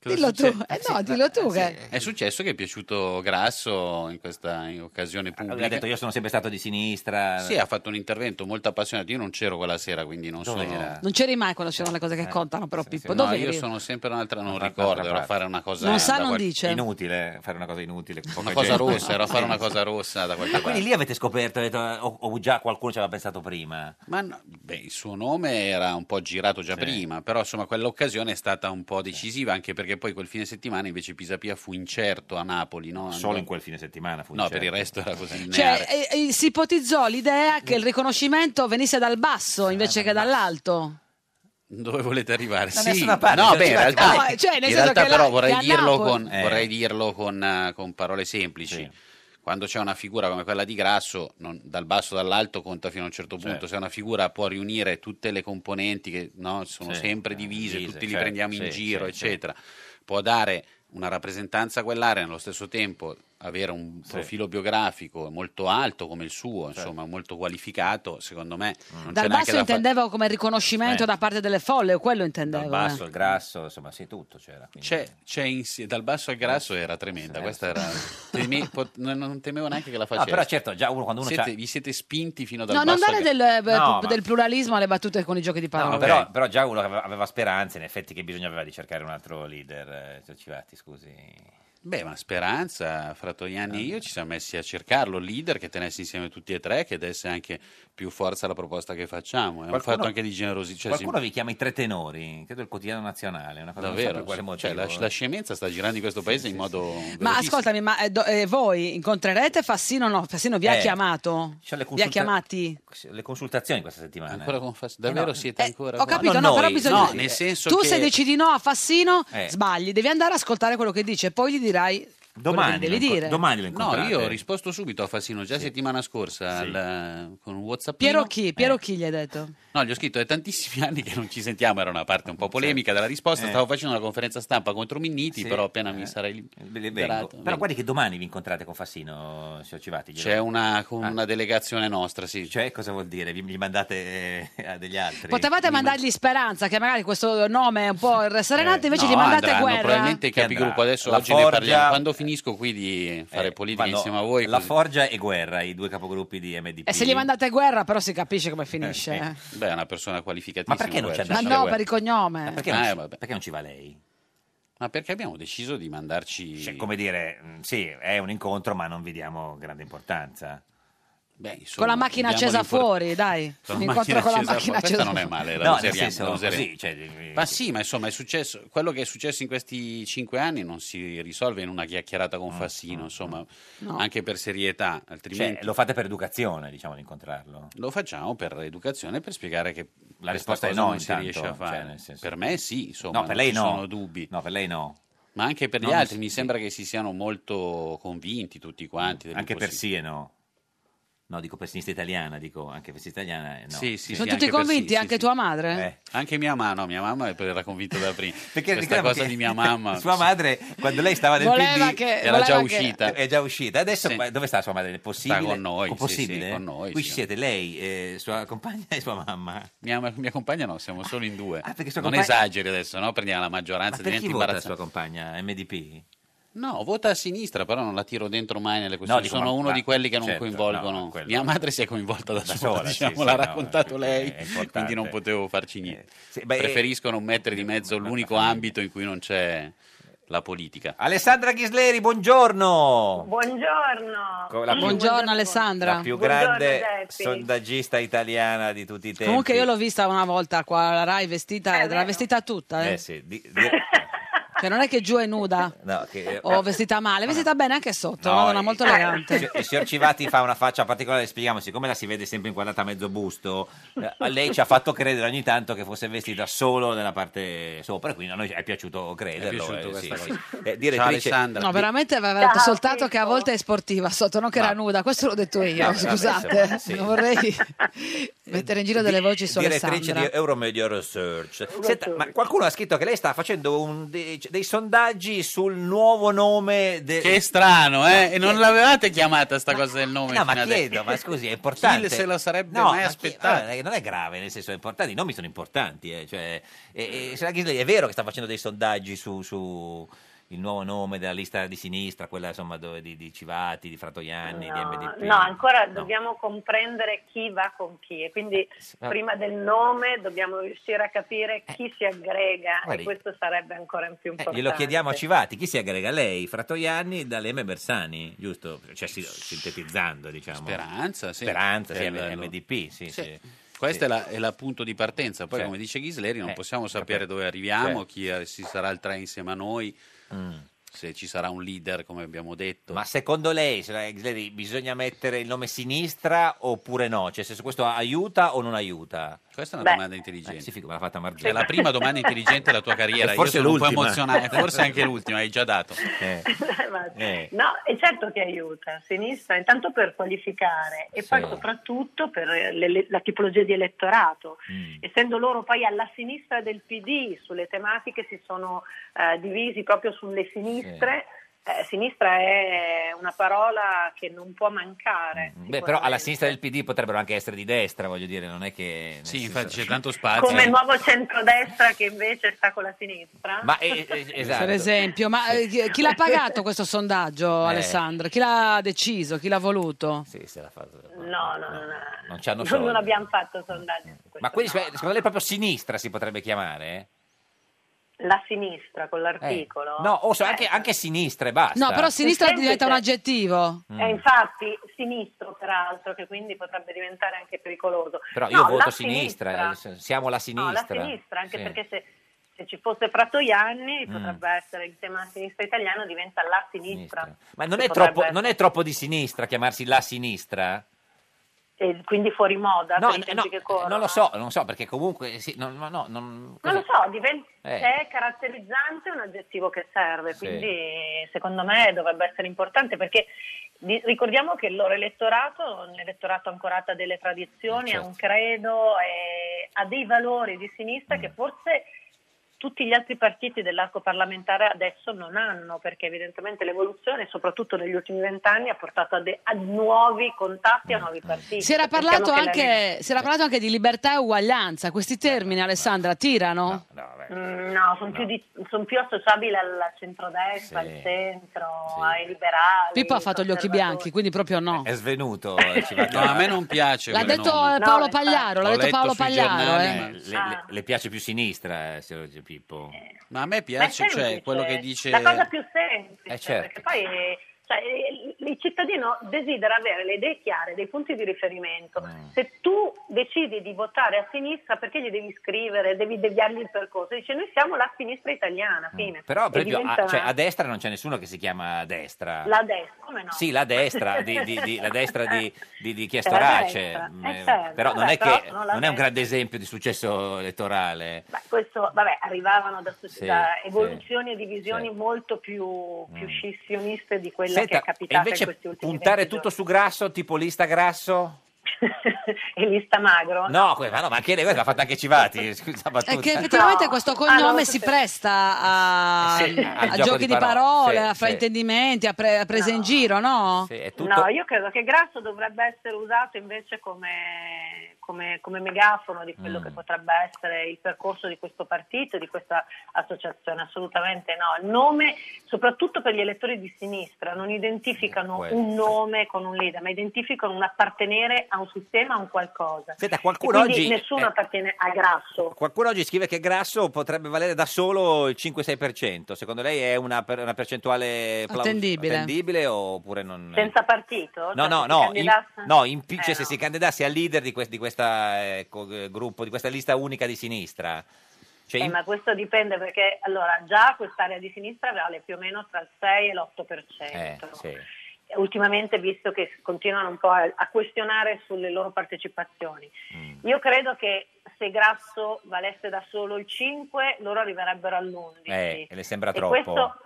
Speaker 10: Cosa
Speaker 1: Dillo tu.
Speaker 10: succede?
Speaker 1: Eh, no, dillo tu che.
Speaker 10: È successo che è piaciuto Grasso in questa in occasione pubblica.
Speaker 2: Ah, ha detto, "Io sono sempre stato di sinistra.
Speaker 10: Sì, ha fatto un intervento molto appassionato. Io non c'ero quella sera, quindi non
Speaker 2: Dove
Speaker 10: sono...
Speaker 2: era?
Speaker 1: Non c'eri mai quando c'erano le cose che contano, però, Pippo.
Speaker 10: Eh. No,
Speaker 1: Dove
Speaker 10: io
Speaker 1: eri?
Speaker 10: sono sempre un'altra, non
Speaker 2: Un'altra
Speaker 10: ricordo,
Speaker 2: parte.
Speaker 10: era fare una cosa...
Speaker 1: Non sa,
Speaker 10: da
Speaker 1: non
Speaker 10: qualche-
Speaker 1: dice.
Speaker 2: Inutile fare una cosa inutile. con
Speaker 10: Una
Speaker 2: poca
Speaker 10: cosa
Speaker 2: gente.
Speaker 10: rossa, era fare una cosa rossa da qualche
Speaker 2: Ma quindi
Speaker 10: parte.
Speaker 2: lì avete scoperto, avete- o, o già qualcuno ci aveva pensato prima?
Speaker 10: Ma no, beh, il suo nome era un po' girato già prima, però insomma quell'occasione è stata un po' decisiva, anche perché poi quel fine settimana invece Pisapia fu incerto a Napoli. No?
Speaker 2: Solo in quel fine settimana fu
Speaker 10: No,
Speaker 2: incerto.
Speaker 10: per il resto era così lineare.
Speaker 1: Cioè, eh, eh, si ipotizzò l'idea che il riconoscimento venisse dal basso invece che dall'alto.
Speaker 10: Dove volete arrivare?
Speaker 1: Da
Speaker 10: sì.
Speaker 1: nessuna parte,
Speaker 10: no,
Speaker 1: cioè,
Speaker 10: beh, in
Speaker 1: cioè,
Speaker 10: realtà,
Speaker 1: no, cioè, nel
Speaker 10: in
Speaker 1: senso
Speaker 10: realtà
Speaker 1: che là-
Speaker 10: però
Speaker 1: che
Speaker 10: vorrei
Speaker 1: a
Speaker 10: dirlo,
Speaker 1: Napoli-
Speaker 10: con,
Speaker 1: Eh.
Speaker 10: vorrei dirlo con, eh, con parole semplici. Quando c'è una figura come quella di Grasso, non- dal basso dall'alto conta fino a un certo punto.
Speaker 2: Certo.
Speaker 10: Se una figura può riunire tutte le componenti che no, sono
Speaker 2: Sì,
Speaker 10: sempre divise,
Speaker 2: divise,
Speaker 10: tutti li
Speaker 2: certo,
Speaker 10: prendiamo in
Speaker 2: sì,
Speaker 10: giro,
Speaker 2: sì,
Speaker 10: eccetera, può dare una rappresentanza a quell'area e nello stesso tempo avere un
Speaker 2: Sì. Certo.
Speaker 10: profilo biografico molto alto come il suo, insomma, molto qualificato, secondo me non c'è
Speaker 1: Dal
Speaker 10: neanche da
Speaker 1: basso
Speaker 10: fare.
Speaker 1: intendevo come riconoscimento
Speaker 10: Eh.
Speaker 1: da parte delle folle, quello intendevo.
Speaker 2: Dal
Speaker 1: eh.
Speaker 2: basso, il grasso, insomma, sì, tutto c'era.
Speaker 10: C'è, c'è insi- dal basso al grasso era tremenda. Questa era. temi- pot- non, non temevo neanche che la facesse.
Speaker 2: però certo, già uno- quando uno
Speaker 10: Siete-
Speaker 2: c'ha-
Speaker 10: Vi siete spinti fino dal
Speaker 1: No, non
Speaker 10: basso.
Speaker 1: dare
Speaker 10: al-
Speaker 1: del, eh,
Speaker 2: No,
Speaker 1: pu-
Speaker 2: ma-
Speaker 1: del pluralismo alle battute con i giochi di parole.
Speaker 2: No, però, però
Speaker 10: Cioè,
Speaker 2: già uno aveva, aveva speranze, in effetti, che bisognava di cercare un altro leader. eh, Civati, scusi.
Speaker 10: Beh, una speranza, fra
Speaker 2: Eh.
Speaker 10: Togliani e io ci siamo messi a cercarlo, leader che tenesse insieme tutti e tre, che desse anche più forza alla proposta che facciamo. È un
Speaker 2: Qualcuno-
Speaker 10: fatto anche di generosità. Cioè,
Speaker 2: Qualcuno
Speaker 10: si-
Speaker 2: vi chiama i tre tenori, credo il quotidiano nazionale, una cosa non so
Speaker 10: Davvero,
Speaker 2: per quale
Speaker 10: sì, cioè,
Speaker 2: motivo. eh.
Speaker 10: la, la scemenza sta girando in questo paese in modo...
Speaker 1: Ma
Speaker 10: velocissimo.
Speaker 1: ascoltami, ma eh, do- eh, voi incontrerete Fassino o no? Fassino vi ha
Speaker 2: Eh,
Speaker 1: chiamato?
Speaker 2: ci sono le
Speaker 1: Vi ha
Speaker 2: consulta-
Speaker 1: chiamati?
Speaker 2: Le consultazioni questa settimana.
Speaker 10: Ancora con Fass- davvero siete ancora
Speaker 1: Eh, Ho
Speaker 10: con-
Speaker 1: capito, no, però bisogna...
Speaker 10: No, nel senso
Speaker 1: tu
Speaker 10: che...
Speaker 1: se decidi no a Fassino,
Speaker 10: Eh.
Speaker 1: sbagli, devi andare a ascoltare quello che dice, poi gli dirai quello che gli devi dire.
Speaker 10: No, io ho risposto subito a Fassino già settimana scorsa al- con un WhatsApp.
Speaker 1: Piero chi? Piero
Speaker 10: Eh.
Speaker 1: chi gli hai detto?
Speaker 10: No, gli ho scritto, è tantissimi anni che non ci sentiamo, era una parte un po' polemica della risposta,
Speaker 2: Eh.
Speaker 10: stavo facendo una conferenza stampa contro Minniti,
Speaker 2: Sì. Eh.
Speaker 10: però appena mi sarei
Speaker 2: Vengo.
Speaker 10: liberato.
Speaker 2: Però guardi che domani vi incontrate con Fassino, signor Civati. glielo-
Speaker 10: C'è una, con una delegazione nostra, sì.
Speaker 2: Ah. Cioè, cosa vuol dire? Vi- Gli mandate eh, a degli altri?
Speaker 1: Potevate mandargli Speranza, che magari questo nome è un po' irreserenato, invece gli
Speaker 10: Eh, No,
Speaker 1: mandate
Speaker 10: andranno,
Speaker 1: Guerra.
Speaker 10: probabilmente i
Speaker 2: Chi
Speaker 10: capigruppo
Speaker 2: andrà?
Speaker 10: adesso
Speaker 2: La
Speaker 10: oggi ne
Speaker 2: Forgia-
Speaker 10: parliamo. Quando finisco qui di fare
Speaker 2: Eh,
Speaker 10: politica
Speaker 2: vanno
Speaker 10: insieme a voi,
Speaker 2: La
Speaker 10: così-
Speaker 2: Forgia e Guerra, i due capogruppi di MDP.
Speaker 1: E Eh, se gli mandate Guerra, però si capisce come finisce. eh.
Speaker 10: beh, è una persona qualificatissima.
Speaker 2: Ma perché non ci
Speaker 1: Ma
Speaker 10: Guerra,
Speaker 1: no,
Speaker 10: Guerra.
Speaker 1: per il cognome.
Speaker 10: Ah, eh,
Speaker 2: non,
Speaker 10: vabbè.
Speaker 2: perché non ci va lei?
Speaker 10: Ma perché abbiamo deciso di mandarci...
Speaker 2: Cioè, come dire, mh, sì, è un incontro, ma non vi diamo grande importanza.
Speaker 10: Beh,
Speaker 1: con la macchina accesa fuori, dai. Un incontro con la macchina
Speaker 10: Questa
Speaker 1: accesa
Speaker 10: non
Speaker 1: fuori.
Speaker 10: è male, la
Speaker 2: No, nel
Speaker 10: useremo,
Speaker 2: senso,
Speaker 10: la useremo.
Speaker 2: così, cioè, eh,
Speaker 10: Ma sì, ma insomma è successo, quello che è successo in questi cinque anni non si risolve in una chiacchierata
Speaker 2: Mm,
Speaker 10: con Fassino, insomma,
Speaker 1: mm.
Speaker 2: No.
Speaker 10: anche per serietà, altrimenti...
Speaker 2: Cioè, lo fate per educazione, diciamo, di incontrarlo.
Speaker 10: Lo facciamo per educazione, per spiegare che
Speaker 2: La
Speaker 10: questa
Speaker 2: risposta è
Speaker 10: cosa
Speaker 2: no,
Speaker 10: non si
Speaker 2: intanto,
Speaker 10: riesce a
Speaker 2: cioè,
Speaker 10: fare.
Speaker 2: nel senso-
Speaker 10: per me sì, insomma,
Speaker 2: No, per lei
Speaker 10: non ci
Speaker 2: no.
Speaker 10: sono dubbi.
Speaker 2: No, per lei no.
Speaker 10: Ma anche per gli
Speaker 2: No, non
Speaker 10: altri,
Speaker 2: si-
Speaker 10: mi sembra che si siano molto convinti tutti quanti.
Speaker 2: Anche per
Speaker 10: dell'impossibile.
Speaker 2: sì e no. No, dico per sinistra italiana, dico anche per sinistra italiana. eh, No.
Speaker 10: Sì, sì,
Speaker 1: Sono
Speaker 10: sì,
Speaker 1: tutti
Speaker 10: anche per
Speaker 1: convinti, eh.
Speaker 10: sì, sì,
Speaker 1: anche
Speaker 10: sì.
Speaker 1: tua madre?
Speaker 10: Anche mia mamma, no, mia mamma era convinta da prima.
Speaker 2: Perché
Speaker 10: Questa
Speaker 2: ricordiamo
Speaker 10: cosa
Speaker 2: che
Speaker 10: di mia mamma.
Speaker 2: Sua madre, quando lei stava nel
Speaker 10: Voleva
Speaker 2: PD,
Speaker 10: che- Era già voleva che- uscita.
Speaker 2: È già uscita. Adesso ma dove sta sua madre? È possibile?
Speaker 10: Sta con noi,
Speaker 2: Oh,
Speaker 10: sì,
Speaker 2: possibile?
Speaker 10: sì, con noi,
Speaker 2: Qui
Speaker 10: sì.
Speaker 2: ci siete lei, eh, sua compagna e sua mamma. Ah,
Speaker 10: Mia, mia compagna no, siamo solo in due.
Speaker 2: perché sua
Speaker 10: non
Speaker 2: compagna-
Speaker 10: esageri adesso, no? Prendiamo la
Speaker 2: Ma
Speaker 10: maggioranza,
Speaker 2: per
Speaker 10: diventi
Speaker 2: chi vota la
Speaker 10: imbarazzante.
Speaker 2: sua compagna? MDP?
Speaker 10: No, vota a sinistra, però non la tiro dentro mai nelle questioni.
Speaker 2: dico,
Speaker 10: esatto, Sono
Speaker 2: ma-
Speaker 10: uno
Speaker 2: ma-
Speaker 10: di quelli che non
Speaker 2: certo,
Speaker 10: coinvolgono.
Speaker 2: no, quello-
Speaker 10: Mia madre si è coinvolta da,
Speaker 2: Da
Speaker 10: sola,
Speaker 2: sola, sì,
Speaker 10: diciamo,
Speaker 2: sì,
Speaker 10: l'ha
Speaker 2: no,
Speaker 10: raccontato lei,
Speaker 2: importante. Eh,
Speaker 10: quindi non potevo farci niente.
Speaker 2: beh, eh,
Speaker 10: Preferisco non mettere di mezzo l'unico ambito in cui non c'è la politica.
Speaker 2: Alessandra Ghisleri, buongiorno!
Speaker 13: Buongiorno.
Speaker 2: Con la-
Speaker 1: Buongiorno Alessandra.
Speaker 2: La più
Speaker 13: Buongiorno,
Speaker 2: grande
Speaker 13: Geppi.
Speaker 2: sondaggista italiana di tutti i tempi.
Speaker 1: Comunque io l'ho vista una volta qua alla Rai vestita, l'ha vestita tutta, eh.
Speaker 2: Eh sì, di- di-
Speaker 1: Cioè, non è che giù è nuda
Speaker 2: no, che-
Speaker 1: o vestita male, è vestita bene anche sotto,
Speaker 2: Eh, No, eh,
Speaker 1: una donna molto elegante.
Speaker 2: Il, il signor Civati fa una faccia particolare, spieghiamo, siccome la si vede sempre inquadrata a mezzo busto, eh, a lei ci ha fatto credere ogni tanto che fosse vestita solo nella parte sopra, quindi a noi è piaciuto crederlo.
Speaker 10: piaciuto
Speaker 2: eh,
Speaker 10: questa
Speaker 2: sì,
Speaker 10: cosa.
Speaker 2: sì. Eh, direttrice-
Speaker 1: No, veramente aveva detto soltanto che a volte è sportiva sotto, non che era nuda, questo l'ho detto io,
Speaker 2: Vabbè,
Speaker 1: scusate,
Speaker 2: insomma, sì.
Speaker 1: non vorrei mettere in giro delle voci su
Speaker 2: direttrice
Speaker 1: Alessandra.
Speaker 2: di Euromedia Research. Senta, ma qualcuno ha scritto che lei sta facendo un- dei, dei sondaggi sul nuovo nome del
Speaker 10: Che strano, eh? E non l'avevate chiamata sta cosa del nome?
Speaker 2: No, ma
Speaker 10: fino adesso?
Speaker 2: chiedo, ma scusi, è importante.
Speaker 10: Chi se lo sarebbe
Speaker 2: No,
Speaker 10: mai
Speaker 2: ma chi-
Speaker 10: aspettato?
Speaker 2: vabbè, non è grave, nel senso è importante, i nomi sono importanti. eh, cioè, e- e, signora Ghisleri, è vero che sta facendo dei sondaggi su, su il nuovo nome della lista di sinistra, quella insomma dove- di, di Civati, di Fratoianni, di MDP.
Speaker 13: No, ancora dobbiamo comprendere chi va con chi e quindi
Speaker 2: va-
Speaker 13: prima del nome dobbiamo riuscire a capire chi si aggrega
Speaker 2: Eh. guardi-
Speaker 13: e questo sarebbe ancora più
Speaker 2: Eh,
Speaker 13: importante.
Speaker 2: glielo chiediamo a Civati, chi si aggrega? Lei, Fratoianni, D'Alema e Bersani, giusto? Cioè, si- sintetizzando, diciamo.
Speaker 10: Speranza, sì.
Speaker 2: Speranza, sì,
Speaker 10: Quello-
Speaker 2: MDP, sì, sì.
Speaker 10: Questa
Speaker 2: Sì.
Speaker 10: è, la, è la punto di partenza. Poi,
Speaker 2: Sì.
Speaker 10: come dice Ghisleri, non
Speaker 2: Eh,
Speaker 10: possiamo sapere dove arriviamo,
Speaker 2: Sì. Mm.
Speaker 10: chi eh, si sarà il tre insieme a noi, se ci sarà un leader, come abbiamo detto.
Speaker 2: Ma secondo lei, signora Ghisleri, bisogna mettere il nome sinistra oppure no? Cioè, se questo aiuta o non aiuta?
Speaker 10: Questa è una
Speaker 2: Beh.
Speaker 10: domanda intelligente.
Speaker 2: Eh, sì, figo, me l'ha fatta Marzella.
Speaker 10: È la prima domanda intelligente della tua carriera.
Speaker 2: E forse
Speaker 10: Io sono un po'
Speaker 2: l'ultima.
Speaker 10: emozionato, e forse anche l'ultima, hai già dato.
Speaker 13: Infatti.
Speaker 10: Eh.
Speaker 13: No, e certo che aiuta, a sinistra, intanto per qualificare e poi
Speaker 10: Sì.
Speaker 13: soprattutto per le- la tipologia di elettorato. Essendo loro poi alla sinistra del PD sulle tematiche si sono eh, divisi proprio sulle sinistre, eh, sinistra è una parola che non può mancare.
Speaker 2: Mm. Beh, però alla sinistra del PD potrebbero anche essere di destra, voglio dire, non è che... Sì,
Speaker 10: infatti c'è tanto spazio.
Speaker 13: Come
Speaker 2: cioè-
Speaker 13: il nuovo centrodestra che invece sta con la sinistra.
Speaker 2: Ma eh, eh, esatto.
Speaker 1: Per esempio, ma eh, chi chi l'ha pagato questo sondaggio,
Speaker 2: Eh.
Speaker 1: Alessandra? Chi l'ha deciso? Chi l'ha voluto?
Speaker 2: Sì, se l'ha fatto.
Speaker 13: No, no, no, no.
Speaker 2: Non c'hanno
Speaker 13: Noi non
Speaker 2: soldi.
Speaker 13: abbiamo fatto sondaggi su questo.
Speaker 2: eh? Ma quindi, secondo lei proprio sinistra si potrebbe chiamare?
Speaker 13: la sinistra con l'articolo.
Speaker 2: Eh, No, o so-
Speaker 13: Eh.
Speaker 2: anche, anche sinistra e basta.
Speaker 1: No, però sinistra
Speaker 13: semplice.
Speaker 1: diventa un aggettivo.
Speaker 2: Mm.
Speaker 13: E infatti sinistro peraltro, che quindi potrebbe diventare anche pericoloso.
Speaker 2: Però
Speaker 13: No,
Speaker 2: io voto
Speaker 13: la
Speaker 2: sinistra, eh, siamo la
Speaker 13: No, la
Speaker 2: sinistra.
Speaker 13: sinistra, anche
Speaker 2: Sì.
Speaker 13: perché se, se ci fosse Frattoianni
Speaker 2: Mm.
Speaker 13: potrebbe essere il tema sinistra italiano, diventa la sinistra.
Speaker 2: Ma non
Speaker 13: Che
Speaker 2: è,
Speaker 13: potrebbe
Speaker 2: troppo, non è troppo di sinistra chiamarsi la sinistra?
Speaker 13: essere- e quindi fuori moda
Speaker 2: No, eh,
Speaker 13: per i tempi che corrono.
Speaker 2: Non lo so, non so, perché comunque... Sì, no, no, no, non-
Speaker 13: Non lo
Speaker 2: cosa-
Speaker 13: so, diven-
Speaker 2: Eh.
Speaker 13: è caratterizzante un aggettivo che serve,
Speaker 2: Sì.
Speaker 13: quindi secondo me dovrebbe essere importante perché di- ricordiamo che il loro elettorato, un elettorato ancorato a delle
Speaker 2: Eh,
Speaker 13: tradizioni, a un
Speaker 2: certo.
Speaker 13: credo, e a dei valori di sinistra
Speaker 2: Mm.
Speaker 13: che forse tutti gli altri partiti dell'arco parlamentare adesso non hanno, perché evidentemente l'evoluzione, soprattutto negli ultimi vent'anni, ha portato a, de- a nuovi contatti,
Speaker 2: Mm.
Speaker 13: a nuovi partiti.
Speaker 1: Si era,
Speaker 13: Pensiamo
Speaker 1: parlato
Speaker 13: diciamo che la
Speaker 1: anche, si era parlato anche di libertà e uguaglianza. Questi termini, Alessandra, tirano?
Speaker 13: Mm, No, sono più, di- son più associabili al centrodestra, al centro, ai liberali.
Speaker 1: Pippo ha fatto gli occhi bianchi, quindi proprio no.
Speaker 2: È svenuto.
Speaker 10: No, a me non piace.
Speaker 1: L'ha
Speaker 10: quel
Speaker 1: detto
Speaker 10: nome.
Speaker 1: eh, Paolo Pagliaro, l'ha
Speaker 10: Ho
Speaker 1: detto
Speaker 10: letto
Speaker 1: Paolo
Speaker 10: sui
Speaker 1: Pagliaro.
Speaker 10: giornali,
Speaker 1: eh.
Speaker 2: Le,
Speaker 13: Ah.
Speaker 2: le- le piace più sinistra, eh, signor Gio Pippo?
Speaker 10: Ma a me
Speaker 13: Ma è
Speaker 10: piace cioè,
Speaker 13: semplice, eh.
Speaker 10: quello che dice...
Speaker 13: La cosa più semplice,
Speaker 10: Eh, certo.
Speaker 13: perché poi eh, cioè, eh, il il cittadino desidera avere le idee chiare, dei punti di riferimento.
Speaker 2: Mm.
Speaker 13: Se tu decidi di votare a sinistra, perché gli devi scrivere, devi deviargli il percorso? Dice, noi siamo la sinistra italiana, fine.
Speaker 2: Mm. Però
Speaker 13: E
Speaker 2: per esempio,
Speaker 13: diventa
Speaker 2: a, cioè, a destra non c'è nessuno che si chiama destra.
Speaker 13: La destra, come no?
Speaker 2: Sì, la destra di, di- di- la destra di, di, di chi è
Speaker 13: Eh, la
Speaker 2: Storace.
Speaker 13: destra,
Speaker 2: Mm,
Speaker 13: eh, certo,
Speaker 2: Però non
Speaker 13: vabbè,
Speaker 2: è,
Speaker 13: però
Speaker 2: che,
Speaker 13: non la
Speaker 2: non è un grande esempio di successo elettorale.
Speaker 13: Questo, vabbè, arrivavano da,
Speaker 2: Sì,
Speaker 13: da
Speaker 2: sì, Mm.
Speaker 13: evoluzioni e divisioni molto più, più scissioniste di quella
Speaker 2: Senta,
Speaker 13: che è
Speaker 2: e
Speaker 13: capitata in
Speaker 2: invece
Speaker 13: questi ultimi
Speaker 2: puntare
Speaker 13: 20
Speaker 2: tutto su grasso, tipo lista grasso?
Speaker 13: giorni. E lista magro?
Speaker 2: No, que- ma, no, ma anche lei l'ha fatta anche Civati, scusa battuta.
Speaker 1: È che effettivamente questo cognome
Speaker 13: lo
Speaker 1: si presta a,
Speaker 2: Eh sì,
Speaker 1: a
Speaker 2: al gioco
Speaker 1: giochi
Speaker 2: di
Speaker 1: di
Speaker 2: parole,
Speaker 1: parole,
Speaker 2: sì,
Speaker 1: a
Speaker 2: sì.
Speaker 1: fraintendimenti, a, pre- a prese in giro, no?
Speaker 2: è
Speaker 13: No, io credo che grasso dovrebbe essere usato invece come, come- come megafono di
Speaker 2: Mm.
Speaker 13: quello che potrebbe essere il percorso di questo partito, di questa associazione, assolutamente no. Il nome, soprattutto per gli elettori di sinistra, non identificano
Speaker 2: Questo.
Speaker 13: un nome con un leader, ma identificano un appartenere a un sistema, a un qualcosa.
Speaker 2: Senta,
Speaker 13: E
Speaker 2: qualcuno
Speaker 13: quindi
Speaker 2: oggi,
Speaker 13: nessuno
Speaker 2: eh,
Speaker 13: appartiene a grasso.
Speaker 2: qualcuno oggi scrive che grasso potrebbe valere da solo il 5-6%. Secondo lei è una, per- una percentuale plaus-
Speaker 1: Attendibile.
Speaker 2: attendibile oppure non...
Speaker 13: Senza partito?
Speaker 2: Mm. No,
Speaker 13: Cioè,
Speaker 2: no,
Speaker 13: se
Speaker 2: no, in,
Speaker 13: candidasse-
Speaker 2: no, in più,
Speaker 13: Eh,
Speaker 2: cioè, se si candidasse a leader di, quest- di questa eh, co- eh, gruppo, di questa lista unica di sinistra. Cioè,
Speaker 13: Eh,
Speaker 2: in-
Speaker 13: ma questo dipende perché allora già quest'area di sinistra vale più o meno tra il 6 e l'8%.
Speaker 2: eh, sì.
Speaker 13: Ultimamente visto che continuano un po' a, a questionare sulle loro partecipazioni.
Speaker 2: Mm.
Speaker 13: Io credo che se Grasso valesse da solo il 5 loro arriverebbero all'11.
Speaker 2: Eh, le sembra
Speaker 13: E
Speaker 2: troppo.
Speaker 13: questo-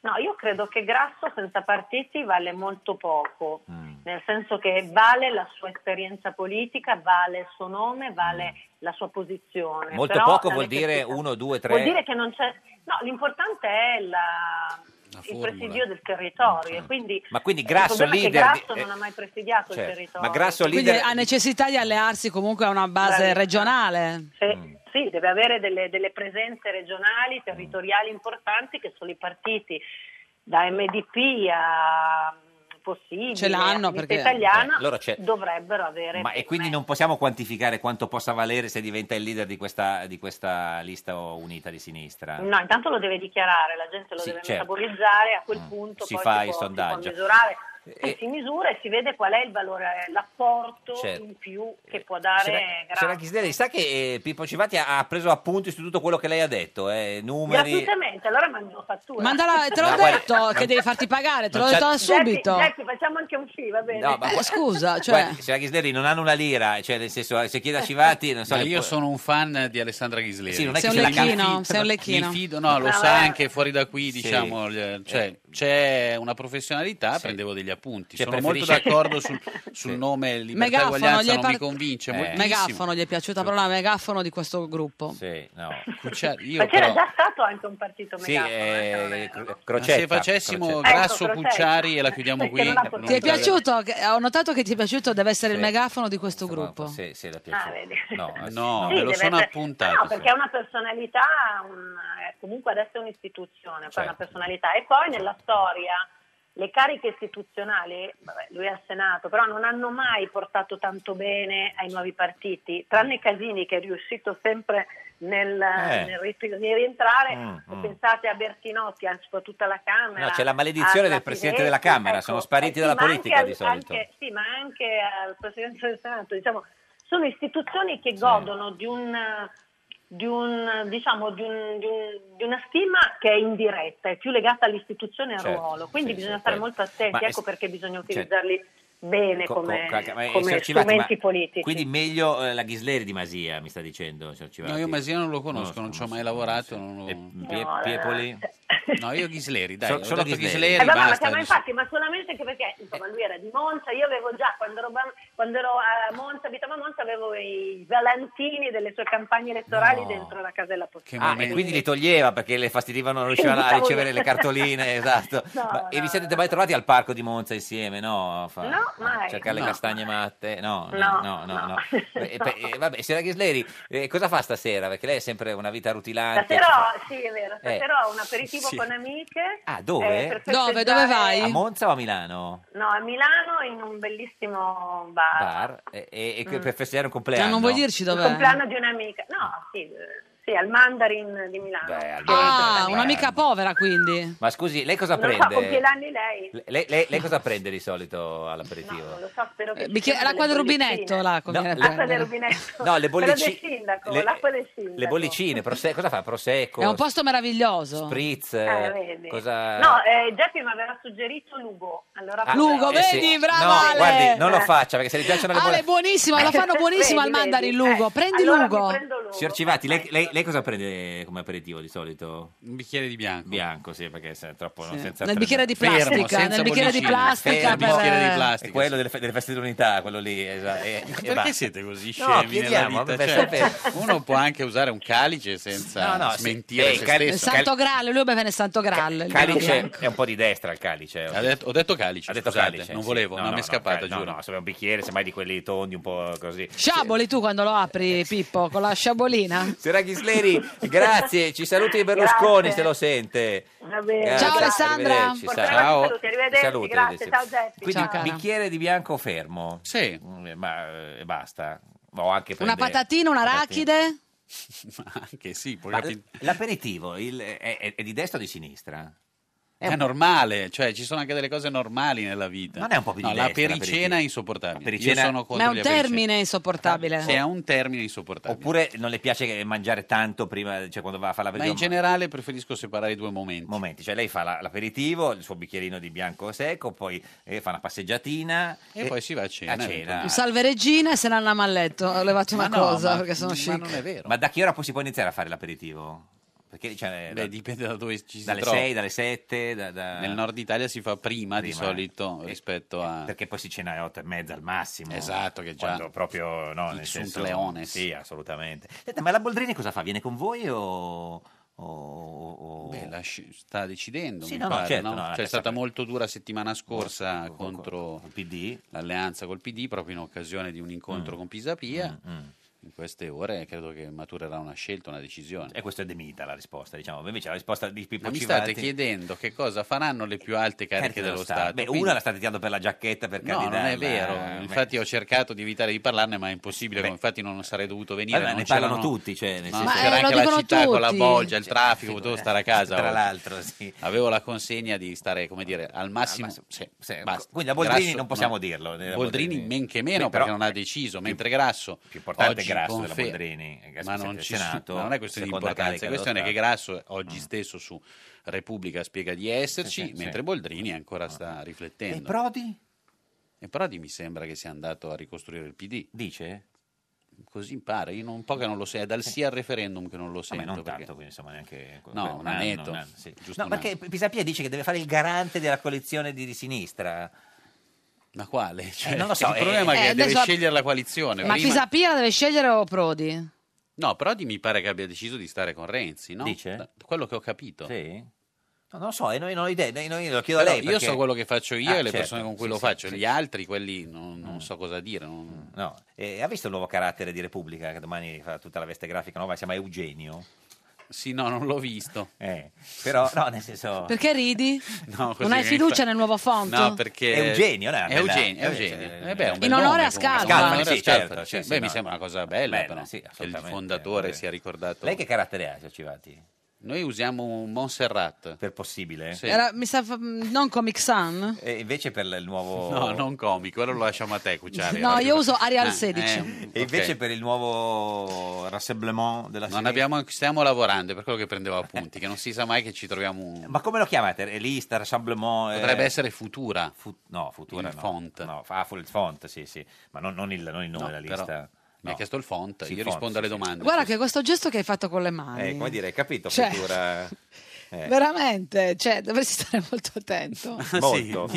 Speaker 13: No, io credo che Grasso senza partiti vale molto poco,
Speaker 2: Mm.
Speaker 13: nel senso che vale la sua esperienza politica, vale il suo nome, vale la sua posizione.
Speaker 2: Mm. Molto
Speaker 13: eh, Però
Speaker 2: poco
Speaker 13: la
Speaker 2: vuol dire
Speaker 13: necessità-
Speaker 2: 1, 2, 3.
Speaker 13: Vuol dire che non c'è... No, l'importante è la- il
Speaker 2: formula.
Speaker 13: presidio del territorio, e quindi...
Speaker 2: Ma quindi
Speaker 13: il
Speaker 2: Grasso
Speaker 13: problema è che
Speaker 2: leader di-
Speaker 13: Grasso non
Speaker 2: eh,
Speaker 13: ha mai presidiato
Speaker 2: certo.
Speaker 13: il territorio.
Speaker 2: Ma Grasso
Speaker 1: Quindi
Speaker 2: leader...
Speaker 1: ha necessità di allearsi comunque a una base
Speaker 13: Bravissima.
Speaker 1: regionale.
Speaker 13: Se- Sì, deve avere delle, delle presenze regionali, territoriali importanti che sono i partiti da MDP a mm, Possibile,
Speaker 1: Ce l'hanno
Speaker 13: a Lista
Speaker 1: perché-
Speaker 13: italiana
Speaker 2: Eh, loro c'è-
Speaker 13: dovrebbero avere.
Speaker 2: Ma e quindi non possiamo quantificare quanto possa valere se diventa il leader di questa, di questa lista unita di sinistra.
Speaker 13: No, intanto lo deve dichiarare, la gente lo
Speaker 2: Eh. Sì,
Speaker 13: deve
Speaker 2: certo.
Speaker 13: metabolizzare, a quel punto
Speaker 2: Si
Speaker 13: poi
Speaker 2: fa
Speaker 13: si
Speaker 2: il
Speaker 13: può, si può
Speaker 2: sondaggio.
Speaker 13: misurare. E si misura e si vede qual è il valore, l'apporto
Speaker 2: Certo.
Speaker 13: in più che può dare
Speaker 2: C'era, c'era
Speaker 13: Grasso.
Speaker 2: Chisneri, sa che eh, Pippo Civati ha, ha preso appunti su tutto quello che lei ha detto, eh, numeri...
Speaker 13: Assolutamente, allora mandiamo fattura.
Speaker 1: Mandala, te l'ho
Speaker 2: No, guarda,
Speaker 1: detto
Speaker 2: non-
Speaker 1: che devi farti pagare, te
Speaker 2: non
Speaker 1: l'ho
Speaker 2: c'è-
Speaker 1: detto da
Speaker 13: Geppi,
Speaker 1: subito.
Speaker 13: Geppi, facciamo anche un film, va bene?
Speaker 2: No, ma-
Speaker 1: Eh, scusa, cioè...
Speaker 2: Guardi, signora Ghisleri, non hanno una lira, cioè nel senso, se chiede a Civati, non so...
Speaker 10: Ma
Speaker 2: le
Speaker 10: io
Speaker 2: può-
Speaker 10: sono un fan di Alessandra Ghisleri.
Speaker 2: Sì, non è
Speaker 1: Sei
Speaker 2: che
Speaker 1: un
Speaker 2: se la
Speaker 1: lecchino,
Speaker 2: canti-
Speaker 1: sei un lecchino.
Speaker 10: Mi fido, no, lo
Speaker 1: Ma
Speaker 10: sa
Speaker 1: guarda.
Speaker 10: anche fuori da qui, diciamo, gli- cioè, c'è una professionalità, prendevo degli appunti.
Speaker 2: Cioè,
Speaker 10: sono
Speaker 2: preferisce-
Speaker 10: molto d'accordo sul, sul nome libertà e
Speaker 1: Megafono, gli
Speaker 10: uguaglianza,
Speaker 1: è
Speaker 10: non
Speaker 1: par-
Speaker 10: mi convince
Speaker 1: Eh.
Speaker 10: moltissimo.
Speaker 1: Megafono, gli è piaciuta la parola megafono di questo gruppo.
Speaker 2: Sì, no.
Speaker 10: Cucciari- Cioè, io
Speaker 13: Ma c'era
Speaker 10: però-
Speaker 13: già stato anche un partito
Speaker 2: Sì,
Speaker 13: megafono.
Speaker 2: eh, Cro-
Speaker 10: Ma
Speaker 2: Crocetta.
Speaker 10: se facessimo
Speaker 2: Crocetta.
Speaker 10: Grasso
Speaker 13: Ecco, Crocetta.
Speaker 10: Pucciari e la chiudiamo qui.
Speaker 13: Perché non ha portato-
Speaker 1: Ti è piaciuto? Che- Ho notato che ti è piaciuto, deve essere il
Speaker 10: Sì.
Speaker 1: megafono di questo gruppo.
Speaker 2: Sì, sì, l'ha
Speaker 13: Ah, vedi.
Speaker 2: No,
Speaker 10: no,
Speaker 13: Sì,
Speaker 10: me lo
Speaker 13: deve
Speaker 10: sono
Speaker 13: essere-
Speaker 10: appuntato.
Speaker 13: No, perché è una personalità, un- eh, comunque adesso è un'istituzione, poi è
Speaker 10: Certo.
Speaker 13: una personalità. E poi nella storia le cariche istituzionali, vabbè, lui è al Senato, però non hanno mai portato tanto bene ai nuovi partiti, tranne Casini che è riuscito sempre nel,
Speaker 2: Eh.
Speaker 13: nel ri- nel rientrare.
Speaker 2: Mm,
Speaker 13: E
Speaker 2: mm.
Speaker 13: Pensate a Bertinotti, a- soprattutto alla Camera.
Speaker 2: No, c'è la maledizione
Speaker 13: alla
Speaker 2: del Presidente
Speaker 13: Finetti,
Speaker 2: della Camera, sono spariti dalla
Speaker 13: ma anche
Speaker 2: politica
Speaker 13: al-
Speaker 2: di solito.
Speaker 13: anche- sì, ma anche al Presidente del Senato, diciamo, sono istituzioni che godono di un di, un, diciamo, di, un- di un- di una stima che è indiretta, è più legata all'istituzione e al
Speaker 2: Certo,
Speaker 13: ruolo, quindi
Speaker 2: sì,
Speaker 13: bisogna
Speaker 2: sì,
Speaker 13: stare
Speaker 2: certo.
Speaker 13: molto attenti,
Speaker 2: Ma
Speaker 13: ecco
Speaker 2: es-
Speaker 13: perché bisogna
Speaker 2: certo.
Speaker 13: utilizzarli bene
Speaker 2: Co- co-
Speaker 13: come,
Speaker 2: ca- ma
Speaker 13: come
Speaker 2: esercitati,
Speaker 13: strumenti
Speaker 2: ma-
Speaker 13: politici.
Speaker 2: Quindi meglio eh, la Ghisleri di Masia, mi sta dicendo. esercitati.
Speaker 10: No, io Masia non lo conosco,
Speaker 2: No,
Speaker 10: non ci ho mai lavorato. Non lo...
Speaker 2: Pie- Piepoli?
Speaker 10: No, io Ghisleri, dai,
Speaker 2: So-
Speaker 10: ho
Speaker 2: solo
Speaker 10: detto
Speaker 2: Ghisleri.
Speaker 10: Ghisleri,
Speaker 13: Eh, vabbè, ma,
Speaker 10: basta.
Speaker 13: siamo infatti, ma solamente che perché insomma, lui era di Monza, io avevo già, quando ero, bam- quando ero a Monza, abitavo a Monza, avevo i valantini delle sue campagne elettorali dentro la casella eh, postale.
Speaker 2: Ah, e quindi li toglieva perché le fastidivano, non riuscivano a
Speaker 13: Diciamo-
Speaker 2: ricevere le cartolline, esatto.
Speaker 13: No,
Speaker 2: Ma- e vi siete mai trovati al parco di Monza insieme, no? a fa-
Speaker 13: No, mai.
Speaker 2: a Cercare le
Speaker 13: No.
Speaker 2: castagne matte? No, no,
Speaker 13: No,
Speaker 2: no. no, Eh, per- eh, vabbè, signora Ghisleri, eh, cosa fa stasera? Perché lei è sempre una vita rutilante.
Speaker 13: Stasera, ho- sì, è vero, stasera ho un aperitivo
Speaker 2: Eh, sì.
Speaker 13: con amiche.
Speaker 2: Ah, dove?
Speaker 13: eh, per festeggiare-
Speaker 2: A Monza o a Milano?
Speaker 13: No, a Milano in un bellissimo bar.
Speaker 2: Bar. E, e- e
Speaker 13: Ah. Mm.
Speaker 2: per festeggiare un compleanno?
Speaker 1: Cioè, non vuoi dirci
Speaker 13: Il
Speaker 1: dov'è?
Speaker 13: compleanno di un'amica. No, sì, eh, sì, al Mandarin di Milano.
Speaker 1: Ah, un'amica povera quindi.
Speaker 2: Ma scusi, lei cosa
Speaker 13: non lo so, compie
Speaker 2: prende?
Speaker 13: l'anni lei.
Speaker 2: Le- Lei, lei- lei cosa prende di solito all'aperitivo?
Speaker 13: Non lo so, spero che...
Speaker 1: Eh,
Speaker 13: ci
Speaker 1: bicchiere-
Speaker 13: siano
Speaker 1: l'acqua
Speaker 13: delle
Speaker 1: del rubinetto,
Speaker 13: bollicine.
Speaker 1: là, conviene
Speaker 2: No,
Speaker 13: L'acqua del
Speaker 2: prendere.
Speaker 13: rubinetto.
Speaker 2: No, le
Speaker 13: Quella del
Speaker 2: bollici-
Speaker 13: sindaco,
Speaker 2: le-
Speaker 13: l'acqua del sindaco.
Speaker 2: Le bollicine, prose- cosa fa? Prosecco?
Speaker 1: È un posto meraviglioso.
Speaker 2: Spritz?
Speaker 13: Eh, vedi.
Speaker 2: cosa...
Speaker 13: No, eh, Geppi mi aveva suggerito Lugo. Allora,
Speaker 2: Ah,
Speaker 1: Lugo,
Speaker 2: eh, sì.
Speaker 1: vedi, brava
Speaker 2: No,
Speaker 1: Ale.
Speaker 2: guardi, non lo faccia perché se le piacciono le
Speaker 1: Ale
Speaker 2: buone...
Speaker 1: è buonissima, la
Speaker 10: Eh.
Speaker 1: fanno buonissima al
Speaker 13: Vedi, vedi,
Speaker 1: Mandarin Lugo.
Speaker 13: eh,
Speaker 1: Prendi
Speaker 13: allora mi
Speaker 1: Lugo.
Speaker 13: prendo Lugo.
Speaker 2: Signor Civati, lei, lei- lei cosa prende come aperitivo di solito?
Speaker 10: Un bicchiere di bianco.
Speaker 2: Bianco, sì, perché se è troppo... non- senza
Speaker 1: Nel
Speaker 2: tre-
Speaker 1: bicchiere di
Speaker 2: Fermo,
Speaker 1: plastica,
Speaker 2: senza
Speaker 1: nel bicchiere di
Speaker 2: bollicine.
Speaker 1: plastica
Speaker 2: Fermo.
Speaker 1: per- Bicchiere di
Speaker 10: plastica,
Speaker 2: È quello delle, fe- delle feste dell'unità, quello lì, esatto. e- e
Speaker 10: Perché
Speaker 2: basta.
Speaker 10: siete così
Speaker 2: No,
Speaker 10: scemi nella
Speaker 2: chiediamo,
Speaker 10: vita?
Speaker 2: per
Speaker 10: Cioè,
Speaker 2: sapere.
Speaker 10: uno può anche usare un calice senza
Speaker 2: No, no, sì.
Speaker 10: Cioè, smentire
Speaker 2: Eh,
Speaker 10: se
Speaker 2: il cali-
Speaker 10: stesso.
Speaker 1: Il Santo Graal, lui beve nel Santo Graal. il
Speaker 2: Calice
Speaker 10: cioè,
Speaker 1: vino
Speaker 2: è un po' di destra il calice. Ho
Speaker 10: detto, ho detto calice,
Speaker 2: Ha detto
Speaker 10: scusate,
Speaker 2: calice.
Speaker 10: non
Speaker 2: sì.
Speaker 10: volevo, no, mi è scappata,
Speaker 2: cali- no,
Speaker 10: giuro.
Speaker 2: No, sembra un bicchiere, semmai di quelli tondi un po' così.
Speaker 1: Sciaboli tu quando lo
Speaker 10: Eh,
Speaker 1: apri, Pippo, con la sciabolina.
Speaker 2: Sera Ghisleri, grazie, ci saluti Berlusconi
Speaker 13: Grazie.
Speaker 2: se lo sente.
Speaker 13: Va bene.
Speaker 2: Grazie,
Speaker 1: Ciao, Alessandra.
Speaker 2: arrivederci,
Speaker 13: Portate
Speaker 2: salve.
Speaker 13: i saluti, arrivederci,
Speaker 2: Saluti,
Speaker 13: grazie,
Speaker 2: arrivederci.
Speaker 13: ciao Geppi,
Speaker 2: Quindi
Speaker 1: ciao.
Speaker 2: bicchiere di bianco fermo.
Speaker 10: Sì.
Speaker 2: Mm, Ma eh, e basta. O anche
Speaker 1: Una
Speaker 2: prendere-
Speaker 1: patatina, un'arachide?
Speaker 10: Anche sì, poi
Speaker 2: Ma
Speaker 10: capi-
Speaker 2: L'aperitivo il- è, è- è di destra o di sinistra?
Speaker 10: È normale, cioè ci sono anche delle cose normali nella vita.
Speaker 2: Non è un po' più di
Speaker 10: No, la
Speaker 2: destra,
Speaker 10: pericena è insopportabile.
Speaker 2: pericena-
Speaker 10: Io sono
Speaker 1: Ma
Speaker 10: contro
Speaker 1: è un
Speaker 10: gli apericeni.
Speaker 1: termine insopportabile.
Speaker 10: Sì, è un termine insopportabile.
Speaker 2: Oppure non le piace che- mangiare tanto prima, cioè quando va a fare
Speaker 10: Ma in
Speaker 2: l'aperitivo?
Speaker 10: generale preferisco separare i due momenti.
Speaker 2: momenti, cioè lei fa la- l'aperitivo, il suo bicchierino di bianco secco, poi eh, fa una passeggiatina
Speaker 10: E poi si va a cena,
Speaker 1: Un salve regina e se n'hanno a malletto. Ho levato una cosa perché sono chic.
Speaker 2: Ma da che ora poi si può iniziare a fare l'aperitivo? Perché cioè,
Speaker 10: Beh, dipende da dove ci si
Speaker 2: dalle
Speaker 10: trova.
Speaker 2: 6, dalle 7, da, da-
Speaker 10: Nel nord Italia si fa prima, di
Speaker 2: Prima,
Speaker 10: solito
Speaker 2: eh,
Speaker 10: rispetto a...
Speaker 2: Perché poi si cena alle 8 e mezza al massimo.
Speaker 10: Esatto, che già-
Speaker 2: Quando proprio no, nel
Speaker 10: Sunt
Speaker 2: senso,
Speaker 10: leones.
Speaker 2: Sì, assolutamente. Senta, ma la Boldrini cosa fa? Viene con voi o... o- o-
Speaker 10: Beh, la sci- sta decidendo,
Speaker 2: Sì,
Speaker 10: mi
Speaker 2: no, no,
Speaker 10: pare,
Speaker 2: certo,
Speaker 10: no?
Speaker 2: no,
Speaker 10: Cioè,
Speaker 2: adesso-
Speaker 10: è stata molto dura settimana scorsa contro l'alleanza col PD, proprio in occasione di un incontro
Speaker 2: Mm.
Speaker 10: con Pisapia. In queste ore credo che maturerà una scelta, una decisione.
Speaker 2: E questa è demita la risposta, diciamo. Invece la risposta di Pippo
Speaker 10: Ma mi
Speaker 2: Civati-
Speaker 10: state chiedendo che cosa faranno le più alte cariche dello Stato.
Speaker 2: Beh,
Speaker 10: quindi-
Speaker 2: una la state tirando per la giacchetta per
Speaker 10: No, non
Speaker 2: candidarla. eh,
Speaker 10: è vero.
Speaker 2: Beh,
Speaker 10: Infatti ho cercato di evitare di parlarne, ma è impossibile. come Infatti non sarei dovuto venire.
Speaker 2: Vabbè,
Speaker 10: non
Speaker 2: ne parlano
Speaker 10: c'erano-
Speaker 2: tutti, cioè, nel
Speaker 10: Ma
Speaker 2: senso-
Speaker 10: c'era
Speaker 2: Eh, lo
Speaker 10: anche la
Speaker 2: dicono
Speaker 10: città con la
Speaker 2: tutti.
Speaker 10: bolgia, il
Speaker 2: Cioè,
Speaker 10: trafico, potevo stare
Speaker 2: figurati.
Speaker 10: a casa. oh.
Speaker 2: Tra
Speaker 10: oggi.
Speaker 2: l'altro, sì.
Speaker 10: Avevo la consegna di stare, come dire, al massimo. sì, basta.
Speaker 2: ecco. Quindi a Boldrini
Speaker 10: Grasso-
Speaker 2: non possiamo
Speaker 10: no.
Speaker 2: dirlo.
Speaker 10: Boldrini,
Speaker 2: Della Boldrini-
Speaker 10: men che
Speaker 2: Beh,
Speaker 10: meno,
Speaker 2: però-
Speaker 10: perché non ha deciso. mentre Grasso.
Speaker 2: più importante è
Speaker 10: oggi
Speaker 2: Grasso della
Speaker 10: confer-
Speaker 2: Boldrini, è Grasso
Speaker 10: Ma
Speaker 2: del
Speaker 10: non, ci
Speaker 2: Senato,
Speaker 10: su- ma non è questione di
Speaker 2: seconda
Speaker 10: importanza.
Speaker 2: carica
Speaker 10: La
Speaker 2: dello
Speaker 10: questione è che
Speaker 2: Stato.
Speaker 10: Grasso oggi stesso su Repubblica spiega di esserci,
Speaker 2: Sì, sì,
Speaker 10: mentre
Speaker 2: sì.
Speaker 10: Boldrini ancora sta riflettendo.
Speaker 2: E Prodi?
Speaker 10: E Prodi mi sembra che sia andato a ricostruire il PD.
Speaker 2: Dice?
Speaker 10: Così pare, io non- un po' che non lo so, è dal sì al referendum che non lo sento.
Speaker 2: Vabbè, non
Speaker 10: perché-
Speaker 2: tanto, quindi insomma neanche...
Speaker 10: No, un annetto,
Speaker 2: un anno, sì.
Speaker 10: giusto
Speaker 2: No,
Speaker 10: un
Speaker 2: perché Pisapia dice che deve fare il garante della coalizione di, di sinistra.
Speaker 10: Ma quale? Cioè,
Speaker 2: Eh, non lo so,
Speaker 10: Il problema è
Speaker 1: eh,
Speaker 10: che deve
Speaker 1: adesso-
Speaker 10: scegliere la coalizione.
Speaker 1: Ma
Speaker 10: prima-
Speaker 1: Pisapia la deve scegliere o Prodi?
Speaker 10: No, Prodi mi pare che abbia deciso di stare con Renzi, no?
Speaker 2: Dice?
Speaker 10: Da- Quello che ho capito.
Speaker 2: Sì? No, non lo so, e noi non ho idea, noi, noi lo chiedo
Speaker 10: Però
Speaker 2: a lei.
Speaker 10: Io
Speaker 2: perché-
Speaker 10: so quello che faccio Cioè, io
Speaker 2: Ah,
Speaker 10: e le
Speaker 2: certo,
Speaker 10: persone con cui
Speaker 2: sì,
Speaker 10: lo
Speaker 2: sì,
Speaker 10: faccio,
Speaker 2: sì. Mm.
Speaker 10: gli altri quelli non, non so cosa dire. non-
Speaker 2: No, eh, ha visto il nuovo carattere di Repubblica che domani fa tutta la veste grafica nuova? Si chiama Eugenio. Eh,
Speaker 10: Sì, no, non l'ho visto.
Speaker 2: però, no, nel senso...
Speaker 1: Perché ridi?
Speaker 10: No, così
Speaker 1: Non hai
Speaker 10: che-
Speaker 1: fiducia nel nuovo font?
Speaker 10: No, perché...
Speaker 2: È Eugenio, no? È
Speaker 10: È
Speaker 2: bella-
Speaker 10: Eugenio, è
Speaker 2: eh,
Speaker 10: Eugenio.
Speaker 2: cioè,
Speaker 10: Eh beh, è un bel
Speaker 1: in onore
Speaker 10: nome,
Speaker 1: a Scalfari.
Speaker 10: comunque. In onore
Speaker 2: Scalfari,
Speaker 10: a
Speaker 2: sì,
Speaker 10: Scalfari,
Speaker 2: certo,
Speaker 10: sì.
Speaker 2: sì, sì,
Speaker 10: Beh,
Speaker 2: no.
Speaker 10: mi sembra una cosa bella,
Speaker 2: Bella,
Speaker 10: però.
Speaker 2: sì,
Speaker 10: che il
Speaker 2: assolutamente,
Speaker 10: fondatore sia ricordato.
Speaker 2: Lei che carattere ha, Ciocivanti?
Speaker 10: Noi usiamo un Montserrat.
Speaker 2: Per possibile?
Speaker 10: Sì.
Speaker 1: Era- mi sa, non Comic Sun?
Speaker 2: E invece per il nuovo...
Speaker 10: No, non comico, allora lo lasciamo a te, Cucciari.
Speaker 1: No,
Speaker 10: Allora,
Speaker 1: io uso Arial
Speaker 10: Ah,
Speaker 1: 16.
Speaker 10: eh,
Speaker 2: E invece
Speaker 10: ok.
Speaker 2: per il nuovo rassemblement della
Speaker 10: Non abbiamo, stiamo lavorando, è per quello che prendevo appunti, che non si sa mai che ci troviamo un...
Speaker 2: Ma come lo chiamate? È Lista, rassemblement? eh?
Speaker 10: Potrebbe essere Futura.
Speaker 2: no, Futura
Speaker 10: Il
Speaker 2: no.
Speaker 10: font.
Speaker 2: No, fa fu- il font, sì, sì. Ma non, non il, non il nome
Speaker 10: No,
Speaker 2: della
Speaker 10: però
Speaker 2: lista.
Speaker 10: mi ha chiesto il font,
Speaker 2: Sì,
Speaker 10: io
Speaker 2: il font,
Speaker 10: rispondo alle
Speaker 2: sì, sì.
Speaker 10: domande.
Speaker 1: Guarda che questo gesto che hai fatto con le mani.
Speaker 2: Eh, come dire, hai capito
Speaker 1: Cioè,
Speaker 2: Futura? Eh.
Speaker 1: Veramente, cioè, dovresti stare molto attento.
Speaker 2: Molto.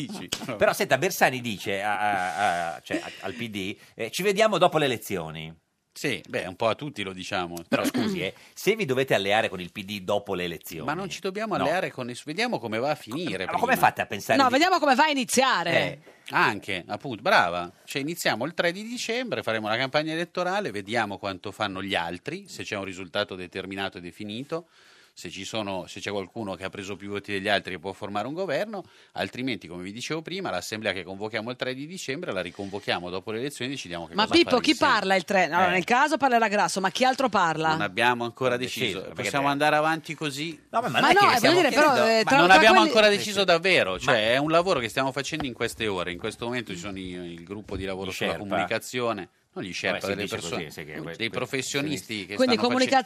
Speaker 2: Però senta, Bersani dice a- a- a- cioè, a- al PD, eh, ci vediamo dopo le elezioni.
Speaker 10: Sì, beh, un po' a tutti lo diciamo.
Speaker 2: Però scusi, eh, se vi dovete alleare con il PD dopo le elezioni...
Speaker 10: Ma non ci dobbiamo
Speaker 2: No.
Speaker 10: alleare con nessuno, vediamo come va a finire.
Speaker 2: Ma come fate a pensare
Speaker 1: No,
Speaker 10: di-
Speaker 1: vediamo come va a
Speaker 10: Eh,
Speaker 1: iniziare.
Speaker 10: Anche, appunto, brava. Cioè, iniziamo il 3 di dicembre, faremo la campagna elettorale, vediamo quanto fanno gli altri, se c'è un risultato determinato e definito, se, ci sono, se c'è qualcuno che ha preso più voti degli altri e può formare un governo, altrimenti, come vi dicevo prima, l'assemblea che convochiamo il 3 di dicembre la riconvochiamo dopo le elezioni e decidiamo che
Speaker 1: Ma
Speaker 10: cosa fare
Speaker 1: Pippo, chi
Speaker 10: insieme.
Speaker 1: parla il 3? Allora,
Speaker 10: Eh.
Speaker 1: nel caso parlerà Grasso, ma chi altro
Speaker 10: Non
Speaker 1: parla?
Speaker 10: abbiamo ancora deciso,
Speaker 2: deciso, perché-
Speaker 10: possiamo andare avanti così.
Speaker 2: No,
Speaker 1: Ma no, voglio dire, però, eh,
Speaker 10: Ma
Speaker 1: tra-
Speaker 10: non
Speaker 1: tra
Speaker 10: abbiamo
Speaker 1: quelli-
Speaker 10: ancora deciso davvero, cioè è un lavoro che stiamo facendo in queste ore. In questo momento ci sono i- il gruppo di lavoro sulla
Speaker 2: Sherpa.
Speaker 10: comunicazione, non gli Sherpa,
Speaker 2: Vabbè, si
Speaker 10: delle
Speaker 2: dice
Speaker 10: persone,
Speaker 2: così, sì, che- que-
Speaker 10: dei professionisti che
Speaker 1: Quindi
Speaker 10: stanno facendo
Speaker 1: comunicazione,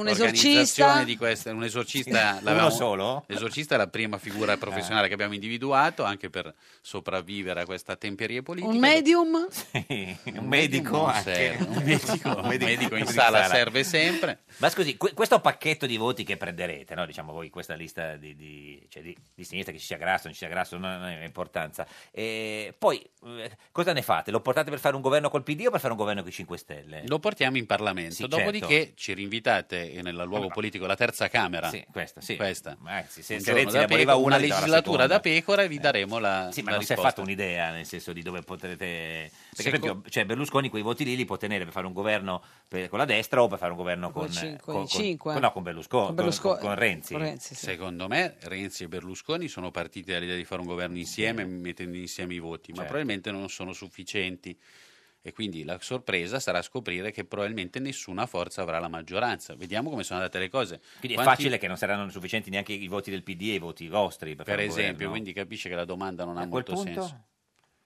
Speaker 1: un
Speaker 10: l'organizzazione
Speaker 1: esorcista.
Speaker 10: di queste- un esorcista
Speaker 2: Uno
Speaker 10: l'avevamo-
Speaker 2: solo?
Speaker 10: L'esorcista è la prima figura professionale che abbiamo individuato anche per sopravvivere a questa temperie politica. Eh,
Speaker 1: Un medium?
Speaker 2: un medico
Speaker 10: non
Speaker 2: anche.
Speaker 10: serve, un medico- un medico in
Speaker 2: in
Speaker 10: sala serve sempre.
Speaker 2: Ma scusi, que- questo pacchetto di voti che prenderete, no? diciamo voi, questa lista di, di- cioè di- di sinistra, che ci sia grasso, non ci sia grasso, non non ha importanza. E poi eh, cosa ne fate? Lo portate per fare un governo col PD o per fare un governo con i 5 Stelle?
Speaker 10: Lo portiamo in Parlamento,
Speaker 2: Sì,
Speaker 10: dopodiché
Speaker 2: certo.
Speaker 10: ci rinvitate eh, nel luogo politico, la terza Camera.
Speaker 2: Sì, questa, sì.
Speaker 10: Questa.
Speaker 2: Anzi, se-
Speaker 10: Un
Speaker 2: se
Speaker 10: giorno
Speaker 2: Renzi
Speaker 10: da
Speaker 2: ne voleva
Speaker 10: pecora, una
Speaker 2: una, gli darà la
Speaker 10: legislatura
Speaker 2: seconda. Eh.
Speaker 10: da pecora e vi daremo la
Speaker 2: Sì, ma
Speaker 10: la
Speaker 2: non si è
Speaker 10: risposta.
Speaker 2: fatta un'idea nel senso di dove potrete. Perché, per
Speaker 10: Seco-
Speaker 2: esempio, cioè Berlusconi quei voti lì li può tenere per fare un governo per- con la destra o per fare un governo con, eh,
Speaker 1: Con cinque-
Speaker 2: con- con-
Speaker 1: cinque.
Speaker 2: con- no, con Berlusconi,
Speaker 1: Con
Speaker 2: con,
Speaker 1: Berlusconi-
Speaker 2: con- con Renzi.
Speaker 1: con Renzi, sì.
Speaker 10: Secondo me Renzi e Berlusconi sono partiti dall'idea di fare un governo insieme mettendo insieme i voti, ma
Speaker 2: Certo.
Speaker 10: probabilmente non sono sufficienti. E quindi la sorpresa sarà scoprire che probabilmente nessuna forza avrà la maggioranza. Vediamo come sono andate le cose.
Speaker 2: Quindi è
Speaker 10: Quanti-
Speaker 2: facile che non saranno sufficienti neanche i voti del PD e i voti vostri. Per,
Speaker 10: Per
Speaker 2: fare un
Speaker 10: esempio,
Speaker 2: governo.
Speaker 10: quindi capisce che la domanda non ha
Speaker 2: a quel
Speaker 10: molto
Speaker 2: punto,
Speaker 10: senso.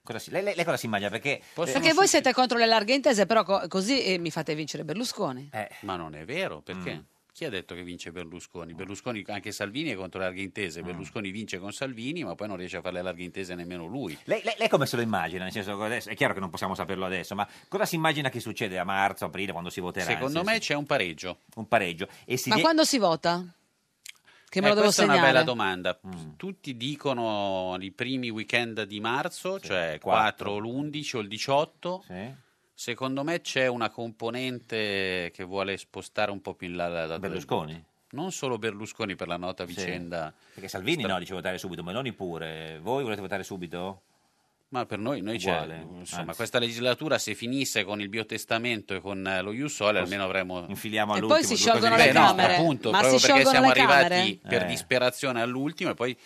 Speaker 2: cosa si- lei, lei- lei cosa si immagina? Perché, eh,
Speaker 1: Perché voi siete contro le larghe intese, però co- così eh, mi fate vincere Berlusconi.
Speaker 10: Ma non è vero, perché?
Speaker 1: Mm.
Speaker 10: Chi ha detto che vince Berlusconi? Berlusconi, anche Salvini è contro le larghe
Speaker 1: Mm.
Speaker 10: intese. Berlusconi vince con Salvini, ma poi non riesce a fare le larghe intese nemmeno lui.
Speaker 2: Lei, lei- lei come se lo immagina? Nel senso, adesso- è chiaro che non possiamo saperlo adesso, ma cosa si immagina che succede a marzo, aprile, quando si voterà?
Speaker 10: Secondo me c'è un pareggio.
Speaker 2: Un pareggio. E si
Speaker 1: Ma
Speaker 2: vie-
Speaker 1: quando si vota? Che me
Speaker 10: Eh,
Speaker 1: lo devo
Speaker 10: questa
Speaker 1: segnare.
Speaker 10: è una bella domanda.
Speaker 2: Mm.
Speaker 10: Tutti dicono i primi weekend di marzo, cioè 4 o l'11 o il 18. Secondo me c'è una componente che vuole spostare un po' più in là. la- la-
Speaker 2: Berlusconi?
Speaker 10: Non solo Berlusconi per la nota vicenda.
Speaker 2: Perché Salvini no, dice votare subito, Meloni pure. Voi volete votare subito?
Speaker 10: Ma per noi, noi c'è,
Speaker 2: Uguale,
Speaker 10: insomma,
Speaker 2: anzi.
Speaker 10: questa legislatura se finisse con il biotestamento e con eh, lo Iusole almeno avremmo infiliamo
Speaker 1: E poi all'ultimo si due sciolgono cose le diverse.
Speaker 10: No,
Speaker 1: Camere.
Speaker 10: appunto,
Speaker 1: Ma
Speaker 10: proprio
Speaker 1: si
Speaker 10: perché siamo
Speaker 1: sciolgono le
Speaker 10: arrivati
Speaker 1: Camere?
Speaker 10: per
Speaker 1: Eh.
Speaker 10: disperazione all'ultimo e poi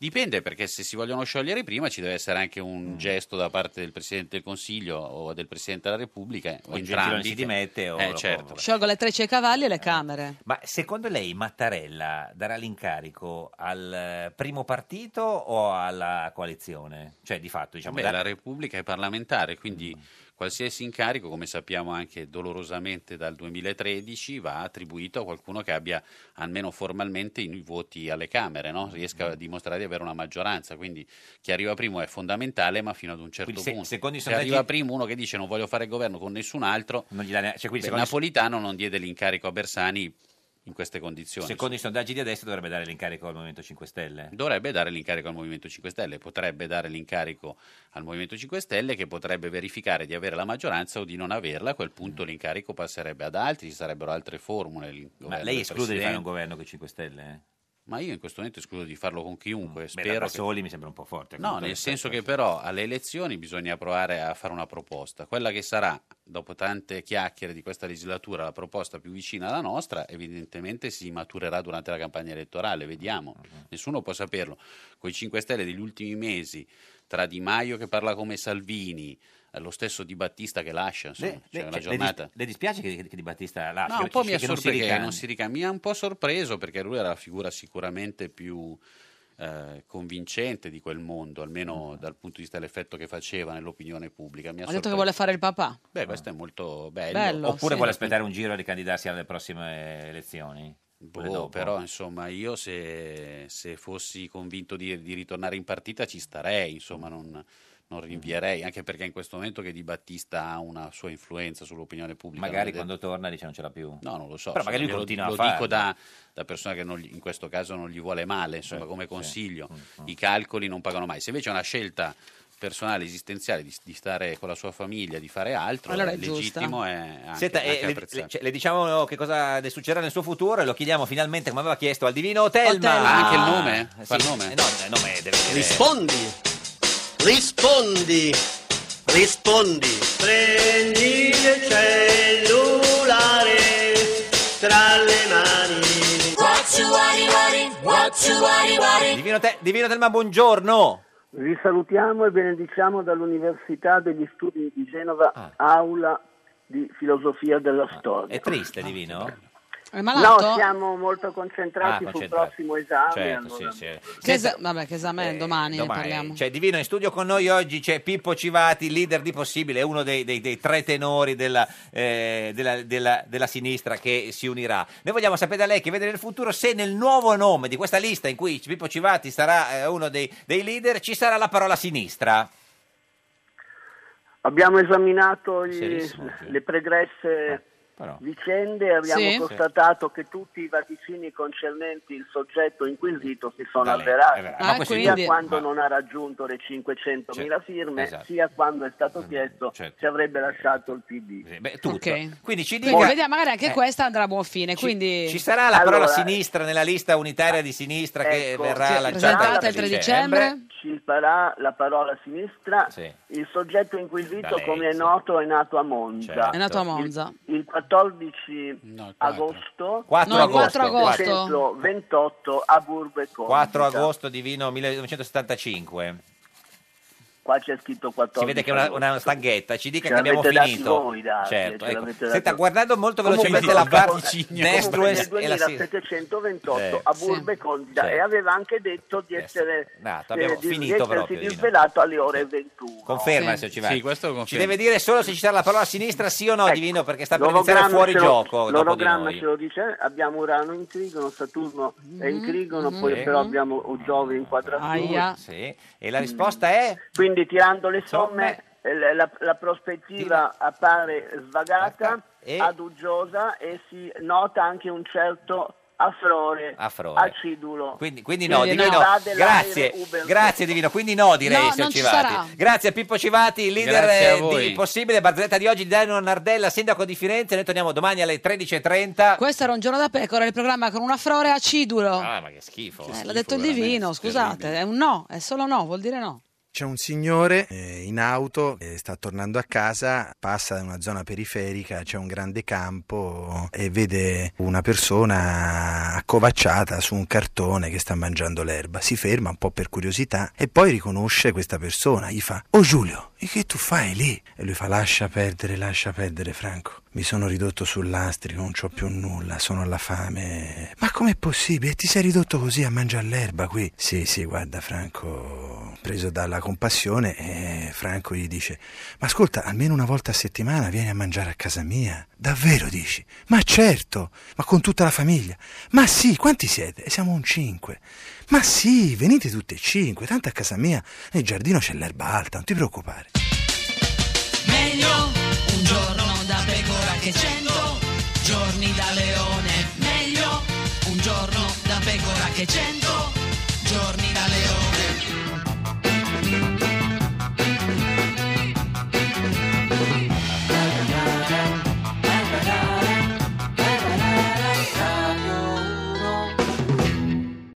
Speaker 10: dipende perché se si vogliono sciogliere prima ci deve essere anche
Speaker 2: Mm.
Speaker 10: un gesto da parte del Presidente del Consiglio o del Presidente della Repubblica o
Speaker 2: Gentiloni
Speaker 10: entrambi
Speaker 2: si
Speaker 10: che-
Speaker 2: dimette o
Speaker 10: Eh,
Speaker 2: lo-
Speaker 10: certo.
Speaker 1: Sciolgo le trecce ai cavalli e
Speaker 10: Eh,
Speaker 1: le camere.
Speaker 2: Ma secondo lei Mattarella darà l'incarico al eh, primo partito o alla coalizione? Cioè, di fatto, diciamo... Mm.
Speaker 10: Beh,
Speaker 2: dar-
Speaker 10: la Repubblica è parlamentare, quindi qualsiasi incarico, come sappiamo anche dolorosamente dal 2013, va attribuito a qualcuno che abbia almeno formalmente i voti alle Camere, no? riesca
Speaker 2: Mm.
Speaker 10: a dimostrare di avere una maggioranza. Quindi chi arriva primo è fondamentale, ma fino ad un certo
Speaker 2: Quindi se-
Speaker 10: punto.
Speaker 2: secondo i
Speaker 10: se
Speaker 2: sondaggi-
Speaker 10: arriva primo uno che dice non voglio fare governo con nessun altro,
Speaker 2: non gli dà ne- cioè, quindi
Speaker 10: beh,
Speaker 2: secondo-
Speaker 10: Napolitano non diede l'incarico a Bersani in queste condizioni.
Speaker 2: Secondo i sondaggi di adesso dovrebbe dare l'incarico al Movimento 5 Stelle.
Speaker 10: dovrebbe dare l'incarico al Movimento 5 Stelle, potrebbe dare l'incarico al Movimento 5 Stelle che potrebbe verificare di avere la maggioranza o di non averla, a quel punto l'incarico passerebbe ad altri, ci sarebbero altre formule. il
Speaker 2: Mm. Ma
Speaker 10: governo
Speaker 2: lei
Speaker 10: del
Speaker 2: esclude di fare un
Speaker 10: Presidente.
Speaker 2: governo con i 5 Stelle? eh.
Speaker 10: Ma io in questo momento escludo di farlo con chiunque.
Speaker 2: Mm. Beh,
Speaker 10: spero
Speaker 2: da
Speaker 10: che-
Speaker 2: soli mi sembra un po' forte.
Speaker 10: No, nel senso che però alle elezioni bisogna provare a fare una proposta. Quella che sarà, dopo tante chiacchiere di questa legislatura, la proposta più vicina alla nostra, evidentemente si maturerà durante la campagna elettorale, vediamo.
Speaker 2: Mm-hmm.
Speaker 10: Nessuno può saperlo. Con i 5 Stelle degli ultimi mesi, tra Di Maio che parla come Salvini, eh, lo stesso Di Battista che lascia, insomma,
Speaker 2: Le,
Speaker 10: c'è
Speaker 2: le-
Speaker 10: una
Speaker 2: cioè, le
Speaker 10: giornata.
Speaker 2: dis- le dispiace che, che Di Battista lascia?
Speaker 10: No, un po' mi
Speaker 2: Che- che non si
Speaker 10: assorbe che
Speaker 2: ricambi?
Speaker 10: non si ricambia. Mi ha un po' sorpreso perché lui era la figura sicuramente più eh, convincente di quel mondo, almeno dal punto di vista dell'effetto che faceva nell'opinione pubblica. Mi ha
Speaker 1: Ha detto
Speaker 10: sorpreso.
Speaker 1: che vuole fare il papà.
Speaker 10: Beh, questo è molto bello.
Speaker 1: Ah. Bello,
Speaker 2: Oppure
Speaker 1: sì.
Speaker 2: vuole aspettare un giro e ricandidarsi alle prossime elezioni? Quelle
Speaker 10: Boh,
Speaker 2: dopo?
Speaker 10: però insomma io se, se fossi convinto di, di ritornare in partita ci starei, insomma non, non
Speaker 2: Mm.
Speaker 10: rinvierei, anche perché in questo momento che Di Battista ha una sua influenza sull'opinione pubblica.
Speaker 2: Magari
Speaker 10: non è
Speaker 2: quando torna dice non ce l'ha più.
Speaker 10: No, non lo so.
Speaker 2: Però magari lui
Speaker 10: lo,
Speaker 2: continua
Speaker 10: lo
Speaker 2: a farlo.
Speaker 10: dico da, da persona che non gli- in questo caso non gli vuole male, insomma, come consiglio.
Speaker 2: Mm,
Speaker 10: I calcoli non pagano mai. Se invece è una scelta personale, esistenziale, di, di stare con la sua famiglia, di fare altro,
Speaker 2: Allora è
Speaker 10: è legittimo
Speaker 2: giusta.
Speaker 10: e anche,
Speaker 2: Senta,
Speaker 10: anche
Speaker 2: eh, le,
Speaker 10: apprezzato.
Speaker 2: le- cioè, le diciamo che cosa le succederà nel suo futuro e lo chiediamo finalmente come aveva chiesto al divino Telma.
Speaker 10: Telma. Ah, anche il nome? Fa il nome?
Speaker 2: eh, No, il nome deve essere-
Speaker 14: Rispondi! Rispondi! Rispondi! Prendi il cellulare tra le mani.
Speaker 4: What you worry, worry, what you worry, worry.
Speaker 2: Divino, Te- Divino Telma, buongiorno.
Speaker 15: Vi salutiamo e benediciamo dall'Università degli Studi di Genova,
Speaker 2: Ah.
Speaker 15: aula di filosofia della storia.
Speaker 2: È triste, Divino?
Speaker 15: No, siamo molto concentrati
Speaker 2: Ah,
Speaker 15: sul
Speaker 2: concentrati.
Speaker 15: prossimo esame.
Speaker 2: Certo, sì,
Speaker 15: allora.
Speaker 2: sì.
Speaker 1: Che esa- vabbè, che
Speaker 10: eh,
Speaker 1: esame è domani, ne
Speaker 2: Domani,
Speaker 1: parliamo.
Speaker 2: cioè, Divino in studio con noi oggi c'è Pippo Civati, leader di Possibile, uno dei, dei- dei tre tenori della, eh, della- della- della sinistra che si unirà. Noi vogliamo sapere da lei che vede nel futuro se nel nuovo nome di questa lista in cui Pippo Civati sarà eh, uno dei, dei leader ci sarà la parola sinistra.
Speaker 15: Abbiamo esaminato gli-
Speaker 2: Ah. Serissimo, Ah.
Speaker 15: le pregresse vicende e abbiamo
Speaker 14: Sì.
Speaker 15: constatato che tutti i vaticini concernenti il soggetto inquisito si sono
Speaker 14: Da lei,
Speaker 15: avverati,
Speaker 14: è vero. Ma Ah, questo-
Speaker 15: sia
Speaker 14: quindi-
Speaker 15: quando
Speaker 14: ma-
Speaker 15: non ha raggiunto le 500.000 firme,
Speaker 2: esatto.
Speaker 15: sia quando è stato chiesto si avrebbe lasciato il PD.
Speaker 2: tutto.
Speaker 1: Ok.
Speaker 2: Quindi ci dica...
Speaker 1: Quindi vediamo, magari anche
Speaker 2: Eh,
Speaker 1: questa andrà a buon fine. quindi...
Speaker 2: Ci sarà la parola sinistra nella lista unitaria di sinistra che verrà
Speaker 1: Sì,
Speaker 2: lanciata
Speaker 1: presentata
Speaker 2: per
Speaker 1: il 3 dicembre.
Speaker 15: Ci sarà la parola sinistra. Il soggetto
Speaker 2: Da
Speaker 15: inquisito,
Speaker 2: lei,
Speaker 15: come è noto, è nato a Monza.
Speaker 1: Certo. È nato a Monza.
Speaker 15: Il, il 14 agosto.
Speaker 2: 4 No, il 4 agosto. agosto.
Speaker 15: 28 a Burbe Condita.
Speaker 2: 4 agosto divino 1975.
Speaker 15: Qua c'è scritto 14.
Speaker 2: Si vede che è una, una stanghetta, ci dica
Speaker 15: Ce
Speaker 2: che abbiamo
Speaker 15: l'avete dati
Speaker 2: finito.
Speaker 15: voi, dati,
Speaker 2: certo,
Speaker 15: ce
Speaker 2: ecco.
Speaker 15: l'avete dati
Speaker 2: Senta,
Speaker 15: voi.
Speaker 2: guardando molto
Speaker 15: Comunque,
Speaker 2: velocemente la
Speaker 15: comunque,
Speaker 2: parte
Speaker 15: Nel
Speaker 2: Nestrues e la sinistra.
Speaker 15: 2728
Speaker 2: Certo.
Speaker 15: a Burbe Condita
Speaker 2: Certo.
Speaker 15: e aveva anche detto di essere
Speaker 2: Eh,
Speaker 15: eh,
Speaker 2: Nato, abbiamo
Speaker 15: di,
Speaker 2: finito
Speaker 15: di essersi
Speaker 2: proprio, Dino.
Speaker 15: disvelato alle ore 21.
Speaker 2: Conferma
Speaker 15: Sì.
Speaker 2: se ci va.
Speaker 15: Sì,
Speaker 10: questo
Speaker 2: ci deve dire solo se ci sarà la parola sinistra sì o no, divino, perché sta per iniziare
Speaker 15: Ecco, L'orogramma
Speaker 2: fuori
Speaker 15: ce lo-
Speaker 2: gioco. dopo di
Speaker 15: L'orogramma
Speaker 2: noi.
Speaker 15: ce lo dice, abbiamo Urano in trigono, Saturno è in trigono,
Speaker 2: mhm.
Speaker 15: poi
Speaker 2: Sì.
Speaker 15: però abbiamo Giove in quadratura.
Speaker 2: Sì. E la
Speaker 15: Mm.
Speaker 2: risposta è?
Speaker 15: Quindi tirando le somme eh, la, la- la prospettiva appare svagata, adugiosa e si nota anche un certo afflore,
Speaker 2: Affrore.
Speaker 15: acidulo.
Speaker 2: Quindi, quindi no,
Speaker 15: Quindi
Speaker 2: divino.
Speaker 15: no. Dade l'aere
Speaker 2: Grazie,
Speaker 15: Uber.
Speaker 2: grazie divino. Quindi no, direi,
Speaker 15: No,
Speaker 2: signor
Speaker 15: non ci
Speaker 2: Civati.
Speaker 15: sarà.
Speaker 2: Grazie a Pippo Civati, leader
Speaker 10: Grazie a
Speaker 2: eh,
Speaker 10: voi.
Speaker 2: di Possibile, barzelletta di oggi di Daniel Nardella, sindaco di Firenze. Noi torniamo domani alle 13.30.
Speaker 1: Questo era un giorno da pecora, il programma con una frore acidulo.
Speaker 2: Ah, ma che schifo.
Speaker 1: Eh, l'ha detto il divino, scusate, è un no, è solo no, vuol dire no.
Speaker 16: C'è un signore eh, in auto, eh, sta tornando a casa, passa da una zona periferica, c'è un grande campo e vede una persona accovacciata su un cartone che sta mangiando l'erba. Si ferma un po' per curiosità e poi riconosce questa persona. Gli fa: Oh Giulio, e che tu fai lì? E lui fa: Lascia perdere, lascia perdere, Franco. Mi sono ridotto sull'astrico, non c'ho più nulla, sono alla
Speaker 11: eh.
Speaker 16: fame. Ma com'è possibile? Ti sei ridotto così a mangiare l'erba qui? Sì, sì, guarda, Franco, preso dalla compassione, eh, Franco gli dice: Ma ascolta, almeno una volta a settimana vieni a mangiare a casa mia. Davvero dici? Ma certo, ma con tutta la famiglia. Ma sì, quanti siete? E siamo un cinque. Ma sì, venite tutti e cinque, tanto a casa mia nel giardino c'è l'erba alta, non ti preoccupare.
Speaker 4: Meglio un giorno da pecora che cento giorni da leone. Meglio un giorno da pecora che cento